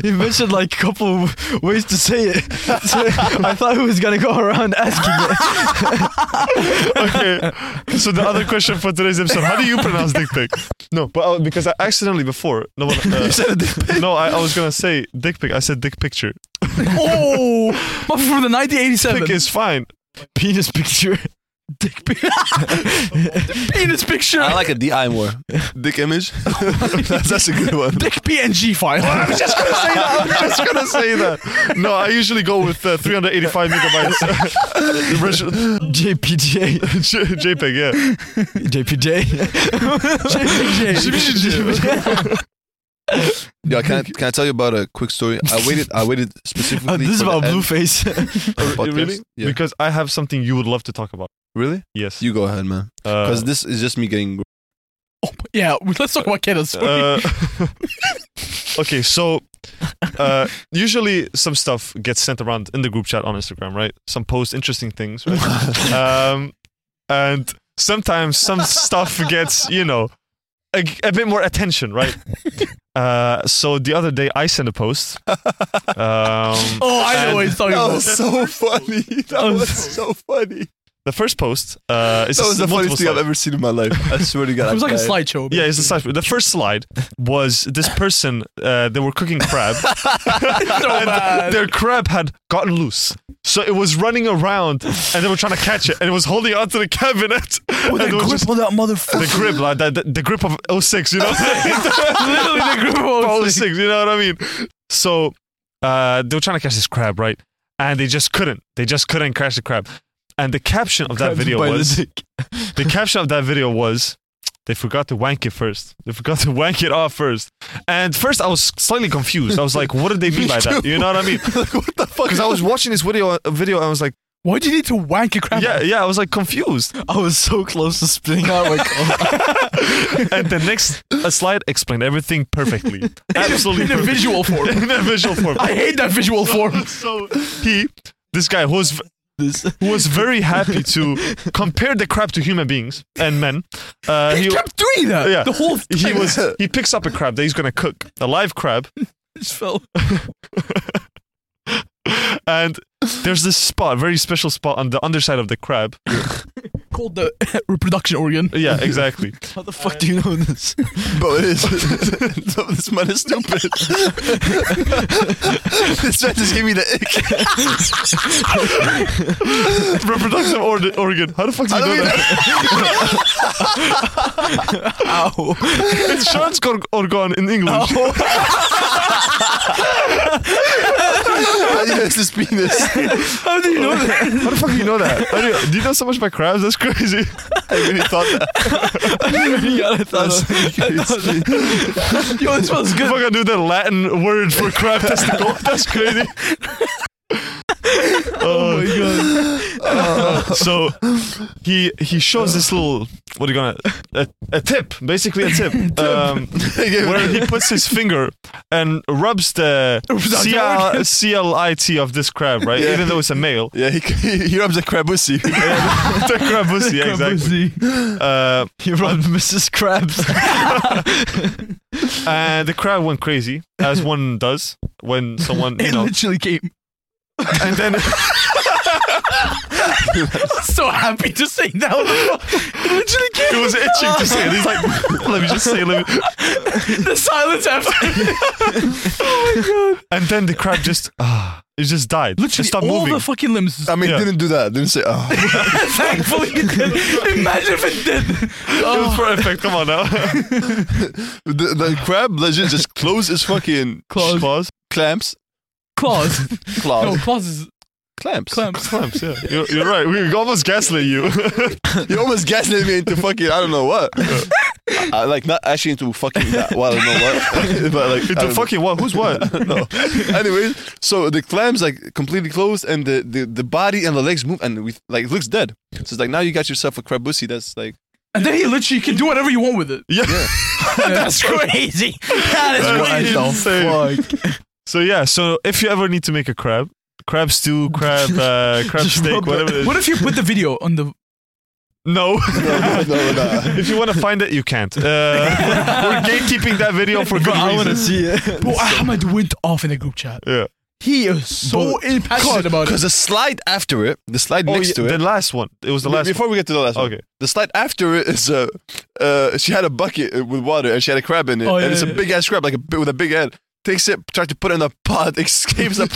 [SPEAKER 4] he mentioned like a couple ways to say it. [LAUGHS] So I thought he was gonna go around asking it.
[SPEAKER 1] okay. So the other question for today's episode: How do you pronounce dick pic? No, but uh, because I accidentally before no one. Uh, you said dick pic. No, I, I was gonna say dick pic. I said dick [LAUGHS] picture.
[SPEAKER 2] Oh, but from the 1987.
[SPEAKER 1] Pic is fine.
[SPEAKER 4] Penis picture. [LAUGHS]
[SPEAKER 2] [LAUGHS] dick pic. penis picture.
[SPEAKER 3] I like a DI more. [LAUGHS] Dick image. that's, that's a good one.
[SPEAKER 2] dick PNG file. [LAUGHS]
[SPEAKER 1] I'm just gonna say that. I'm just gonna say [LAUGHS] that. No, I usually go with uh, 385 [LAUGHS] megabytes. Original-
[SPEAKER 4] JPJ.
[SPEAKER 1] [LAUGHS] J- JPEG, yeah.
[SPEAKER 4] [LAUGHS] JPJ.
[SPEAKER 3] [LAUGHS]
[SPEAKER 4] [LAUGHS]
[SPEAKER 3] Yeah, can I, can I tell you about a quick story? I waited. I waited specifically.
[SPEAKER 4] Oh, Uh, this is
[SPEAKER 3] for
[SPEAKER 4] about
[SPEAKER 3] the end
[SPEAKER 4] Blueface.
[SPEAKER 3] of the podcast.
[SPEAKER 1] Really?
[SPEAKER 3] Yeah.
[SPEAKER 1] Because I have something you would love to talk about.
[SPEAKER 3] Really?
[SPEAKER 1] Yes.
[SPEAKER 3] You go ahead, man. Because
[SPEAKER 1] Uh,
[SPEAKER 3] this is just me getting.
[SPEAKER 2] yeah, let's talk about Kenneth.
[SPEAKER 1] uh, [LAUGHS] okay, so uh, usually some stuff gets sent around in the group chat on Instagram, right? Some post interesting things,
[SPEAKER 3] [LAUGHS]
[SPEAKER 1] right? um, and sometimes some stuff gets, you know, a, a bit more attention, right?
[SPEAKER 3] [LAUGHS]
[SPEAKER 1] Uh, so the other day I sent a
[SPEAKER 3] [LAUGHS]
[SPEAKER 1] post. Um,
[SPEAKER 2] [LAUGHS] oh, I know what he's talking
[SPEAKER 3] That
[SPEAKER 2] about.
[SPEAKER 3] was so funny. That was so funny.
[SPEAKER 1] the first post uh, is
[SPEAKER 3] That was the
[SPEAKER 1] multiple
[SPEAKER 3] funniest thing I've
[SPEAKER 1] slides.
[SPEAKER 3] ever seen in my life. I swear to God.
[SPEAKER 2] [LAUGHS] It was like a
[SPEAKER 3] I- [LAUGHS]
[SPEAKER 2] slideshow.
[SPEAKER 1] Yeah, it's the slide. The first slide was this person. Uh, they were cooking
[SPEAKER 2] [LAUGHS]
[SPEAKER 1] crab.
[SPEAKER 2] Oh,
[SPEAKER 1] and
[SPEAKER 2] bad.
[SPEAKER 1] Their crab had gotten loose, so it was running around, and they were trying to catch it, and it was holding onto the cabinet. and it was just-
[SPEAKER 2] on that motherfucker.
[SPEAKER 1] the grip, like the, the, the grip of 06, you know, [LAUGHS]
[SPEAKER 2] [LAUGHS]
[SPEAKER 1] literally the grip
[SPEAKER 4] Oh,
[SPEAKER 1] of 06, you know what I mean? So uh, they were trying to catch this crab, right? And they just couldn't. They just couldn't catch the crab. And the caption of that video
[SPEAKER 4] by the
[SPEAKER 1] was the caption of that video was they forgot to wank it first. They forgot to [LAUGHS] wank it off first. And first, I was slightly confused. I was like, "What did
[SPEAKER 4] [LAUGHS]
[SPEAKER 1] they mean by that?" You know what I mean?
[SPEAKER 3] what the fuck?
[SPEAKER 1] Because I was watching this video, uh, video, and I was like,
[SPEAKER 2] Why do you need to wank a crap?
[SPEAKER 1] "Yeah, yeah." I was like confused.
[SPEAKER 4] Uh-huh. I was so close to spitting
[SPEAKER 1] [LAUGHS]
[SPEAKER 4] out oh. my cum.
[SPEAKER 1] And the next uh, slide explained everything
[SPEAKER 4] [LAUGHS]
[SPEAKER 1] perfectly, absolutely
[SPEAKER 2] in a
[SPEAKER 1] perfectly.
[SPEAKER 2] visual
[SPEAKER 1] [LAUGHS]
[SPEAKER 2] form.
[SPEAKER 1] in a visual
[SPEAKER 3] [LAUGHS]
[SPEAKER 1] form.
[SPEAKER 2] I hate that visual
[SPEAKER 1] [LAUGHS]
[SPEAKER 2] form.
[SPEAKER 1] so he, this guy who was v- who was very happy to compare the crab to human beings and men. Uh,
[SPEAKER 2] he,
[SPEAKER 1] he,
[SPEAKER 2] kept doing that.
[SPEAKER 1] yeah.
[SPEAKER 2] The whole time.
[SPEAKER 1] he
[SPEAKER 2] [LAUGHS]
[SPEAKER 1] was he picks up a crab that he's gonna cook, a live crab,
[SPEAKER 2] just fell.
[SPEAKER 1] and there's this spot, very special spot on the underside of the crab.
[SPEAKER 2] Called the [LAUGHS] reproduction organ.
[SPEAKER 1] Yeah,
[SPEAKER 3] [LAUGHS]
[SPEAKER 1] exactly.
[SPEAKER 4] How the fuck do you know this?
[SPEAKER 3] Bro, it is. [LAUGHS] this man is stupid. this man just gave me the ick. [LAUGHS]
[SPEAKER 1] Reproductive organ. organ. How the fuck do you
[SPEAKER 3] I
[SPEAKER 1] know
[SPEAKER 3] don't
[SPEAKER 1] that?
[SPEAKER 3] [LAUGHS]
[SPEAKER 1] [LAUGHS] It's Sean's cor- organ in English.
[SPEAKER 3] Yes, this penis.
[SPEAKER 2] How do you know [LAUGHS] that?
[SPEAKER 1] [LAUGHS] How the fuck do you know that? How do you, do you know so much about crabs? That's crazy.
[SPEAKER 3] [LAUGHS] I really thought that.
[SPEAKER 4] I thought
[SPEAKER 2] [LAUGHS] Yo, this
[SPEAKER 1] [LAUGHS]
[SPEAKER 2] smells
[SPEAKER 1] If
[SPEAKER 2] good.
[SPEAKER 1] I can do the Latin word for crab testicle, that's crazy. [LAUGHS] oh my god! [LAUGHS] so he he shows this little what are you gonna a, a tip basically a [LAUGHS] tip um, where he puts his finger and rubs the CL, CLIT of this crab right
[SPEAKER 3] Yeah.
[SPEAKER 1] even though it's a male
[SPEAKER 3] Yeah, he, he, [LAUGHS] he rubs a crabussy.
[SPEAKER 1] [LAUGHS] the crab pussy [LAUGHS] yeah, exactly uh,
[SPEAKER 4] he
[SPEAKER 1] [LAUGHS]
[SPEAKER 4] rubbed Mrs. Krabs.
[SPEAKER 1] and the crab went crazy as one does when someone you
[SPEAKER 2] It
[SPEAKER 1] know
[SPEAKER 2] literally came.
[SPEAKER 1] and
[SPEAKER 2] [LAUGHS]
[SPEAKER 1] then [LAUGHS]
[SPEAKER 2] So happy to say that. [LAUGHS] It literally came.
[SPEAKER 1] It was itching to say it. He's like, [LAUGHS] let me just say, let me.
[SPEAKER 2] The silence after.
[SPEAKER 1] And then the crab just, ah, it just died. Literally, it stopped
[SPEAKER 2] all
[SPEAKER 1] moving.
[SPEAKER 2] the fucking [LAUGHS] limbs.
[SPEAKER 3] I mean,
[SPEAKER 1] Yeah.
[SPEAKER 3] didn't do that. Didn't say,
[SPEAKER 1] [LAUGHS]
[SPEAKER 3] oh.
[SPEAKER 2] Thankfully, it did. Imagine if it did.
[SPEAKER 1] it was perfect. Come [LAUGHS] on now.
[SPEAKER 3] The, the crab legit just closed
[SPEAKER 1] [LAUGHS]
[SPEAKER 3] his fucking
[SPEAKER 1] Claws. Claws.
[SPEAKER 3] clamps.
[SPEAKER 2] Claws.
[SPEAKER 3] Claws.
[SPEAKER 2] No, claws is
[SPEAKER 3] Clamps.
[SPEAKER 2] clamps.
[SPEAKER 1] Clamps, yeah. You're, you're right. We almost gaslit you. [LAUGHS]
[SPEAKER 3] You almost gaslit me into fucking I don't know what. I, I, like not actually into fucking that. Well, I don't
[SPEAKER 1] [LAUGHS]
[SPEAKER 3] know what. [LAUGHS] but like I
[SPEAKER 1] Into
[SPEAKER 3] don't
[SPEAKER 1] fucking what? Who's what? [LAUGHS]
[SPEAKER 3] [LAUGHS] know. Anyways, so the clams like completely closed, and the, the, the body and the legs move, and we like it looks dead. So it's like now you got yourself a crabussy. That's like [LAUGHS]
[SPEAKER 2] And then he literally can do whatever you want with it.
[SPEAKER 1] Yeah.
[SPEAKER 2] [LAUGHS] That's crazy. That is
[SPEAKER 1] That's
[SPEAKER 2] crazy.
[SPEAKER 1] insane.
[SPEAKER 4] Fuck.
[SPEAKER 1] So, yeah, so if you ever need to make a crab, crab stew, crab, uh, [LAUGHS] crab
[SPEAKER 4] Just
[SPEAKER 1] steak,
[SPEAKER 4] rub it.
[SPEAKER 1] whatever. it is.
[SPEAKER 2] What if you put the video on the?
[SPEAKER 1] No. [LAUGHS]
[SPEAKER 3] No, no, no.
[SPEAKER 1] if you want to find it, you can't. Uh, [LAUGHS] we're gatekeeping that video for good
[SPEAKER 4] I want to
[SPEAKER 1] reason.
[SPEAKER 4] see
[SPEAKER 2] [LAUGHS]
[SPEAKER 4] it.
[SPEAKER 2] Bro, Ahmed went off in the group chat.
[SPEAKER 1] Yeah.
[SPEAKER 2] He is so impassioned about it.
[SPEAKER 3] Because the slide after it, the slide next
[SPEAKER 1] Oh, yeah,
[SPEAKER 3] to it.
[SPEAKER 1] the last one. It was the last
[SPEAKER 3] Before we get to the last
[SPEAKER 1] one.
[SPEAKER 3] one,
[SPEAKER 1] Okay.
[SPEAKER 3] the slide after it is uh, uh, she had a bucket uh, with water and she had a crab in it,
[SPEAKER 2] Oh,
[SPEAKER 3] and
[SPEAKER 2] yeah,
[SPEAKER 3] it's
[SPEAKER 2] yeah,
[SPEAKER 3] a big ass crab, like a bi- with a big head. Takes it, tries to put it in a pot, [LAUGHS] escapes the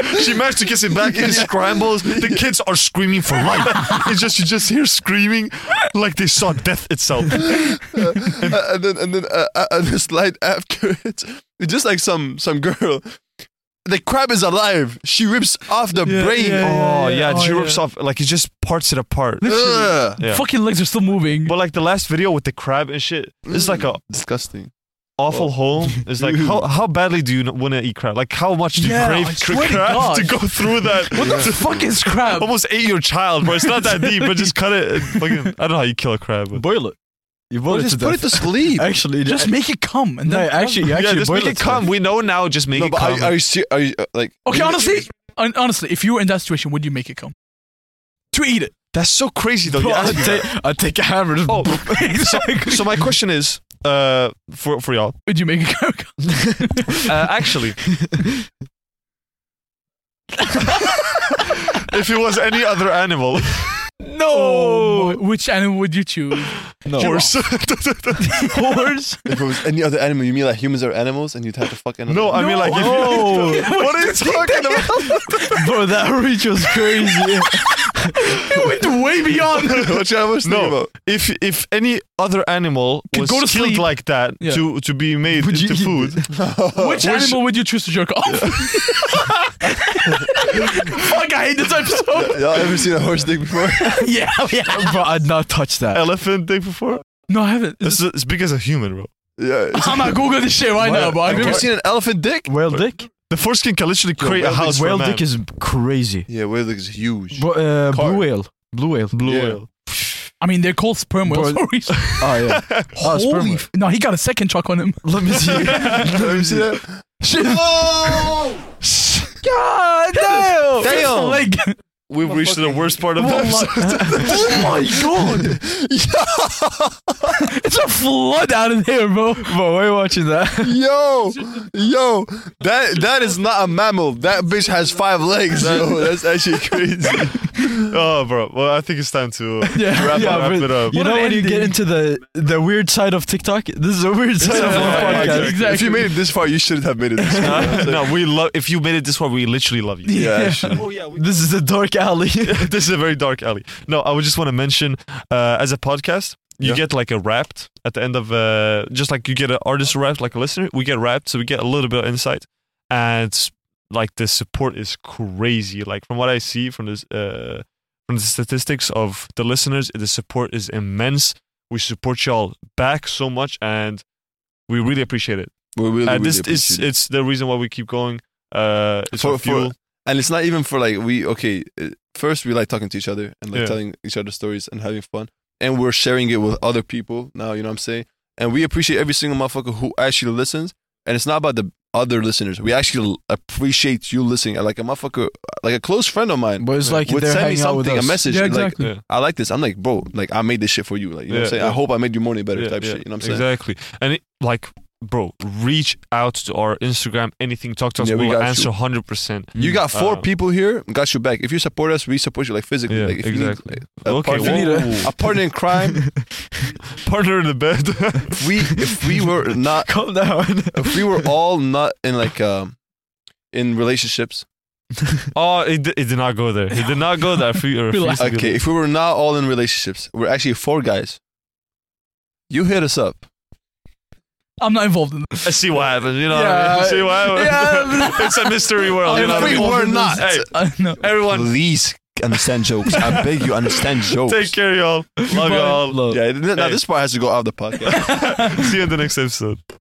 [SPEAKER 2] [LAUGHS]
[SPEAKER 3] pot.
[SPEAKER 1] she managed to kiss it back. [LAUGHS] It scrambles. The kids are screaming for life. It's just you just hear screaming like they saw death itself.
[SPEAKER 3] Uh, and then, and then uh, uh, uh, the slide after it, it's just like some some girl. The crab is alive. She rips off the brain.
[SPEAKER 1] Oh
[SPEAKER 2] yeah,
[SPEAKER 1] yeah,
[SPEAKER 2] oh,
[SPEAKER 1] she rips
[SPEAKER 2] yeah.
[SPEAKER 1] off like it just parts it apart.
[SPEAKER 3] Ugh,
[SPEAKER 1] Yeah.
[SPEAKER 2] Fucking legs are still moving.
[SPEAKER 1] But like the last video with the crab and shit, it's like a
[SPEAKER 3] disgusting.
[SPEAKER 1] awful hole. It's like how how badly do you want to eat crab? Like how much do you
[SPEAKER 2] Yeah, I
[SPEAKER 1] crave cr-
[SPEAKER 2] swear to
[SPEAKER 1] crab
[SPEAKER 2] God.
[SPEAKER 1] to go through that?
[SPEAKER 2] what the fuck is
[SPEAKER 1] [LAUGHS]
[SPEAKER 2] crab?
[SPEAKER 1] Almost ate your child, bro. It's not that deep, but just cut it. [LAUGHS] and Fucking, I don't know how you kill a crab. But.
[SPEAKER 4] Boil it. You boil
[SPEAKER 3] Or
[SPEAKER 4] it to
[SPEAKER 3] just put it
[SPEAKER 4] death.
[SPEAKER 3] to sleep.
[SPEAKER 4] Actually,
[SPEAKER 2] Just
[SPEAKER 4] yeah,
[SPEAKER 2] make it come and
[SPEAKER 4] no,
[SPEAKER 2] then.
[SPEAKER 4] actually, you
[SPEAKER 1] Yeah,
[SPEAKER 4] actually
[SPEAKER 1] just
[SPEAKER 4] boil
[SPEAKER 1] make it
[SPEAKER 4] to
[SPEAKER 1] come. We know now. Just make
[SPEAKER 3] No,
[SPEAKER 1] it
[SPEAKER 3] but
[SPEAKER 1] come.
[SPEAKER 3] are, are you ser- are you uh, like?
[SPEAKER 2] okay, honestly, hon- honestly, if you were in that situation, would you make it come? To eat it.
[SPEAKER 1] That's so crazy, though.
[SPEAKER 4] death.
[SPEAKER 1] You asked me
[SPEAKER 4] I'd,
[SPEAKER 1] that.
[SPEAKER 4] take, [LAUGHS] I'd take a hammer. Just
[SPEAKER 1] Oh, [LAUGHS]
[SPEAKER 2] exactly.
[SPEAKER 1] So my question is, uh, for for y'all,
[SPEAKER 2] would you make it come?
[SPEAKER 1] uh, actually, [LAUGHS] if it was any other [LAUGHS] animal,
[SPEAKER 2] No. Oh which animal would you
[SPEAKER 3] [LAUGHS]
[SPEAKER 2] choose?
[SPEAKER 4] no.
[SPEAKER 1] horse.
[SPEAKER 2] Horse.
[SPEAKER 3] If it was any other animal, you mean like humans are animals and you'd have to fuck another
[SPEAKER 1] [LAUGHS]
[SPEAKER 3] [LAUGHS]
[SPEAKER 1] no, I mean
[SPEAKER 2] No.
[SPEAKER 1] like, if you,
[SPEAKER 4] Oh,
[SPEAKER 1] [LAUGHS] what are you talking about?
[SPEAKER 4] [LAUGHS] bro, that reach [LAUGHS] was crazy.
[SPEAKER 2] it went way
[SPEAKER 3] [LAUGHS]
[SPEAKER 2] beyond.
[SPEAKER 3] what
[SPEAKER 1] [LAUGHS]
[SPEAKER 3] I was thinking
[SPEAKER 1] No,
[SPEAKER 3] about.
[SPEAKER 1] if if any other animal
[SPEAKER 2] Could
[SPEAKER 1] was
[SPEAKER 2] go to
[SPEAKER 1] killed
[SPEAKER 2] sleep.
[SPEAKER 1] like that
[SPEAKER 2] Yeah.
[SPEAKER 1] to to be made
[SPEAKER 4] Would you
[SPEAKER 1] into
[SPEAKER 4] [LAUGHS] eat
[SPEAKER 1] food,
[SPEAKER 2] Which animal would you choose to jerk off?
[SPEAKER 3] [LAUGHS]
[SPEAKER 2] Fuck, I hate this episode.
[SPEAKER 3] Y'all ever seen a horse dick before? [LAUGHS]
[SPEAKER 2] yeah,
[SPEAKER 4] Oh,
[SPEAKER 2] yeah.
[SPEAKER 4] [LAUGHS] bro, I'd not touch that.
[SPEAKER 1] elephant day before,
[SPEAKER 2] No, I haven't.
[SPEAKER 1] it's, it's big as a human, bro.
[SPEAKER 3] yeah. it's-
[SPEAKER 2] I'm gonna Google this shit right now, bro. I
[SPEAKER 3] Have you ever
[SPEAKER 2] can't-
[SPEAKER 3] seen an elephant dick?
[SPEAKER 4] Whale dick?
[SPEAKER 1] The foreskin can literally create a
[SPEAKER 3] whale dick-
[SPEAKER 1] house for
[SPEAKER 4] Whale
[SPEAKER 1] a man.
[SPEAKER 4] dick is crazy.
[SPEAKER 3] Yeah, whale dick is huge.
[SPEAKER 4] Bro, uh, blue whale. Blue whale.
[SPEAKER 1] blue
[SPEAKER 3] Yeah.
[SPEAKER 1] whale.
[SPEAKER 2] I mean, they're called sperm whales. [LAUGHS]
[SPEAKER 4] Bro,
[SPEAKER 2] for a reason.
[SPEAKER 4] Oh, yeah. [LAUGHS] oh, it's
[SPEAKER 2] Holy
[SPEAKER 4] permanent.
[SPEAKER 2] f- no, he got a second truck on him.
[SPEAKER 4] Let [LAUGHS] me see.
[SPEAKER 3] Have you seen that? Shit. [LAUGHS]
[SPEAKER 4] God damn!
[SPEAKER 2] [LAUGHS]
[SPEAKER 3] Damn.
[SPEAKER 2] Like,
[SPEAKER 1] [LAUGHS] We've reached the worst part of the
[SPEAKER 2] oh
[SPEAKER 1] episode.
[SPEAKER 2] my, oh
[SPEAKER 4] [LAUGHS]
[SPEAKER 2] my god, it's a flood out of there, bro.
[SPEAKER 4] Bro, why are you watching that?
[SPEAKER 3] yo, yo, that that is not a mammal. That bitch has five legs. [LAUGHS] yo. that's actually crazy.
[SPEAKER 1] [LAUGHS] Oh, bro. Well, I think it's time to uh,
[SPEAKER 4] [LAUGHS] Yeah,
[SPEAKER 1] wrap,
[SPEAKER 4] yeah,
[SPEAKER 1] wrap
[SPEAKER 4] but
[SPEAKER 1] it up. [LAUGHS]
[SPEAKER 4] You
[SPEAKER 2] What
[SPEAKER 4] know
[SPEAKER 2] an
[SPEAKER 4] when you get
[SPEAKER 2] ending.
[SPEAKER 4] into the the weird side of TikTok? This is a weird side of
[SPEAKER 1] Yeah,
[SPEAKER 4] our
[SPEAKER 1] yeah,
[SPEAKER 4] podcast.
[SPEAKER 3] If you made it this far, you shouldn't have made it this far.
[SPEAKER 1] Uh, no, we love. If you made it this far, we literally love you.
[SPEAKER 3] [LAUGHS] Yeah, actually.
[SPEAKER 4] This is the dark alley.
[SPEAKER 1] [LAUGHS] this is a very dark alley. No, I would just want to mention, uh, as a podcast, you
[SPEAKER 3] Yeah.
[SPEAKER 1] get like a wrapped at the end of, uh, just like you get an artist wrapped, like a listener. We get wrapped, so we get a little bit of insight, and like the support is crazy. Like from what I see from this, uh, from the statistics of the listeners, the support is immense. We support y'all back so much, and we really appreciate it.
[SPEAKER 3] We really,
[SPEAKER 1] Uh, this is
[SPEAKER 3] really appreciate it.
[SPEAKER 1] it's the reason why we keep going. Uh, it's for,
[SPEAKER 3] For- for-
[SPEAKER 1] fuel.
[SPEAKER 3] and it's not even for like we okay uh, first we like talking to each other and like
[SPEAKER 1] Yeah.
[SPEAKER 3] telling each other stories and having fun and we're sharing it with other people now you know what i'm saying and we appreciate every single motherfucker who actually listens and it's not about the other listeners we actually appreciate you listening like a motherfucker like a close friend of mine
[SPEAKER 4] But it's like
[SPEAKER 3] would
[SPEAKER 4] they're
[SPEAKER 3] send me
[SPEAKER 4] hanging out with
[SPEAKER 3] something a
[SPEAKER 4] us.
[SPEAKER 3] message
[SPEAKER 2] Yeah,
[SPEAKER 3] and, like
[SPEAKER 2] exactly.
[SPEAKER 1] Yeah.
[SPEAKER 3] i like this i'm like bro like i made this shit for you like you know what i'm
[SPEAKER 1] Yeah,
[SPEAKER 3] saying i
[SPEAKER 1] yeah.
[SPEAKER 3] hope i made your morning better
[SPEAKER 1] Yeah,
[SPEAKER 3] type
[SPEAKER 1] yeah,
[SPEAKER 3] shit you know what i'm saying
[SPEAKER 1] Exactly. And it, like, bro, reach out to our Instagram, anything, talk to us.
[SPEAKER 3] Yeah, we
[SPEAKER 1] we will
[SPEAKER 3] got
[SPEAKER 1] answer
[SPEAKER 3] you.
[SPEAKER 1] 100%.
[SPEAKER 3] you got four
[SPEAKER 1] Um,
[SPEAKER 3] people here got you back if you support us we support you like physically
[SPEAKER 1] Yeah,
[SPEAKER 3] like if
[SPEAKER 1] exactly.
[SPEAKER 3] you need,
[SPEAKER 1] Okay,
[SPEAKER 3] partner-
[SPEAKER 1] well,
[SPEAKER 3] a partner in crime
[SPEAKER 1] partner in the bed.
[SPEAKER 3] if we if we were not
[SPEAKER 4] Calm down.
[SPEAKER 3] if we were all not in like um in relationships
[SPEAKER 1] oh, it, di- it did not go there. It did not go there. I feel- I refuse
[SPEAKER 2] Relax.
[SPEAKER 1] to go
[SPEAKER 3] okay
[SPEAKER 1] there.
[SPEAKER 3] if we were not all in relationships we're actually four guys you hit us up
[SPEAKER 2] I'm not involved in this.
[SPEAKER 1] I see what happens. You know what I mean?
[SPEAKER 4] Yeah.
[SPEAKER 1] See what happens. [LAUGHS]
[SPEAKER 4] Yeah.
[SPEAKER 1] it's a mystery world. You know
[SPEAKER 3] if
[SPEAKER 1] what I
[SPEAKER 3] we
[SPEAKER 1] mean?
[SPEAKER 3] were not
[SPEAKER 1] Hey,
[SPEAKER 2] [LAUGHS] I know.
[SPEAKER 1] everyone,
[SPEAKER 5] Please understand jokes. I beg you, understand jokes.
[SPEAKER 1] take care, y'all. Love y'all.
[SPEAKER 4] [LAUGHS]
[SPEAKER 3] yeah th- now
[SPEAKER 1] Hey.
[SPEAKER 3] this part has to go out of the podcast
[SPEAKER 1] See you in the next episode.